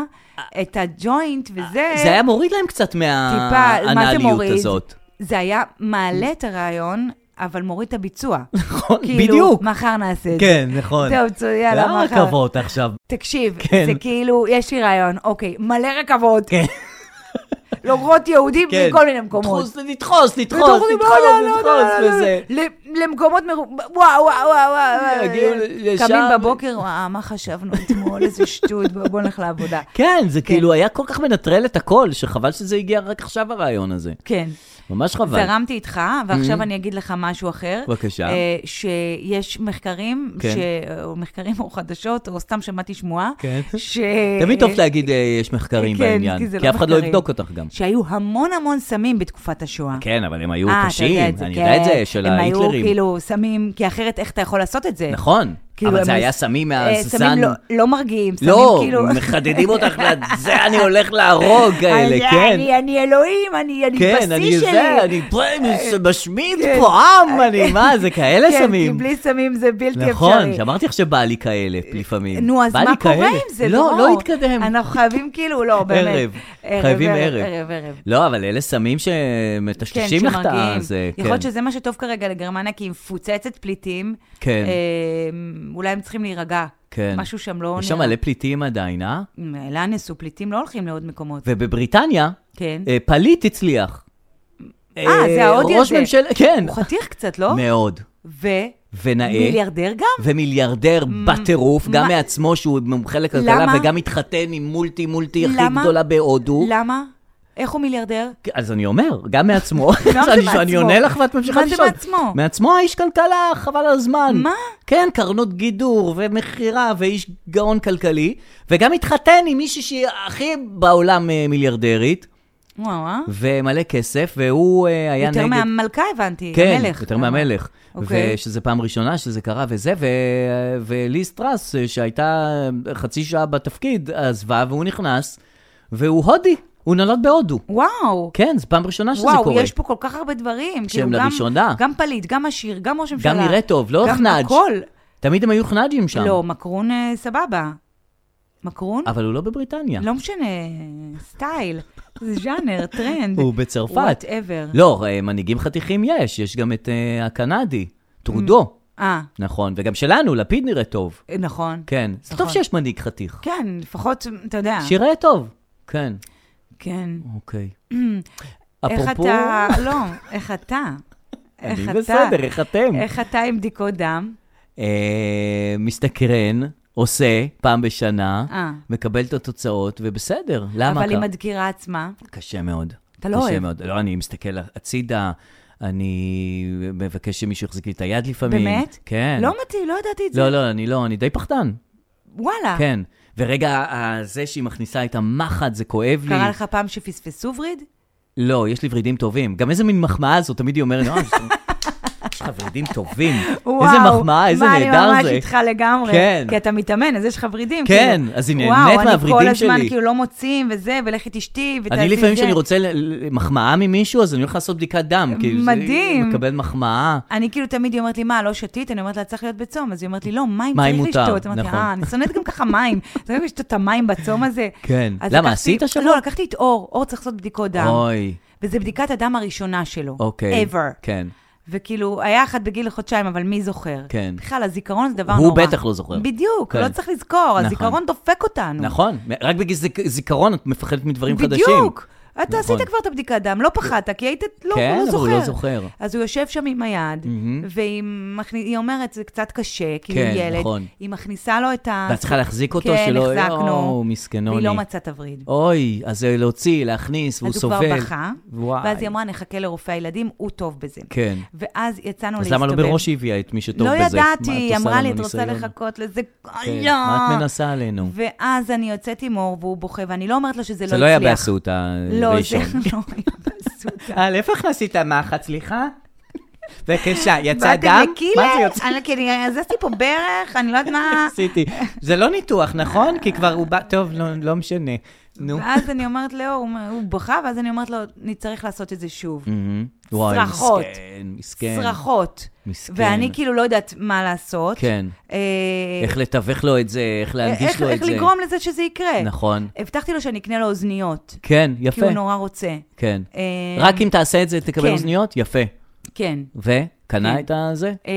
Speaker 2: את הג'וינט וזה,
Speaker 1: אה, זה היה מוריד להם קצת
Speaker 2: טיפה, מה זה
Speaker 1: מהאנליות
Speaker 2: מוריד?
Speaker 1: הזאת.
Speaker 2: זה היה מעלה את הרעיון, אבל מוריד את הביצוע.
Speaker 1: נכון,
Speaker 2: כאילו,
Speaker 1: בדיוק.
Speaker 2: מחר נעשה את זה.
Speaker 1: כן, נכון.
Speaker 2: טוב, צו- יאללה,
Speaker 1: למה
Speaker 2: מחר.
Speaker 1: רכבות עכשיו?
Speaker 2: תקשיב,
Speaker 1: כן.
Speaker 2: זה כאילו, יש לי רעיון, אוקיי, מלא רכבות. לוגרות יהודים
Speaker 1: כן.
Speaker 2: מכל מיני מקומות.
Speaker 1: לדחוס, לדחוס, לדחוס,
Speaker 2: ודוחים,
Speaker 1: לדחוס,
Speaker 2: לא, לא, לא,
Speaker 1: לדחוס
Speaker 2: לא, לא, לא,
Speaker 1: וזה.
Speaker 2: ל- למקומות מרוב... וואו, וואו, וואו, וואו.
Speaker 1: יגיעו לשם.
Speaker 2: קמים בבוקר, וואו, מה חשבנו אתמול, איזה שטות, בוא בוא נלך לעבודה.
Speaker 1: כן, זה כאילו היה כל כך מנטרל את הכל, שחבל שזה הגיע רק עכשיו הרעיון הזה.
Speaker 2: כן.
Speaker 1: ממש חבל.
Speaker 2: זרמתי איתך, ועכשיו אני אגיד לך משהו אחר.
Speaker 1: Mm-hmm. בבקשה.
Speaker 2: אה, שיש מחקרים,
Speaker 1: כן.
Speaker 2: ש- או מחקרים או חדשות, או סתם שמעתי שמועה,
Speaker 1: כן.
Speaker 2: ש...
Speaker 1: תמיד טוב להגיד אה, יש מחקרים
Speaker 2: כן,
Speaker 1: בעניין,
Speaker 2: כי זה לא
Speaker 1: כי אף אחד לא
Speaker 2: מחקרים.
Speaker 1: יבדוק אותך גם.
Speaker 2: שהיו המון המון סמים בתקופת השואה.
Speaker 1: כן, אבל הם היו
Speaker 2: אה, אתה
Speaker 1: קשים,
Speaker 2: יודע את זה,
Speaker 1: אני
Speaker 2: כן.
Speaker 1: יודע את זה, של
Speaker 2: הם היו
Speaker 1: ההיטלרים.
Speaker 2: כאילו סמים, כי אחרת איך אתה יכול לעשות את זה?
Speaker 1: נכון,
Speaker 2: כאילו,
Speaker 1: אבל
Speaker 2: הם
Speaker 1: זה
Speaker 2: מס-
Speaker 1: היה סמים
Speaker 2: אה,
Speaker 1: מהזן.
Speaker 2: סמים לא- לא מרגיעים, סמים
Speaker 1: לא,
Speaker 2: כאילו... אה,
Speaker 1: מחדדים אותך, זה אני הולך להרוג האלה,
Speaker 2: אני-
Speaker 1: כן.
Speaker 2: אני- אני אלוהים, אני אני
Speaker 1: כן, אני
Speaker 2: בשיא
Speaker 1: זה,
Speaker 2: שלי. אה,
Speaker 1: אני משמיד פה עם, אני מה, זה כאלה
Speaker 2: כן, כי
Speaker 1: סמים.
Speaker 2: בלי סמים זה בלתי אפשרי.
Speaker 1: נכון, שאמרתי לך שבא לי כאלה לפעמים.
Speaker 2: נו, אז
Speaker 1: בא לי
Speaker 2: מה קורה
Speaker 1: כאלה.
Speaker 2: עם זה?
Speaker 1: לא,
Speaker 2: דרור?
Speaker 1: לא התקדם.
Speaker 2: אנחנו חייבים כאילו, לא, באמת.
Speaker 1: ערב, חייבים ערב.
Speaker 2: ערב, ערב.
Speaker 1: לא, אבל אלה סמים
Speaker 2: כן,
Speaker 1: שמטשטשים לך את כן.
Speaker 2: שמרגיעים.
Speaker 1: הזה.
Speaker 2: יכול להיות שזה מה שטוב כרגע לגרמניה, כי היא מפוצצת פליטים.
Speaker 1: כן.
Speaker 2: אה, אולי הם צריכים להירגע.
Speaker 1: כן.
Speaker 2: משהו שם לא...
Speaker 1: יש שם
Speaker 2: נראה.
Speaker 1: מלא פליטים עדיין, אה?
Speaker 2: לאנס ופליטים לא הולכים לעוד מקומות.
Speaker 1: ובבריטניה,
Speaker 2: כן.
Speaker 1: אה, פליט הצליח.
Speaker 2: אה, זה ההודי
Speaker 1: ראש
Speaker 2: הזה.
Speaker 1: ממשלה, כן.
Speaker 2: הוא חתיך קצת, לא?
Speaker 1: מאוד.
Speaker 2: ו...
Speaker 1: ונאה.
Speaker 2: מיליארדר גם?
Speaker 1: ומיליארדר בטירוף, גם
Speaker 2: Mm-hmm. מה-
Speaker 1: מעצמו שהוא מומחה לכלכלה,
Speaker 2: למה?
Speaker 1: וגם התחתן עם מולטי מולטי הכי
Speaker 2: למה?
Speaker 1: גדולה בהודו.
Speaker 2: למה? איך הוא מיליארדר?
Speaker 1: אז אני אומר, גם מעצמו.
Speaker 2: גם זה
Speaker 1: אני- אני
Speaker 2: מעצמו.
Speaker 1: עונה לך ואת ממשיכה
Speaker 2: מה זה
Speaker 1: לשאול.
Speaker 2: מעצמו?
Speaker 1: מעצמו האיש כלכלה, חבל על הזמן.
Speaker 2: מה?
Speaker 1: כן, קרנות גידור ומכירה ואיש גאון כלכלי, וגם התחתן עם מישהי שהיא הכי בעולם אה, מיליארדרית,
Speaker 2: וואו, אה?
Speaker 1: ומלא כסף, והוא אה, היה
Speaker 2: יותר
Speaker 1: נגד...
Speaker 2: מהמלכה הבנתי,
Speaker 1: כן,
Speaker 2: המלך.
Speaker 1: יותר מהמלך.
Speaker 2: אוקיי.
Speaker 1: ושזה פעם ראשונה שזה קרה וזה, ו... ולי סטרס, אה, שהייתה חצי שעה בתפקיד, עזבה, והוא נכנס, והוא הודי, הוא נולד בהודו.
Speaker 2: וואו.
Speaker 1: כן, זו פעם ראשונה שזה
Speaker 2: וואו,
Speaker 1: קורה.
Speaker 2: יש פה כל כך הרבה דברים.
Speaker 1: שהם
Speaker 2: כאילו, גם-
Speaker 1: לראשונה.
Speaker 2: גם פליט, גם עשיר, גם ראש ממשלה.
Speaker 1: גם נראה טוב, לא
Speaker 2: גם
Speaker 1: חנאג'.
Speaker 2: הכל.
Speaker 1: תמיד הם היו חנאג'ים שם.
Speaker 2: לא, מקרון אה, סבבה. מקרון?
Speaker 1: אבל הוא לא בבריטניה.
Speaker 2: לא משנה, סטייל, זה ז'אנר, טרנד.
Speaker 1: הוא בצרפת.
Speaker 2: וואטאבר.
Speaker 1: לא, אה, מנהיגים חתיכים יש, יש גם את אה, הקנדי, טרודו,
Speaker 2: אה,
Speaker 1: נכון, וגם שלנו, לפיד נראה טוב.
Speaker 2: נכון.
Speaker 1: כן, זה טוב
Speaker 2: נכון.
Speaker 1: שיש מנהיג חתיך.
Speaker 2: כן, לפחות, אתה יודע.
Speaker 1: שיראה טוב. כן,
Speaker 2: כן.
Speaker 1: אוקיי.
Speaker 2: איך
Speaker 1: אפרופו,
Speaker 2: אתה... לא, איך אתה? איך
Speaker 1: אני
Speaker 2: אתה?
Speaker 1: בסדר, איך אתם?
Speaker 2: איך אתה עם בדיקות דם?
Speaker 1: אה, מסתקרן, עושה פעם בשנה,
Speaker 2: אה.
Speaker 1: מקבל את התוצאות, ובסדר. למה?
Speaker 2: אבל
Speaker 1: כ-
Speaker 2: עם הדקירה עצמה,
Speaker 1: קשה מאוד.
Speaker 2: אתה לא
Speaker 1: קשה
Speaker 2: אוהב.
Speaker 1: מאוד. לא, אני מסתכל הצידה, אני מבקש שמישהו יחזיק לי את היד לפעמים.
Speaker 2: באמת?
Speaker 1: כן.
Speaker 2: לא מתאים, לא ידעתי את זה.
Speaker 1: לא, לא, אני לא, אני די פחדן.
Speaker 2: וואלה.
Speaker 1: כן. ורגע, ה- זה שהיא מכניסה את המחט, זה כואב לי.
Speaker 2: קרה לך פעם שפספסו וריד?
Speaker 1: לא, יש לי ורידים טובים. גם איזה מין מחמאה זו, תמיד היא אומרת, "אה, זה- יש לך ורידים טובים. איזה מחמאה, איזה
Speaker 2: מה,
Speaker 1: נהדר
Speaker 2: אני ממש
Speaker 1: זה.
Speaker 2: איתך לגמרי.
Speaker 1: כן.
Speaker 2: כי אתה מתאמן, אז יש לך ורידים.
Speaker 1: כן,
Speaker 2: כאילו.
Speaker 1: אז היא
Speaker 2: וואו,
Speaker 1: נהנית מהוורידים
Speaker 2: אני כל
Speaker 1: שלי.
Speaker 2: הזמן כאילו לא מוצאים וזה, ולכי תשתי, ותעשי
Speaker 1: אני לפעמים
Speaker 2: זה.
Speaker 1: כשאני רוצה ל- ל- מחמאה ממישהו, אז אני הולך לעשות בדיקת דם. כאילו, זה-
Speaker 2: מדהים.
Speaker 1: מקבל מחמאה.
Speaker 2: אני כאילו תמיד, היא אומרת לי, מה, לא שתית? אני אומרת לה, צריך להיות בצום. אז היא אומרת לי, לא, מים
Speaker 1: מים
Speaker 2: צריך
Speaker 1: מותר,
Speaker 2: לשתות. אמרתי,
Speaker 1: נכון.
Speaker 2: אה, אני שונאת גם ככה מים. צריך לשתות את המים בצום הזה.
Speaker 1: כן.
Speaker 2: אז
Speaker 1: למה,
Speaker 2: לקחתי-
Speaker 1: עשית השבוע?
Speaker 2: לא, לקחתי את אור. אור צריך לעשות בדיקות דם.
Speaker 1: אוי,
Speaker 2: וזה בדיקת הדם הראשונה שלו.
Speaker 1: אוקיי.
Speaker 2: ever.
Speaker 1: כן.
Speaker 2: וכאילו, היה אחת בגיל חודשיים, אבל מי זוכר?
Speaker 1: כן.
Speaker 2: בכלל, הזיכרון זה דבר
Speaker 1: הוא
Speaker 2: נורא.
Speaker 1: בטח לא זוכר.
Speaker 2: בדיוק,
Speaker 1: כן.
Speaker 2: לא צריך לזכור,
Speaker 1: נכון.
Speaker 2: הזיכרון דופק אותנו.
Speaker 1: נכון, רק בגלל זיכ- זיכרון את מפחדת מדברים חדשים.
Speaker 2: בדיוק. אתה
Speaker 1: נכון.
Speaker 2: עשית כבר את הבדיקת דם, לא פחדת, כי היית, לא,
Speaker 1: כן,
Speaker 2: הוא
Speaker 1: אבל
Speaker 2: לא זוכר.
Speaker 1: הוא לא זוכר.
Speaker 2: אז הוא יושב שם עם היד, והיא מכניס- היא אומרת, זה קצת קשה, כי
Speaker 1: כן,
Speaker 2: הוא ילד.
Speaker 1: נכון.
Speaker 2: היא מכניסה לו את ה...
Speaker 1: ואת צריכה להחזיק אותו
Speaker 2: אה, כן,
Speaker 1: שלא...
Speaker 2: החזקנו.
Speaker 1: או, מסכנוני.
Speaker 2: והיא לא מצאה תווריד.
Speaker 1: אוי, אז זה להוציא, להכניס, והוא
Speaker 2: אז
Speaker 1: סובל.
Speaker 2: הוא כבר בכה,
Speaker 1: וואי.
Speaker 2: ואז היא אמרה, נחכה לרופא הילדים, הוא טוב בזה.
Speaker 1: כן.
Speaker 2: ואז יצאנו
Speaker 1: אז
Speaker 2: להסתובב.
Speaker 1: למה לא בראש היא הביאה את מי שטוב
Speaker 2: לא
Speaker 1: בזה?
Speaker 2: ידעתי,
Speaker 1: מה, את עושה
Speaker 2: היא אמרה לי, את
Speaker 1: לנו
Speaker 2: רוצה
Speaker 1: ניסיון?"
Speaker 2: לחכות לזה?
Speaker 1: כן,
Speaker 2: לא.
Speaker 1: מה את מנסה עלינו?
Speaker 2: ואז אני יוצאת עם אור והוא בוכה, ואני לא אומרת לו שזה לא
Speaker 1: זה
Speaker 2: הצליח.
Speaker 1: לא היה באסותא הראשון.
Speaker 2: לא, זה לא היה בעשות.
Speaker 1: אה, לאיפה הכנסתי את המחט, סליחה? בבקשה,
Speaker 2: באתם לקילר? אני כי אני הזזתי פה ברך, אני לא יודעת מה...
Speaker 1: עשיתי. זה לא ניתוח, נכון? כי כבר הוא בא... טוב, לא- לא משנה. נו.
Speaker 2: ואז אני אומרת לאור, הוא אומר- הוא בכה, ואז אני אומרת לו, נצטרך לעשות את זה שוב.
Speaker 1: מהמם.
Speaker 2: Mm-hmm.
Speaker 1: וואי,
Speaker 2: צרחות.
Speaker 1: מסכן, מסכן.
Speaker 2: צרחות.
Speaker 1: מסכן.
Speaker 2: ואני כאילו לא יודעת מה לעשות.
Speaker 1: כן.
Speaker 2: אה,
Speaker 1: איך לתווך לו את זה, איך להנגיש
Speaker 2: איך-
Speaker 1: לו את
Speaker 2: איך
Speaker 1: זה.
Speaker 2: לגרום לזה שזה יקרה.
Speaker 1: נכון.
Speaker 2: הבטחתי לו שאני אקנה לו אוזניות,
Speaker 1: כן,
Speaker 2: כי
Speaker 1: יפה.
Speaker 2: הוא נורא רוצה.
Speaker 1: כן.
Speaker 2: אה,
Speaker 1: רק אם תעשה את זה, תקבל
Speaker 2: כן.
Speaker 1: אוזניות? יפה.
Speaker 2: כן.
Speaker 1: וקנה
Speaker 2: כן.
Speaker 1: את הזה?
Speaker 2: אמ,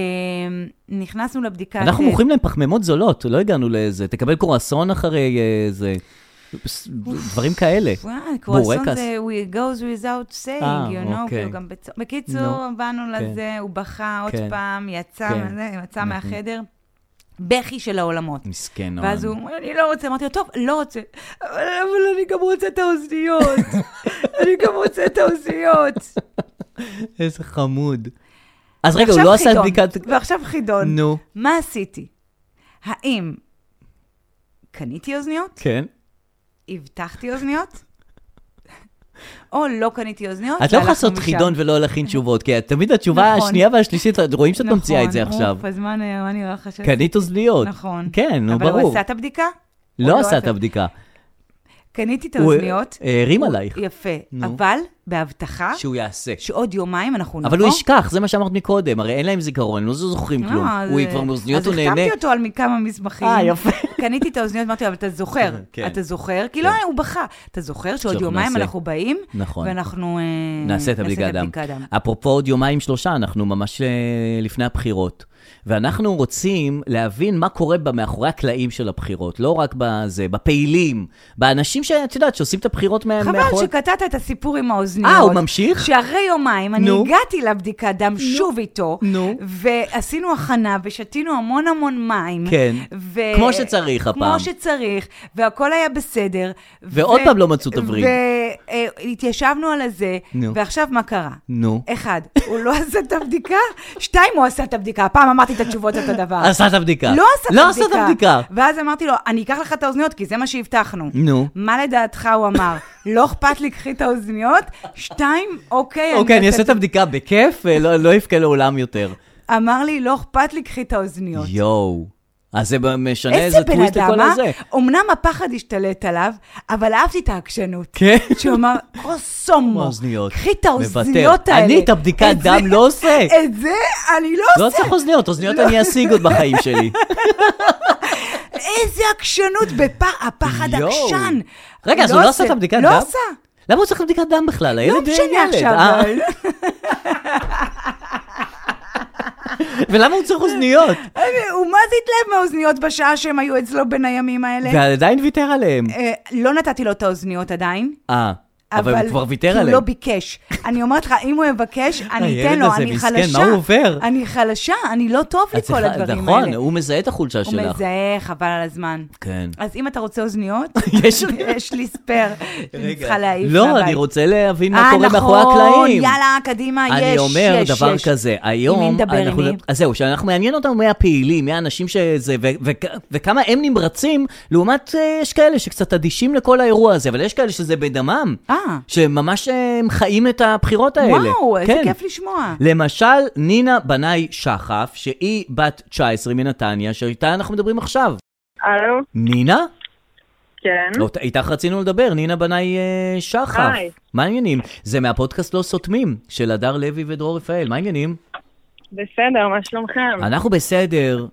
Speaker 2: נכנסנו לבדיקה.
Speaker 1: אנחנו מוכרים להם פחמימות זולות, לא הגענו לזה. תקבל קורסון אחרי אה, זה. פס- דברים כאלה.
Speaker 2: וואי, קרואסון
Speaker 1: בורקס.
Speaker 2: זה we goes without saying,
Speaker 1: אה,
Speaker 2: you know,
Speaker 1: אוקיי.
Speaker 2: כאילו גם בצ... בקיצור, באנו
Speaker 1: כן.
Speaker 2: לזה, הוא בכה עוד
Speaker 1: כן.
Speaker 2: פעם, יצא
Speaker 1: כן.
Speaker 2: מזה, יצא מהחדר. בכי של העולמות.
Speaker 1: מסכן, נורא.
Speaker 2: ואז הוא אומר, אני לא רוצה. אמרתי לו, טוב, לא רוצה. אבל, אבל אני גם רוצה את האוזניות. אני גם רוצה את האוזניות.
Speaker 1: איזה חמוד. אז רגע, הוא
Speaker 2: ועכשיו
Speaker 1: לא עשה את
Speaker 2: חידון,
Speaker 1: בדיקת...
Speaker 2: ועכשיו חידון.
Speaker 1: נו.
Speaker 2: מה עשיתי? האם קניתי אוזניות?
Speaker 1: כן.
Speaker 2: הבטחתי אוזניות? או לא קניתי אוזניות?
Speaker 1: את לא יכולה
Speaker 2: והלכנו
Speaker 1: לעשות
Speaker 2: משם.
Speaker 1: חילון ולא להכין תשובות, כי את- תמיד התשובה
Speaker 2: נכון.
Speaker 1: השנייה והשלישית, את- רואים שאת ממציאה את זה
Speaker 2: נכון,
Speaker 1: עכשיו.
Speaker 2: אוף, הזמן היה מה נראה לך ש...
Speaker 1: קנית אוזניות.
Speaker 2: נכון.
Speaker 1: כן, נו,
Speaker 2: אבל הוא
Speaker 1: ברור.
Speaker 2: עשה את הבדיקה? הוא
Speaker 1: לא עשה את הבדיקה.
Speaker 2: קניתי את
Speaker 1: הוא
Speaker 2: האוזניות.
Speaker 1: הערים
Speaker 2: הוא-
Speaker 1: עלייך.
Speaker 2: יפה.
Speaker 1: נו.
Speaker 2: אבל בהבטחה
Speaker 1: שהוא יעשה.
Speaker 2: שעוד יומיים אנחנו נבוא.
Speaker 1: אבל הוא ישכח, זה מה שאמרת מקודם, הרי אין להם זיכרון, לא זוכרים
Speaker 2: נכון. אה,
Speaker 1: כלום.
Speaker 2: אז-
Speaker 1: הוא כבר מאוזניות, הוא
Speaker 2: אז
Speaker 1: נהנה.
Speaker 2: החתמתי אותו על מכמה מסמכים.
Speaker 1: אה, יפה.
Speaker 2: קניתי את האוזניות, אמרתי לו, אבל אתה זוכר.
Speaker 1: כן.
Speaker 2: אתה זוכר? כי לא, הוא בכה. אתה זוכר שעוד
Speaker 1: שאנחנו
Speaker 2: יומיים
Speaker 1: נעשה.
Speaker 2: אנחנו באים?
Speaker 1: נכון.
Speaker 2: ואנחנו... אה,
Speaker 1: נעשה את הבדיקת דם. אפרופו עוד יומיים שלושה, אנחנו ממש אה, לפני הבחירות. ואנחנו רוצים להבין מה קורה ב- מאחורי הקלעים של הבחירות, לא רק בזה, בפעילים, באנשים שאת יודעת, שעושים את הבחירות מה-
Speaker 2: חבל
Speaker 1: מאחורי...
Speaker 2: שקטעת את הסיפור עם אוזניות.
Speaker 1: אה, הוא ממשיך?
Speaker 2: שאחרי יומיים אני
Speaker 1: נו.
Speaker 2: הגעתי לבדיקת דם שוב איתו,
Speaker 1: נו.
Speaker 2: ועשינו הכנה ושתינו המון המון מים.
Speaker 1: כן.
Speaker 2: ו...
Speaker 1: כמו שצריך הפעם.
Speaker 2: כמו שצריך, והכל היה בסדר.
Speaker 1: ועוד פעם לא מצאו תברית.
Speaker 2: והתיישבנו על הזה,
Speaker 1: נו.
Speaker 2: ועכשיו מה קרה?
Speaker 1: נו.
Speaker 2: אחד, הוא לא עשה את הבדיקה, שתיים, הוא עשה את הבדיקה. הפעם אמרתי את התשובות אותו דבר.
Speaker 1: אה, עשה את הבדיקה.
Speaker 2: לא עשה את
Speaker 1: לא
Speaker 2: הבדיקה.
Speaker 1: עשה את הבדיקה.
Speaker 2: ואז אמרתי לו, אני אקח לך את האוזניות, כי זה מה שהבטחנו.
Speaker 1: נו.
Speaker 2: מה לדעתך הוא אמר? לא אכפת לי, קחי את האוזניות. שתיים, אוקיי,
Speaker 1: אוקיי, אני אעשה את
Speaker 2: אעשה
Speaker 1: הבדיקה בכיף, ולא לא יבכה לעולם יותר.
Speaker 2: את... אמר לי, לא אכפת לי, קחי את האוזניות.
Speaker 1: יואו. אז זה משנה
Speaker 2: איזה
Speaker 1: איזה
Speaker 2: בן
Speaker 1: טוויסט
Speaker 2: אדם,
Speaker 1: לכל
Speaker 2: אה?
Speaker 1: הזה.
Speaker 2: אמנם הפחד השתלט עליו, אבל אהבתי את העקשנות.
Speaker 1: כן.
Speaker 2: שהוא אמר, קרוסומו,
Speaker 1: האוזניות.
Speaker 2: קחי את האוזניות
Speaker 1: מוותר.
Speaker 2: האלה.
Speaker 1: אני את הבדיקת
Speaker 2: זה-
Speaker 1: דם לא עושה.
Speaker 2: את זה אני לא
Speaker 1: לא
Speaker 2: עושה.
Speaker 1: צריך אוזניות, אוזניות אני אשיג עוד בחיים שלי.
Speaker 2: איזה עקשנות, בפ- הפחד
Speaker 1: יואו.
Speaker 2: עקשן.
Speaker 1: רגע, אז הוא לא עשה את הבדיקת דם?
Speaker 2: לא עשה.
Speaker 1: למה הוא צריך בדיקת דם בכלל? הילד
Speaker 2: לא
Speaker 1: הוא
Speaker 2: משנה
Speaker 1: ילד,
Speaker 2: עכשיו,
Speaker 1: אה?
Speaker 2: אבל.
Speaker 1: ולמה הוא צריך אוזניות?
Speaker 2: אה, הוא מה זה התלהב מהאוזניות בשעה שהם היו אצלו בין הימים האלה?
Speaker 1: ועדיין ויתר עליהם.
Speaker 2: אה, לא נתתי לו את האוזניות עדיין.
Speaker 1: אה, אבל הוא כבר ויתר
Speaker 2: כי
Speaker 1: עליהם.
Speaker 2: הוא לא ביקש. אני אומרת לך, אם הוא יבקש, אני
Speaker 1: הילד
Speaker 2: אתן לו,
Speaker 1: הזה
Speaker 2: אני
Speaker 1: מסכן,
Speaker 2: חלשה.
Speaker 1: מה הוא עובר?
Speaker 2: אני חלשה, אני לא טוב לי
Speaker 1: את
Speaker 2: כל
Speaker 1: צריכה-
Speaker 2: הדברים
Speaker 1: נכון,
Speaker 2: האלה.
Speaker 1: הוא מזהה את החולשה
Speaker 2: הוא
Speaker 1: שלך.
Speaker 2: מזהה, חבל על הזמן.
Speaker 1: כן.
Speaker 2: אז אם אתה רוצה אוזניות,
Speaker 1: יש לי.
Speaker 2: יש לי ספייר. אני צריכה להעיף מהבית.
Speaker 1: לא, אני רוצה להבין מה
Speaker 2: אה,
Speaker 1: קורה
Speaker 2: נכון,
Speaker 1: מאחורי הקלעים.
Speaker 2: יאללה, קדימה, אה, יש, יש,
Speaker 1: אני אומר
Speaker 2: יש.
Speaker 1: דבר כזה, היום...
Speaker 2: עם מי נדבר,
Speaker 1: אנחנו-
Speaker 2: עם מי?
Speaker 1: אז זהו, שאנחנו מעניין אותנו מי הפעילים, מי האנשים שזה, ו- ו- וכמה הם נמרצים, לעומת אה, יש כאלה שקצת אדישים לכל האירוע הזה, אבל יש כאלה שזה בדמם,
Speaker 2: אה.
Speaker 1: שממש אה, הם חיים את הבחירות האלה.
Speaker 2: וואו, איזה
Speaker 1: כן.
Speaker 2: כיף לשמוע.
Speaker 1: למשל, נינה בנאי שחף, שהיא בת 19 מנתניה, שאיתה אנחנו מדברים עכשיו.
Speaker 4: הלו,
Speaker 1: נינה?
Speaker 4: כן.
Speaker 1: לא, איתך רצינו לדבר, נינה בנאי אה, שחף.
Speaker 4: היי.
Speaker 1: מה העניינים? זה מהפודקאסט לא סותמים, של הדר לוי ודרור רפאל, מה העניינים?
Speaker 4: בסדר, מה שלומכם?
Speaker 1: אנחנו בסדר.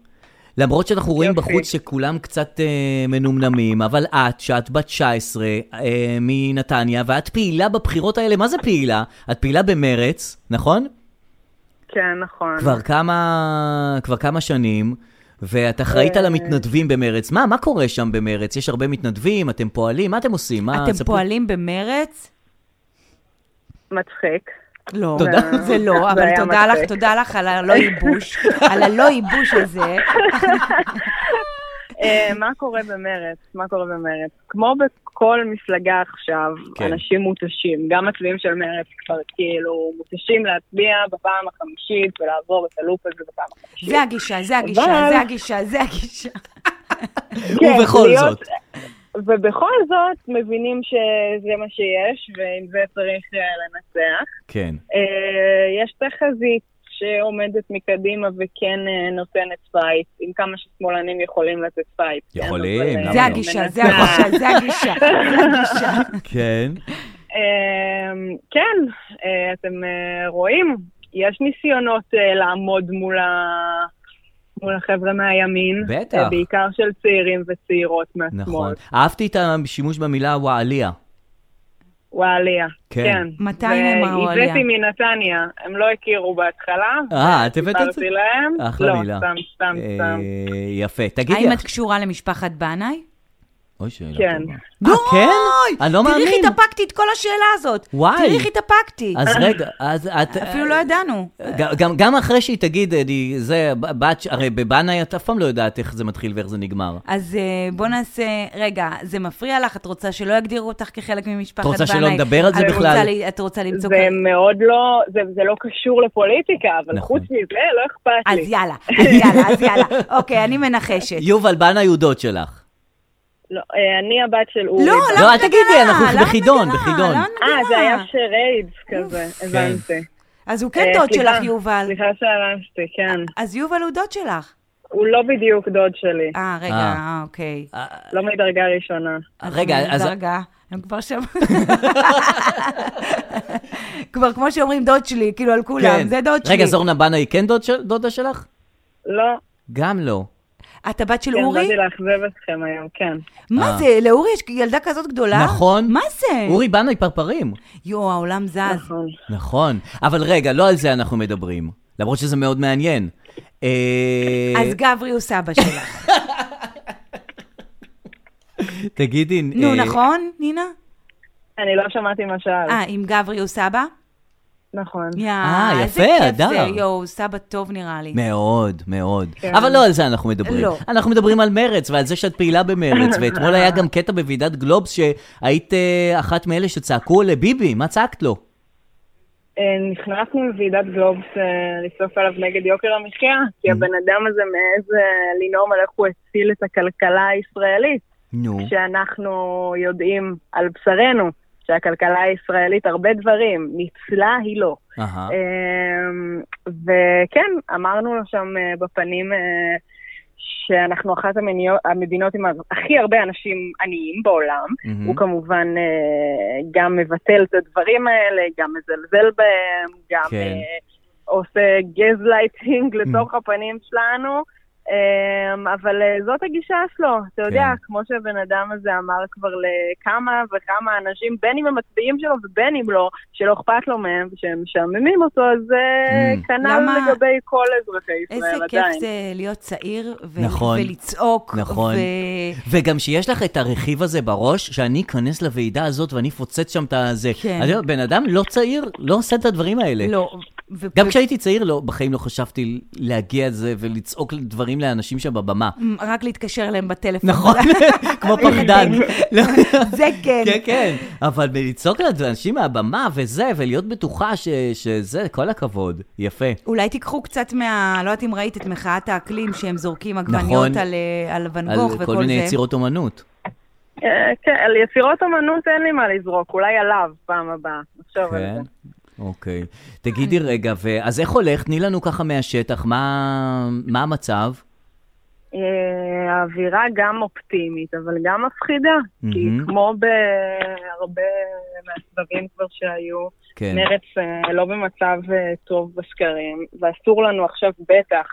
Speaker 1: למרות שאנחנו רואים
Speaker 4: יופי.
Speaker 1: בחוץ שכולם קצת אה, מנומנמים, אבל את, שאת בת 19 אה, מנתניה, ואת פעילה בבחירות האלה, מה זה פעילה? את פעילה במרץ, נכון?
Speaker 4: כן, נכון.
Speaker 1: כבר כמה, כבר כמה שנים, ואת אחראית
Speaker 4: אה.
Speaker 1: על המתנדבים במרץ. מה, מה קורה שם במרץ? יש הרבה מתנדבים, אתם פועלים, מה אתם עושים? מה,
Speaker 2: אתם
Speaker 1: ספרו-
Speaker 2: פועלים במרץ?
Speaker 4: מצחיק.
Speaker 2: לא,
Speaker 1: תודה.
Speaker 2: זה לא,
Speaker 4: זה
Speaker 2: אבל
Speaker 4: היה
Speaker 2: תודה לך,
Speaker 4: מצחיק.
Speaker 2: תודה לך על הלא ייבוש, על הלא ייבוש הזה.
Speaker 4: אה, מה קורה במרץ? מה קורה במרץ? כמו בכל מפלגה עכשיו,
Speaker 1: כן.
Speaker 4: אנשים מותשים. גם מצביעים של מרץ כבר כאילו מותשים להצביע בפעם החמישית ולעבור את הלופ הזה בפעם החמישית.
Speaker 2: זה הגישה, זה הגישה,
Speaker 4: אבל-
Speaker 2: זה הגישה, זה הגישה.
Speaker 4: כן,
Speaker 1: אה, ובכל
Speaker 4: להיות-
Speaker 1: זאת.
Speaker 4: ובכל זאת מבינים שזה מה שיש, ועם זה צריך אה, לנצח.
Speaker 1: כן.
Speaker 4: אה, יש תחזית שעומדת מקדימה וכן אה, נותנת פייט, עם כמה ששמאלנים יכולים לתת פייט. כן,
Speaker 1: יכולים,
Speaker 4: אבל, אה,
Speaker 1: למה
Speaker 2: זה
Speaker 1: לא?
Speaker 2: הגישה, זה
Speaker 4: מנסה.
Speaker 2: הגישה, זה הגישה, זה הגישה.
Speaker 1: כן.
Speaker 4: אה, כן, אה, אתם אה, רואים, יש ניסיונות אה, לעמוד מול ה... מול החבר'ה מהימין.
Speaker 1: בטח.
Speaker 4: אה, בעיקר של צעירים וצעירות מהשמאל.
Speaker 1: נכון. אהבתי את השימוש במילה וואליה.
Speaker 4: וואליה.
Speaker 1: כן.
Speaker 4: כן.
Speaker 2: מתי הם אמרו
Speaker 4: ואיווטי
Speaker 2: עליה?
Speaker 4: מנתניה, הם לא הכירו בהתחלה.
Speaker 1: אה, את הבאת את זה?
Speaker 4: סיפרתי להם.
Speaker 1: אחלה
Speaker 4: לא,
Speaker 1: מילה.
Speaker 4: סתם, סתם, סתם.
Speaker 1: אה, יפה. תגידי
Speaker 2: האם
Speaker 1: לי
Speaker 2: את קשורה למשפחת בנאי?
Speaker 1: אוי, שאלה
Speaker 4: כן.
Speaker 1: טובה. אה, כן?
Speaker 2: אוי,
Speaker 1: אני לא מאמין.
Speaker 2: תראי איך התאפקתי את כל השאלה הזאת.
Speaker 1: וואי.
Speaker 2: תראי איך התאפקתי.
Speaker 1: אז רגע, אז את...
Speaker 2: אפילו לא ידענו.
Speaker 1: גם- גם- גם אחרי שהיא תגיד, אני, זה, בת, ש- הרי בבנאי את אף פעם לא יודעת איך זה מתחיל ואיך זה נגמר.
Speaker 2: אז אה, בוא נעשה, רגע, זה מפריע לך? את רוצה שלא יגדירו אותך כחלק ממשפחת
Speaker 1: את
Speaker 2: בנאי?
Speaker 1: רוצה שלא נדבר על זה
Speaker 2: את רוצה
Speaker 1: בכלל?
Speaker 2: לי- את רוצה למצוא...
Speaker 4: זה
Speaker 2: כאן-
Speaker 4: מאוד לא, זה, זה לא קשור לפוליטיקה, אבל
Speaker 1: נכון.
Speaker 4: חוץ מזה לא אכפת
Speaker 2: אז
Speaker 4: לי.
Speaker 2: יאללה, אז יאללה, אז יאללה. אוקיי, אני מנחשת.
Speaker 1: יובל, בנאי הוא דוד שלך.
Speaker 4: לא, אה, אני הבת של אורי.
Speaker 2: לא, למה
Speaker 1: לא,
Speaker 2: את
Speaker 1: אל תגידי,
Speaker 2: מגלה?
Speaker 1: אנחנו
Speaker 2: למה לא, את
Speaker 1: בחידון,
Speaker 2: מגלה?
Speaker 1: בחידון.
Speaker 2: למה את
Speaker 4: אה,
Speaker 2: מגלה?
Speaker 4: זה היה שרייד כזה, הבנתי.
Speaker 2: אז הוא כן
Speaker 4: אה,
Speaker 2: דוד
Speaker 4: סליחה,
Speaker 2: שלך, יובל.
Speaker 4: סליחה שהרסתי, כן.
Speaker 2: אז יובל הוא דוד שלך.
Speaker 4: הוא לא בדיוק דוד שלי,
Speaker 2: אה, רגע,
Speaker 1: אה.
Speaker 2: אה, אוקיי.
Speaker 4: לא מדרגה ראשונה.
Speaker 1: רגע, אז...
Speaker 2: דרגה, הם כבר שם. כבר כמו שאומרים דוד שלי, כאילו על כולם,
Speaker 1: כן.
Speaker 2: זה דוד שלי.
Speaker 1: רגע, זורנה בנאי כן דוד של- דודה שלך?
Speaker 4: לא,
Speaker 1: גם לא.
Speaker 2: את הבת של
Speaker 4: כן,
Speaker 2: אורי?
Speaker 4: באתי לאכזב אתכם היום, כן.
Speaker 2: מה
Speaker 1: אה.
Speaker 2: זה, לאורי יש ילדה כזאת גדולה?
Speaker 1: נכון.
Speaker 2: מה זה?
Speaker 1: אורי בנאי פרפרים.
Speaker 2: יואו, העולם זז.
Speaker 4: נכון.
Speaker 1: נכון. אבל רגע, לא על זה אנחנו מדברים. למרות שזה מאוד מעניין. אה,
Speaker 2: אז גברי הוא סבא שלך.
Speaker 1: תגידי...
Speaker 2: נו,
Speaker 1: אה,
Speaker 2: נכון, נינה?
Speaker 4: אני לא שמעתי מה שאלת.
Speaker 2: אה, עם גבריו סבא?
Speaker 4: נכון.
Speaker 2: יא,
Speaker 1: אה,
Speaker 2: איזה
Speaker 1: יפה,
Speaker 2: כיף זה,
Speaker 1: אדר.
Speaker 2: יואו, סבא טוב נראה לי.
Speaker 1: מאוד, מאוד.
Speaker 4: כן.
Speaker 1: אבל לא על זה אנחנו מדברים.
Speaker 2: לא.
Speaker 1: אנחנו מדברים על מרץ ועל זה שאת פעילה במרץ, ואתמול היה גם קטע בוועידת גלובס שהיית אה, אחת מאלה שצעקו לביבי, מה צעקת לו?
Speaker 4: אה, נכנסנו לוועידת גלובס אה, לסוף עליו נגד יוקר המחיה,
Speaker 2: Mm-hmm.
Speaker 4: כי הבן אדם הזה מעז אה, לנאום על איך הוא הציל את הכלכלה הישראלית,
Speaker 1: נו.
Speaker 4: שאנחנו יודעים על בשרנו שהכלכלה הישראלית, הרבה דברים, ניצלה היא לא.
Speaker 1: אהה.
Speaker 2: אה,
Speaker 4: אמ, וכן, אמרנו לו שם אה, בפנים אה, שאנחנו אחת המניו- המדינות עם הכי הרבה אנשים עניים בעולם.
Speaker 1: מהמם.
Speaker 4: הוא כמובן אה, גם מבטל את הדברים האלה, גם מזלזל בהם, גם
Speaker 1: כן. Mm-hmm.
Speaker 4: אה, עושה גזלייטינג לתוך הפנים שלנו. אמ, אבל אה, זאת הגישה שלו, אתה יודע,
Speaker 1: כן.
Speaker 4: כמו שהבן אדם הזה אמר כבר לכמה וכמה אנשים, בין אם הם מצביעים שלו ובין אם לא, שלא אכפת לו מהם ושהם משעממים אותו, אז אה,
Speaker 1: Mm.
Speaker 4: כנ"ל
Speaker 2: למה-
Speaker 4: לגבי כל אזרחי
Speaker 2: איזה
Speaker 4: ישראל
Speaker 2: כיף
Speaker 4: עדיין.
Speaker 2: זה להיות צעיר, ו-
Speaker 1: נכון.
Speaker 2: ולצעוק,
Speaker 1: נכון.
Speaker 2: ו-
Speaker 1: וגם שיש לך את הרכיב הזה בראש, שאני אכנס לוועידה הזאת ואני אפוצץ שם את הזה.
Speaker 2: כן.
Speaker 1: אני אומר, בן אדם לא צעיר, לא עושה את הדברים האלה.
Speaker 2: לא. ו-
Speaker 1: גם
Speaker 2: ו-
Speaker 1: כשהייתי צעיר, לא, בחיים לא חשבתי להגיע לזה ולצעוק דברים לאנשים שם בבמה.
Speaker 2: רק להתקשר אליהם בטלפון.
Speaker 1: נכון, כמו פחדן.
Speaker 2: כן.
Speaker 1: לא.
Speaker 2: זה כן.
Speaker 1: כן, כן, אבל בלצעוק על אנשים מהבמה וזה, ולהיות בטוחה ש, שזה, כל הכבוד, יפה.
Speaker 2: אולי תיקחו קצת מה... לא יודעת אם ראית את מחאת האקלים שהם זורקים עגבניות
Speaker 1: נכון.
Speaker 2: על, אה, על ון
Speaker 1: על
Speaker 2: גוך וכל זה.
Speaker 1: כל מיני יצירות אומנות.
Speaker 4: אה, כן, על יצירות אמנות אין לי מה לזרוק, אולי עליו פעם הבאה, נחשוב על
Speaker 1: כן,
Speaker 4: זה.
Speaker 1: אוקיי. תגידי רגע, ו- אז איך הולך? תני לנו ככה מהשטח, מה, מה המצב?
Speaker 4: אה, האווירה גם אופטימית, אבל גם מפחידה. כי
Speaker 1: מהמם.
Speaker 4: כמו בהרבה מהסבבים כבר שהיו,
Speaker 1: כן,
Speaker 4: מרץ אה, לא במצב אה, טוב בסקרים, ואסור לנו עכשיו בטח,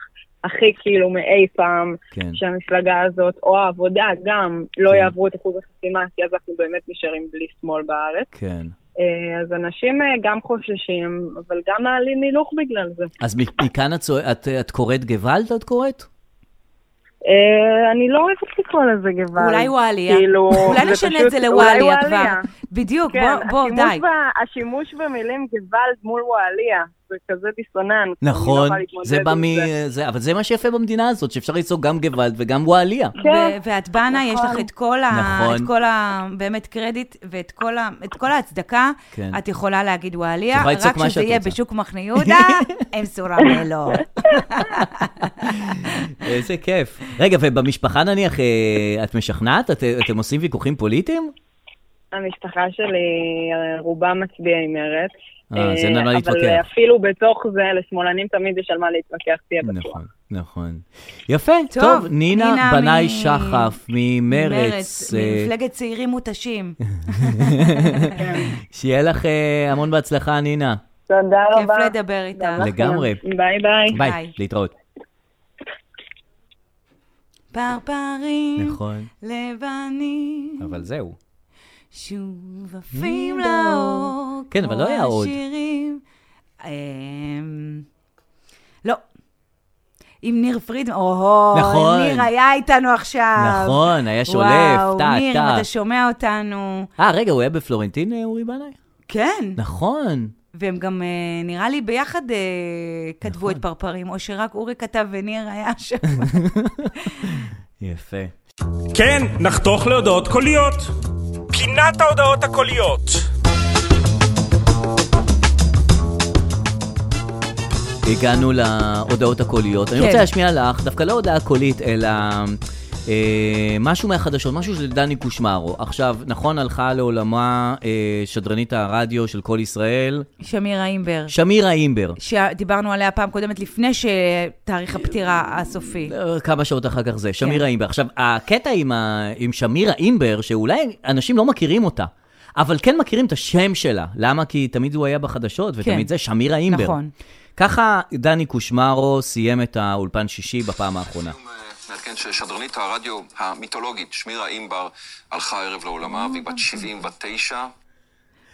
Speaker 4: הכי כאילו מאי פעם,
Speaker 1: כן.
Speaker 4: שהמפלגה הזאת, או העבודה גם, לא
Speaker 1: כן.
Speaker 4: יעברו את אחוז החסימה, כי אז אנחנו באמת נשארים בלי שמאל בארץ.
Speaker 1: כן.
Speaker 4: אה, אז אנשים אה, גם חוששים, אבל גם מעלים הילוך בגלל זה.
Speaker 1: אז מכאן את, צוע- את, את קוראת גוואלד? את קוראת?
Speaker 4: אה, אני לא אוהבת לקרוא לזה גוואלד.
Speaker 2: אולי וואליה.
Speaker 4: כאילו,
Speaker 2: אולי
Speaker 4: זה
Speaker 2: נשנה
Speaker 4: פשוט-
Speaker 2: את זה
Speaker 4: אולי
Speaker 2: לוואליה כבר.
Speaker 4: וואליה.
Speaker 2: בדיוק,
Speaker 4: כן,
Speaker 2: בוא, בוא,
Speaker 4: השימוש
Speaker 2: די.
Speaker 4: ב- השימוש במילים גוואלד מול וואליה, זה כזה דיסוננס. אני לא
Speaker 1: נכון,
Speaker 4: יכולה להתמודד
Speaker 1: זה בא
Speaker 4: עם
Speaker 1: מ...
Speaker 4: זה.
Speaker 1: זה, אבל זה מה שיפה במדינה הזאת, שאפשר לצעוק גם גוואלד וגם וואליה.
Speaker 4: כן.
Speaker 2: ו- ואת בנה, יש לך
Speaker 4: נכון.
Speaker 2: את כל, ה...
Speaker 1: נכון.
Speaker 2: את כל ה... באמת קרדיט ואת כל, ה... את כל ההצדקה,
Speaker 1: כן.
Speaker 2: את יכולה להגיד וואליה,
Speaker 1: את יכולה לצעוק
Speaker 2: רק
Speaker 1: מה
Speaker 2: שזה
Speaker 1: שאת
Speaker 2: יהיה
Speaker 1: רוצה.
Speaker 2: בשוק מחנה יהודה, אין סורה ולא.
Speaker 1: איזה כיף. רגע, ובמשפחה נניח, אה, את משכנעת? את, אתם עושים ויכוחים פוליטיים?
Speaker 4: המשפחה שלי, אה, רובם מצביעי מרץ.
Speaker 1: אה, אז אין על מה להתווכח.
Speaker 4: אבל אה, אפילו בתוך זה, לשמאלנים תמיד יש על מה להתווכח, תהיה כן, בטוח.
Speaker 1: נכון, נכון. יפה,
Speaker 2: טוב,
Speaker 1: טוב, נינה,
Speaker 2: נינה
Speaker 1: בנאי
Speaker 2: מ-
Speaker 1: שחף ממרץ, אה,
Speaker 2: ממפלגת צעירים מותשים.
Speaker 1: שיהיה לך אה, המון בהצלחה, נינה.
Speaker 4: תודה
Speaker 2: כיף
Speaker 4: רבה.
Speaker 2: לדבר איתך.
Speaker 4: אנחנו-
Speaker 1: לגמרי.
Speaker 4: ביי ביי.
Speaker 1: ביי,
Speaker 2: ביי.
Speaker 1: להתראות.
Speaker 2: פרפרים
Speaker 1: נכון,
Speaker 2: לבנים,
Speaker 1: אבל זהו.
Speaker 2: שוב עפים לאור,
Speaker 1: כן, אבל לא
Speaker 2: כל
Speaker 1: היה עוד.
Speaker 2: השירים. אמ, לא. עם ניר פרידמן, או,
Speaker 1: נכון.
Speaker 2: ניר היה איתנו עכשיו.
Speaker 1: נכון, היה שולף,
Speaker 2: אה, וואו,
Speaker 1: טה,
Speaker 2: ניר, אם
Speaker 1: טה.
Speaker 2: אתה שומע אותנו.
Speaker 1: אה, רגע, הוא היה בפלורנטין, אה, אורי בנאי?
Speaker 2: כן,
Speaker 1: נכון.
Speaker 2: והם גם, אה, נראה לי, ביחד אה, כתבו
Speaker 1: נכון.
Speaker 2: את פרפרים, או שרק אורי כתב וניר היה שם.
Speaker 1: יפה.
Speaker 3: כן, נחתוך להודעות קוליות. פינת ההודעות הקוליות.
Speaker 1: הגענו להודעות הקוליות. אני
Speaker 2: כן.
Speaker 1: רוצה להשמיע לך, דווקא לא הודעה קולית, אלא אה, משהו מהחדשות, משהו של דני קושמרו. עכשיו, נכון, הלכה לעולמה אה, שדרנית הרדיו של כל ישראל,
Speaker 2: שמירה אימבר.
Speaker 1: שמירה אימבר.
Speaker 2: שדיברנו עליה פעם קודמת, לפני שתאריך הפטירה הסופי.
Speaker 1: אה, כמה שעות אחר כך זה,
Speaker 2: כן.
Speaker 1: שמירה אימבר. עכשיו, הקטע עם, ה... עם שמירה אימבר, שאולי אנשים לא מכירים אותה, אבל כן מכירים את השם שלה. למה? כי תמיד הוא היה בחדשות, ותמיד
Speaker 2: כן.
Speaker 1: זה שמירה אימבר.
Speaker 2: נכון.
Speaker 1: ככה דני קושמרו סיים את האולפן שישי בפעם האחרונה.
Speaker 5: נעדכן כן ששדרנית הרדיו המיתולוגית שמירה אימבר הלכה הערב לעולמה והיא בת 79.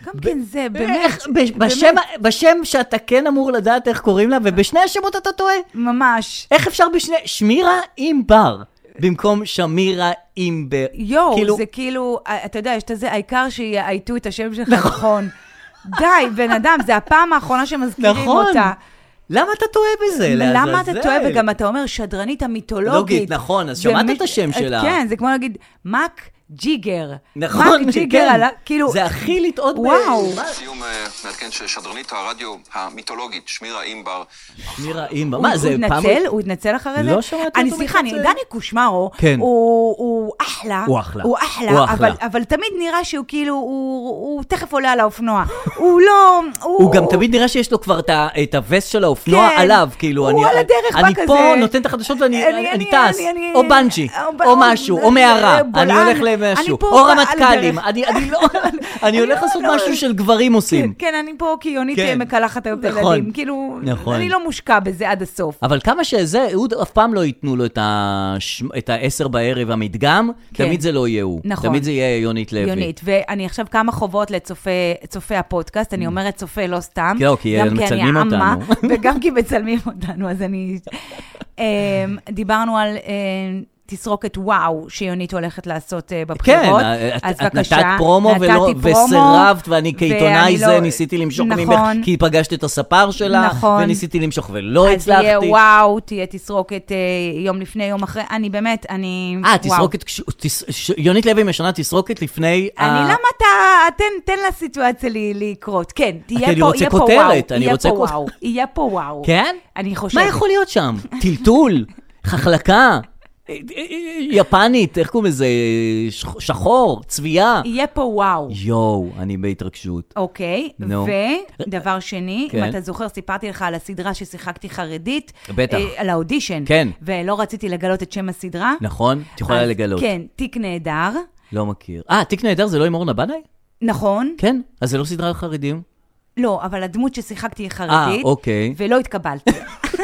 Speaker 2: גם כן זה, באמת,
Speaker 1: איך, ב- בשם, בשם שאתה כן אמור לדעת איך קוראים לה, ובשני השמות אתה טועה?
Speaker 2: ממש.
Speaker 1: איך אפשר בשני... שמירה עם בר. במקום שמירה אימבר.
Speaker 2: יואו,
Speaker 1: כאילו,
Speaker 2: זה כאילו, אתה יודע, יש את הזה, העיקר שיאייתו את השם שלך נכון. די, בן אדם, זה הפעם האחרונה שמזכירים
Speaker 1: נכון.
Speaker 2: אותה.
Speaker 1: למה אתה טועה בזה?
Speaker 2: למה
Speaker 1: לעזאזל?
Speaker 2: אתה טועה? וגם אתה אומר, שדרנית המיתולוגית.
Speaker 1: לוגית, נכון, אז שמעת
Speaker 2: ומי-
Speaker 1: את השם שלה.
Speaker 2: כן, זה כמו להגיד, מק ג'יגר.
Speaker 1: נכון,
Speaker 2: מק ג'יגר,
Speaker 1: כן.
Speaker 2: עלה- כאילו...
Speaker 1: זה הכי לטעות ב-
Speaker 2: וואו.
Speaker 1: מה?
Speaker 5: לסיום אה, נעדכן ששדרנית הרדיו המיתולוגית שמירה אימבר
Speaker 1: שמירה אימבר.
Speaker 2: הוא-
Speaker 1: מה, זה
Speaker 2: הוא
Speaker 1: פעם...
Speaker 2: התנצל? הוא התנצל אחרי זה?
Speaker 1: לא שמעתי
Speaker 2: אני
Speaker 1: אותו
Speaker 2: סליחה, אני-
Speaker 1: מתנצל.
Speaker 2: דני קושמרו,
Speaker 1: כן.
Speaker 2: הוא הוא אחלה.
Speaker 1: הוא אחלה.
Speaker 2: הוא אחלה,
Speaker 1: הוא
Speaker 2: אבל-
Speaker 1: אחלה.
Speaker 2: אבל תמיד נראה שהוא כאילו, הוא הוא תכף עולה על האופנוע. הוא לא...
Speaker 1: הוא גם תמיד נראה שיש לו כבר את ה- את הווסט של האופנוע
Speaker 2: כן.
Speaker 1: עליו, כאילו,
Speaker 2: הוא
Speaker 1: אני-
Speaker 2: על הדרך בא
Speaker 1: אני
Speaker 2: כזה.
Speaker 1: פה נותן את החדשות ואני אני- אני טס,
Speaker 2: אני- אה, אני-
Speaker 1: או בנג'י,
Speaker 2: או-
Speaker 1: או משהו, או מערה, אני
Speaker 2: אה, בולען.
Speaker 1: הולך
Speaker 2: אני
Speaker 1: למשהו,
Speaker 2: פה
Speaker 1: או
Speaker 2: על
Speaker 1: רמטכ"לים,
Speaker 2: הדרך.
Speaker 1: אני אני לא, אני הולך
Speaker 2: לא-
Speaker 1: לעשות
Speaker 2: לא-
Speaker 1: משהו של גברים עושים.
Speaker 2: כן, אני פה כי יונית
Speaker 1: כן.
Speaker 2: מקלחת היום את
Speaker 1: נכון.
Speaker 2: הילדים. כאילו,
Speaker 1: נכון.
Speaker 2: אני לא מושקע בזה עד הסוף.
Speaker 1: אבל כמה שזה, אהוד אף פעם לא ייתנו לו את הש- את העשר בערב המדגם,
Speaker 2: כן.
Speaker 1: תמיד זה לא יהיה הוא.
Speaker 2: נכון.
Speaker 1: תמיד זה יהיה יונית לוי.
Speaker 2: יונית, ואני עכשיו כמה חובות לצופה צופי הפודקאסט, אני אומרת צופה לא סתם.
Speaker 1: כן, Mm. כי
Speaker 2: גם אני
Speaker 1: מצלמים
Speaker 2: אמה,
Speaker 1: אותנו.
Speaker 2: וגם כי מצלמים אותנו, אז אני... אמ, דיברנו על אמ, תסרוקת וואו שיונית הולכת לעשות אה, בבחירות.
Speaker 1: כן, את-
Speaker 2: אז
Speaker 1: את
Speaker 2: בבקשה,
Speaker 1: נתת פרומו
Speaker 2: נתתי
Speaker 1: ולא-
Speaker 2: פרומו,
Speaker 1: וסירבת, ואני כעיתונאי
Speaker 2: ואני
Speaker 1: זה
Speaker 2: לא-
Speaker 1: ניסיתי למשוך ממך,
Speaker 2: נכון.
Speaker 1: כי פגשת את הספר שלך,
Speaker 2: נכון.
Speaker 1: וניסיתי למשוך ולא
Speaker 2: אז יהיה
Speaker 1: הצלחתי.
Speaker 2: וואו, תהיה תסרוקת אה, יום לפני, יום אחרי, אני באמת, אני...
Speaker 1: אה,
Speaker 2: וואו.
Speaker 1: תסרוקת, כש- תס- ש- יונית לוי משנה תסרוקת לפני...
Speaker 2: אני, לא
Speaker 1: ה-
Speaker 2: למה אתה, תן, תן לסיטואציה לי לקרות. כן, תהיה
Speaker 1: כי
Speaker 2: פה,
Speaker 1: אני רוצה
Speaker 2: יהיה פה
Speaker 1: כותרת,
Speaker 2: וואו.
Speaker 1: אני
Speaker 2: יהיה
Speaker 1: רוצה
Speaker 2: פה
Speaker 1: כות-
Speaker 2: וואו. יהיה פה וואו.
Speaker 1: כן?
Speaker 2: אני לא חושבת.
Speaker 1: מה יכול להיות שם? טלטול, חחלקה, אה, אה, יפנית, איך קוראים לזה? שח- שחור, צביעה.
Speaker 2: יהיה פה וואו.
Speaker 1: יואו, אני בהתרגשות.
Speaker 2: אוקיי,
Speaker 1: נו.
Speaker 2: ודבר שני,
Speaker 1: כן.
Speaker 2: אם אתה זוכר, סיפרתי לך על הסדרה ששיחקתי חרדית.
Speaker 1: בטח.
Speaker 2: אה, על האודישן.
Speaker 1: כן.
Speaker 2: ולא רציתי לגלות את שם הסדרה.
Speaker 1: נכון? את יכולה
Speaker 2: אז
Speaker 1: לגלות.
Speaker 2: כן, תיק נהדר,
Speaker 1: לא מכיר. אה, תיק נהדר זה לא עם אורנה בנאי?
Speaker 2: נכון?
Speaker 1: כן. אז זה לא סדרה על חרדים?
Speaker 2: לא, אבל הדמות ששיחקתי היא חרדית.
Speaker 1: אה, אוקיי.
Speaker 2: ולא התקבלתי.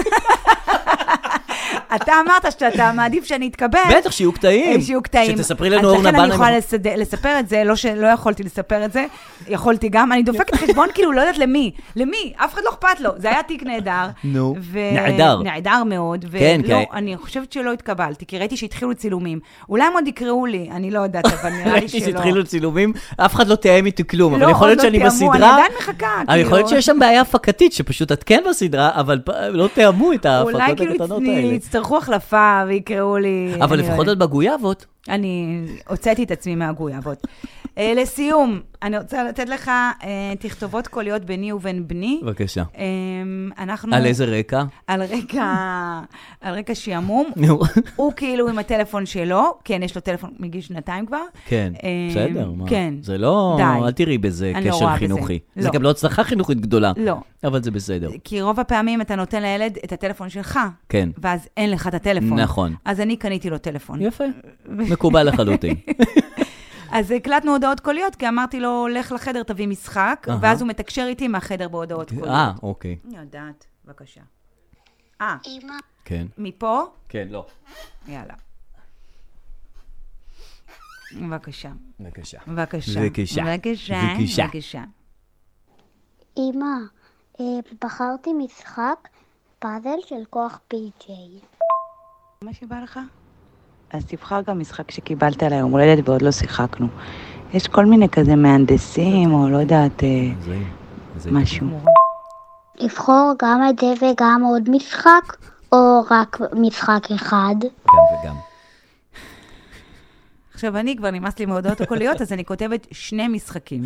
Speaker 2: אתה אמרת שאתה מעדיף שאני אתקבל.
Speaker 1: בטח, שיהיו קטעים.
Speaker 2: אה, שיהיו קטעים.
Speaker 1: שתספרי לנו אורנה
Speaker 2: אז לכן אני
Speaker 1: בנאי.
Speaker 2: יכולה לסד- לספר את זה, לא שלא יכולתי לספר את זה, יכולתי גם. אני דופקת חשבון כאילו, לא יודעת למי. למי? אף אחד לא אכפת לו. זה היה תיק נהדר.
Speaker 1: נו,
Speaker 2: ו-
Speaker 1: נהדר.
Speaker 2: נהדר מאוד. ו-
Speaker 1: כן,
Speaker 2: לא,
Speaker 1: כי-
Speaker 2: אני חושבת שלא התקבלתי, כי ראיתי שהתחילו צילומים. אולי הם עוד יקראו לי, אני לא יודעת, אבל נראה לי
Speaker 1: ראיתי
Speaker 2: שלא.
Speaker 1: שהתחילו צילומים, אף אחד לא תיאם איתי כלום, אבל
Speaker 2: לא,
Speaker 1: יכול להיות
Speaker 2: עוד לא
Speaker 1: שאני
Speaker 2: תיאמו,
Speaker 1: בסדרה...
Speaker 2: אני עדיין מחכה,
Speaker 1: אבל יכול להיות
Speaker 2: כאילו.
Speaker 1: שיש שם בעיה הפקתית, שפשוט את כן בסדרה, אבל פ- לא תיאמו את
Speaker 2: אולי
Speaker 1: ההפקות
Speaker 2: כאילו
Speaker 1: הקטנות
Speaker 2: יצ-
Speaker 1: האלה.
Speaker 2: יצטרכו החלפה ויקראו לי...
Speaker 1: אבל
Speaker 2: אני לא
Speaker 1: לפחות
Speaker 2: יודעת.
Speaker 1: את בגויאבות.
Speaker 2: אני הוצאתי את עצמי מהגויאבות. אה, לסיום, אני רוצה לתת לך אה, תכתובות קוליות ביני ובין בני.
Speaker 1: בבקשה.
Speaker 2: אה, אנחנו...
Speaker 1: על איזה רקע?
Speaker 2: על רקע, על רקע שעמום.
Speaker 1: נו.
Speaker 2: הוא כאילו עם הטלפון שלו, כן, יש לו טלפון מגיל שנתיים כבר.
Speaker 1: כן,
Speaker 2: אה,
Speaker 1: בסדר, מה?
Speaker 2: כן.
Speaker 1: זה לא...
Speaker 2: די.
Speaker 1: אל תראי בזה
Speaker 2: אני לא רואה
Speaker 1: קשר
Speaker 2: בזה.
Speaker 1: חינוכי. זה
Speaker 2: לא.
Speaker 1: גם לא הצלחה חינוכית גדולה.
Speaker 2: לא.
Speaker 1: אבל זה בסדר.
Speaker 2: כי רוב הפעמים אתה נותן לילד את הטלפון שלך.
Speaker 1: כן.
Speaker 2: ואז אין לך את הטלפון.
Speaker 1: נכון.
Speaker 2: אז אני קניתי לו טלפון.
Speaker 1: יפה. מקובל לחלוטין.
Speaker 2: אז הקלטנו הודעות קוליות, כי אמרתי לו, לך לחדר, תביא משחק,
Speaker 1: אהה.
Speaker 2: ואז הוא מתקשר איתי מהחדר בהודעות קוליות.
Speaker 1: אה, אוקיי.
Speaker 2: אני יודעת, בבקשה. אה,
Speaker 1: כן.
Speaker 2: מפה?
Speaker 1: כן, לא.
Speaker 2: יאללה. בבקשה.
Speaker 1: בבקשה.
Speaker 2: בבקשה.
Speaker 1: בבקשה.
Speaker 2: בבקשה.
Speaker 1: בבקשה.
Speaker 2: בבקשה.
Speaker 6: אמא, אה, בחרתי משחק פאזל של כוח פי.ג'יי.
Speaker 7: מה שבא לך? אז תבחר גם משחק שקיבלת ליום הולדת ועוד לא שיחקנו. יש כל מיני כזה מהנדסים, או לא יודעת, אה,
Speaker 1: זה... זה-
Speaker 7: משהו.
Speaker 6: לבחור גם את זה וגם עוד משחק, או רק משחק אחד?
Speaker 1: גם וגם.
Speaker 2: עכשיו, אני כבר נמאס לי מההודעות הקוליות, אז אני כותבת שני משחקים.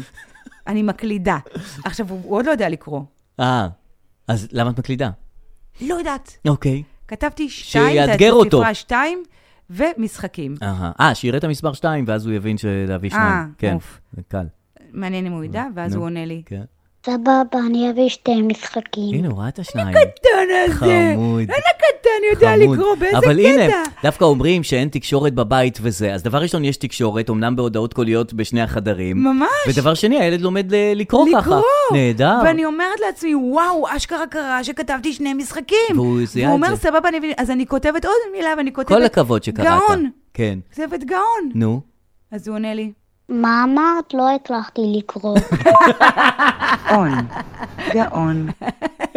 Speaker 2: אני מקלידה. עכשיו, הוא הוא עוד לא יודע לקרוא.
Speaker 1: אה, אז למה את מקלידה?
Speaker 2: לא יודעת.
Speaker 1: אוקיי.
Speaker 2: כתבתי שתיים,
Speaker 1: שיאתגר
Speaker 2: תעשו
Speaker 1: אותו.
Speaker 2: ספרה שתיים, ומשחקים.
Speaker 1: אהה. אה, שיראה את המספר 2, ואז הוא יבין שלהביא שניים. כן,
Speaker 2: אה, אוף.
Speaker 1: זה קל.
Speaker 2: מעניין אם הוא ידע, ואז
Speaker 1: נו.
Speaker 2: הוא עונה לי.
Speaker 1: כן.
Speaker 6: סבבה, אני אביא שתי משחקים.
Speaker 1: הנה, הוא ראה את השניים.
Speaker 2: קטן הזה.
Speaker 1: חמוד.
Speaker 2: אין הקטן לא יודע
Speaker 1: חמוד.
Speaker 2: לקרוא, באיזה קטע.
Speaker 1: אבל הנה, דווקא אומרים שאין תקשורת בבית וזה. אז דבר ראשון, יש תקשורת, אמנם בהודעות קוליות בשני החדרים.
Speaker 2: ממש.
Speaker 1: ודבר שני, הילד לומד ל- לקרוא ככה.
Speaker 2: לקרוא.
Speaker 1: נהדר.
Speaker 2: ואני אומרת לעצמי, וואו, אשכרה קרה שכתבתי שני משחקים.
Speaker 1: והוא זיהה
Speaker 2: והוא
Speaker 1: את
Speaker 2: אומר,
Speaker 1: זה.
Speaker 2: סבבה, אני מבין. אז אני כותבת עוד מילה, ואני כותבת...
Speaker 1: כל הכבוד שקראת.
Speaker 2: גאון.
Speaker 1: כן.
Speaker 2: כותבת גאון.
Speaker 1: נו.
Speaker 2: אז הוא עונה לי,
Speaker 6: מה אמרת? לא הצלחתי לקרוא.
Speaker 7: גאון, גאון.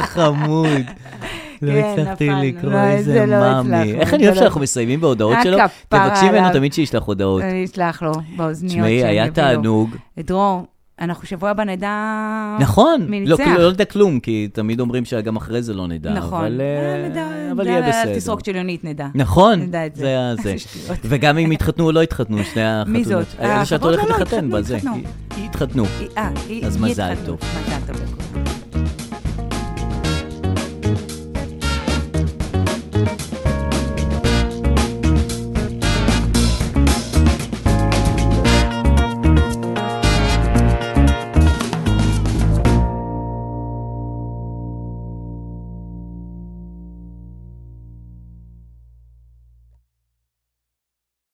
Speaker 1: חמוד. לא
Speaker 2: כן,
Speaker 1: הצלחתי
Speaker 2: נפלנו.
Speaker 1: לקרוא
Speaker 2: לא,
Speaker 1: איזה
Speaker 2: זה לא
Speaker 1: מאמי.
Speaker 2: הצלחנו,
Speaker 1: איך אני
Speaker 2: זה
Speaker 1: אוהב
Speaker 2: לא-
Speaker 1: שאנחנו מסיימים בהודעות
Speaker 2: אה,
Speaker 1: שלו?
Speaker 2: כפרה
Speaker 1: תבקשי ממנו
Speaker 2: עליו. אה,
Speaker 1: תמיד שישלח הודעות.
Speaker 2: אני אשלח לו באוזניות.
Speaker 1: תשמעי,
Speaker 2: שאני
Speaker 1: היה
Speaker 2: אביא לו.
Speaker 1: תענוג.
Speaker 2: דרור, אנחנו שבוע הבא נדע... אה,
Speaker 1: נכון.
Speaker 2: מי
Speaker 1: לא,
Speaker 2: ניצח.
Speaker 1: כאילו, לא נדע כלום, כי תמיד אומרים שגם אחרי זה לא נדע.
Speaker 2: נכון.
Speaker 1: אבל, אה,
Speaker 2: אה, נדע,
Speaker 1: אבל
Speaker 2: נדע,
Speaker 1: יהיה
Speaker 2: אל
Speaker 1: בסדר.
Speaker 2: תסרוק שריונית, נדע.
Speaker 1: נכון,
Speaker 2: נדע את זה.
Speaker 1: זה היה זה.
Speaker 2: איזה שטויות.
Speaker 1: וגם אם התחתנו או לא התחתנו, שני החתונות.
Speaker 2: מי זאת?
Speaker 1: אלה שאת
Speaker 2: החברות?
Speaker 1: הולכת
Speaker 2: לא,
Speaker 1: לחתן
Speaker 2: לא, התחתנו,
Speaker 1: בזה.
Speaker 2: התחתנו.
Speaker 1: התחתנו.
Speaker 2: אה, היא-
Speaker 1: אז
Speaker 2: היא
Speaker 1: מזל
Speaker 2: התחתנות. מזל טוב. לכולם.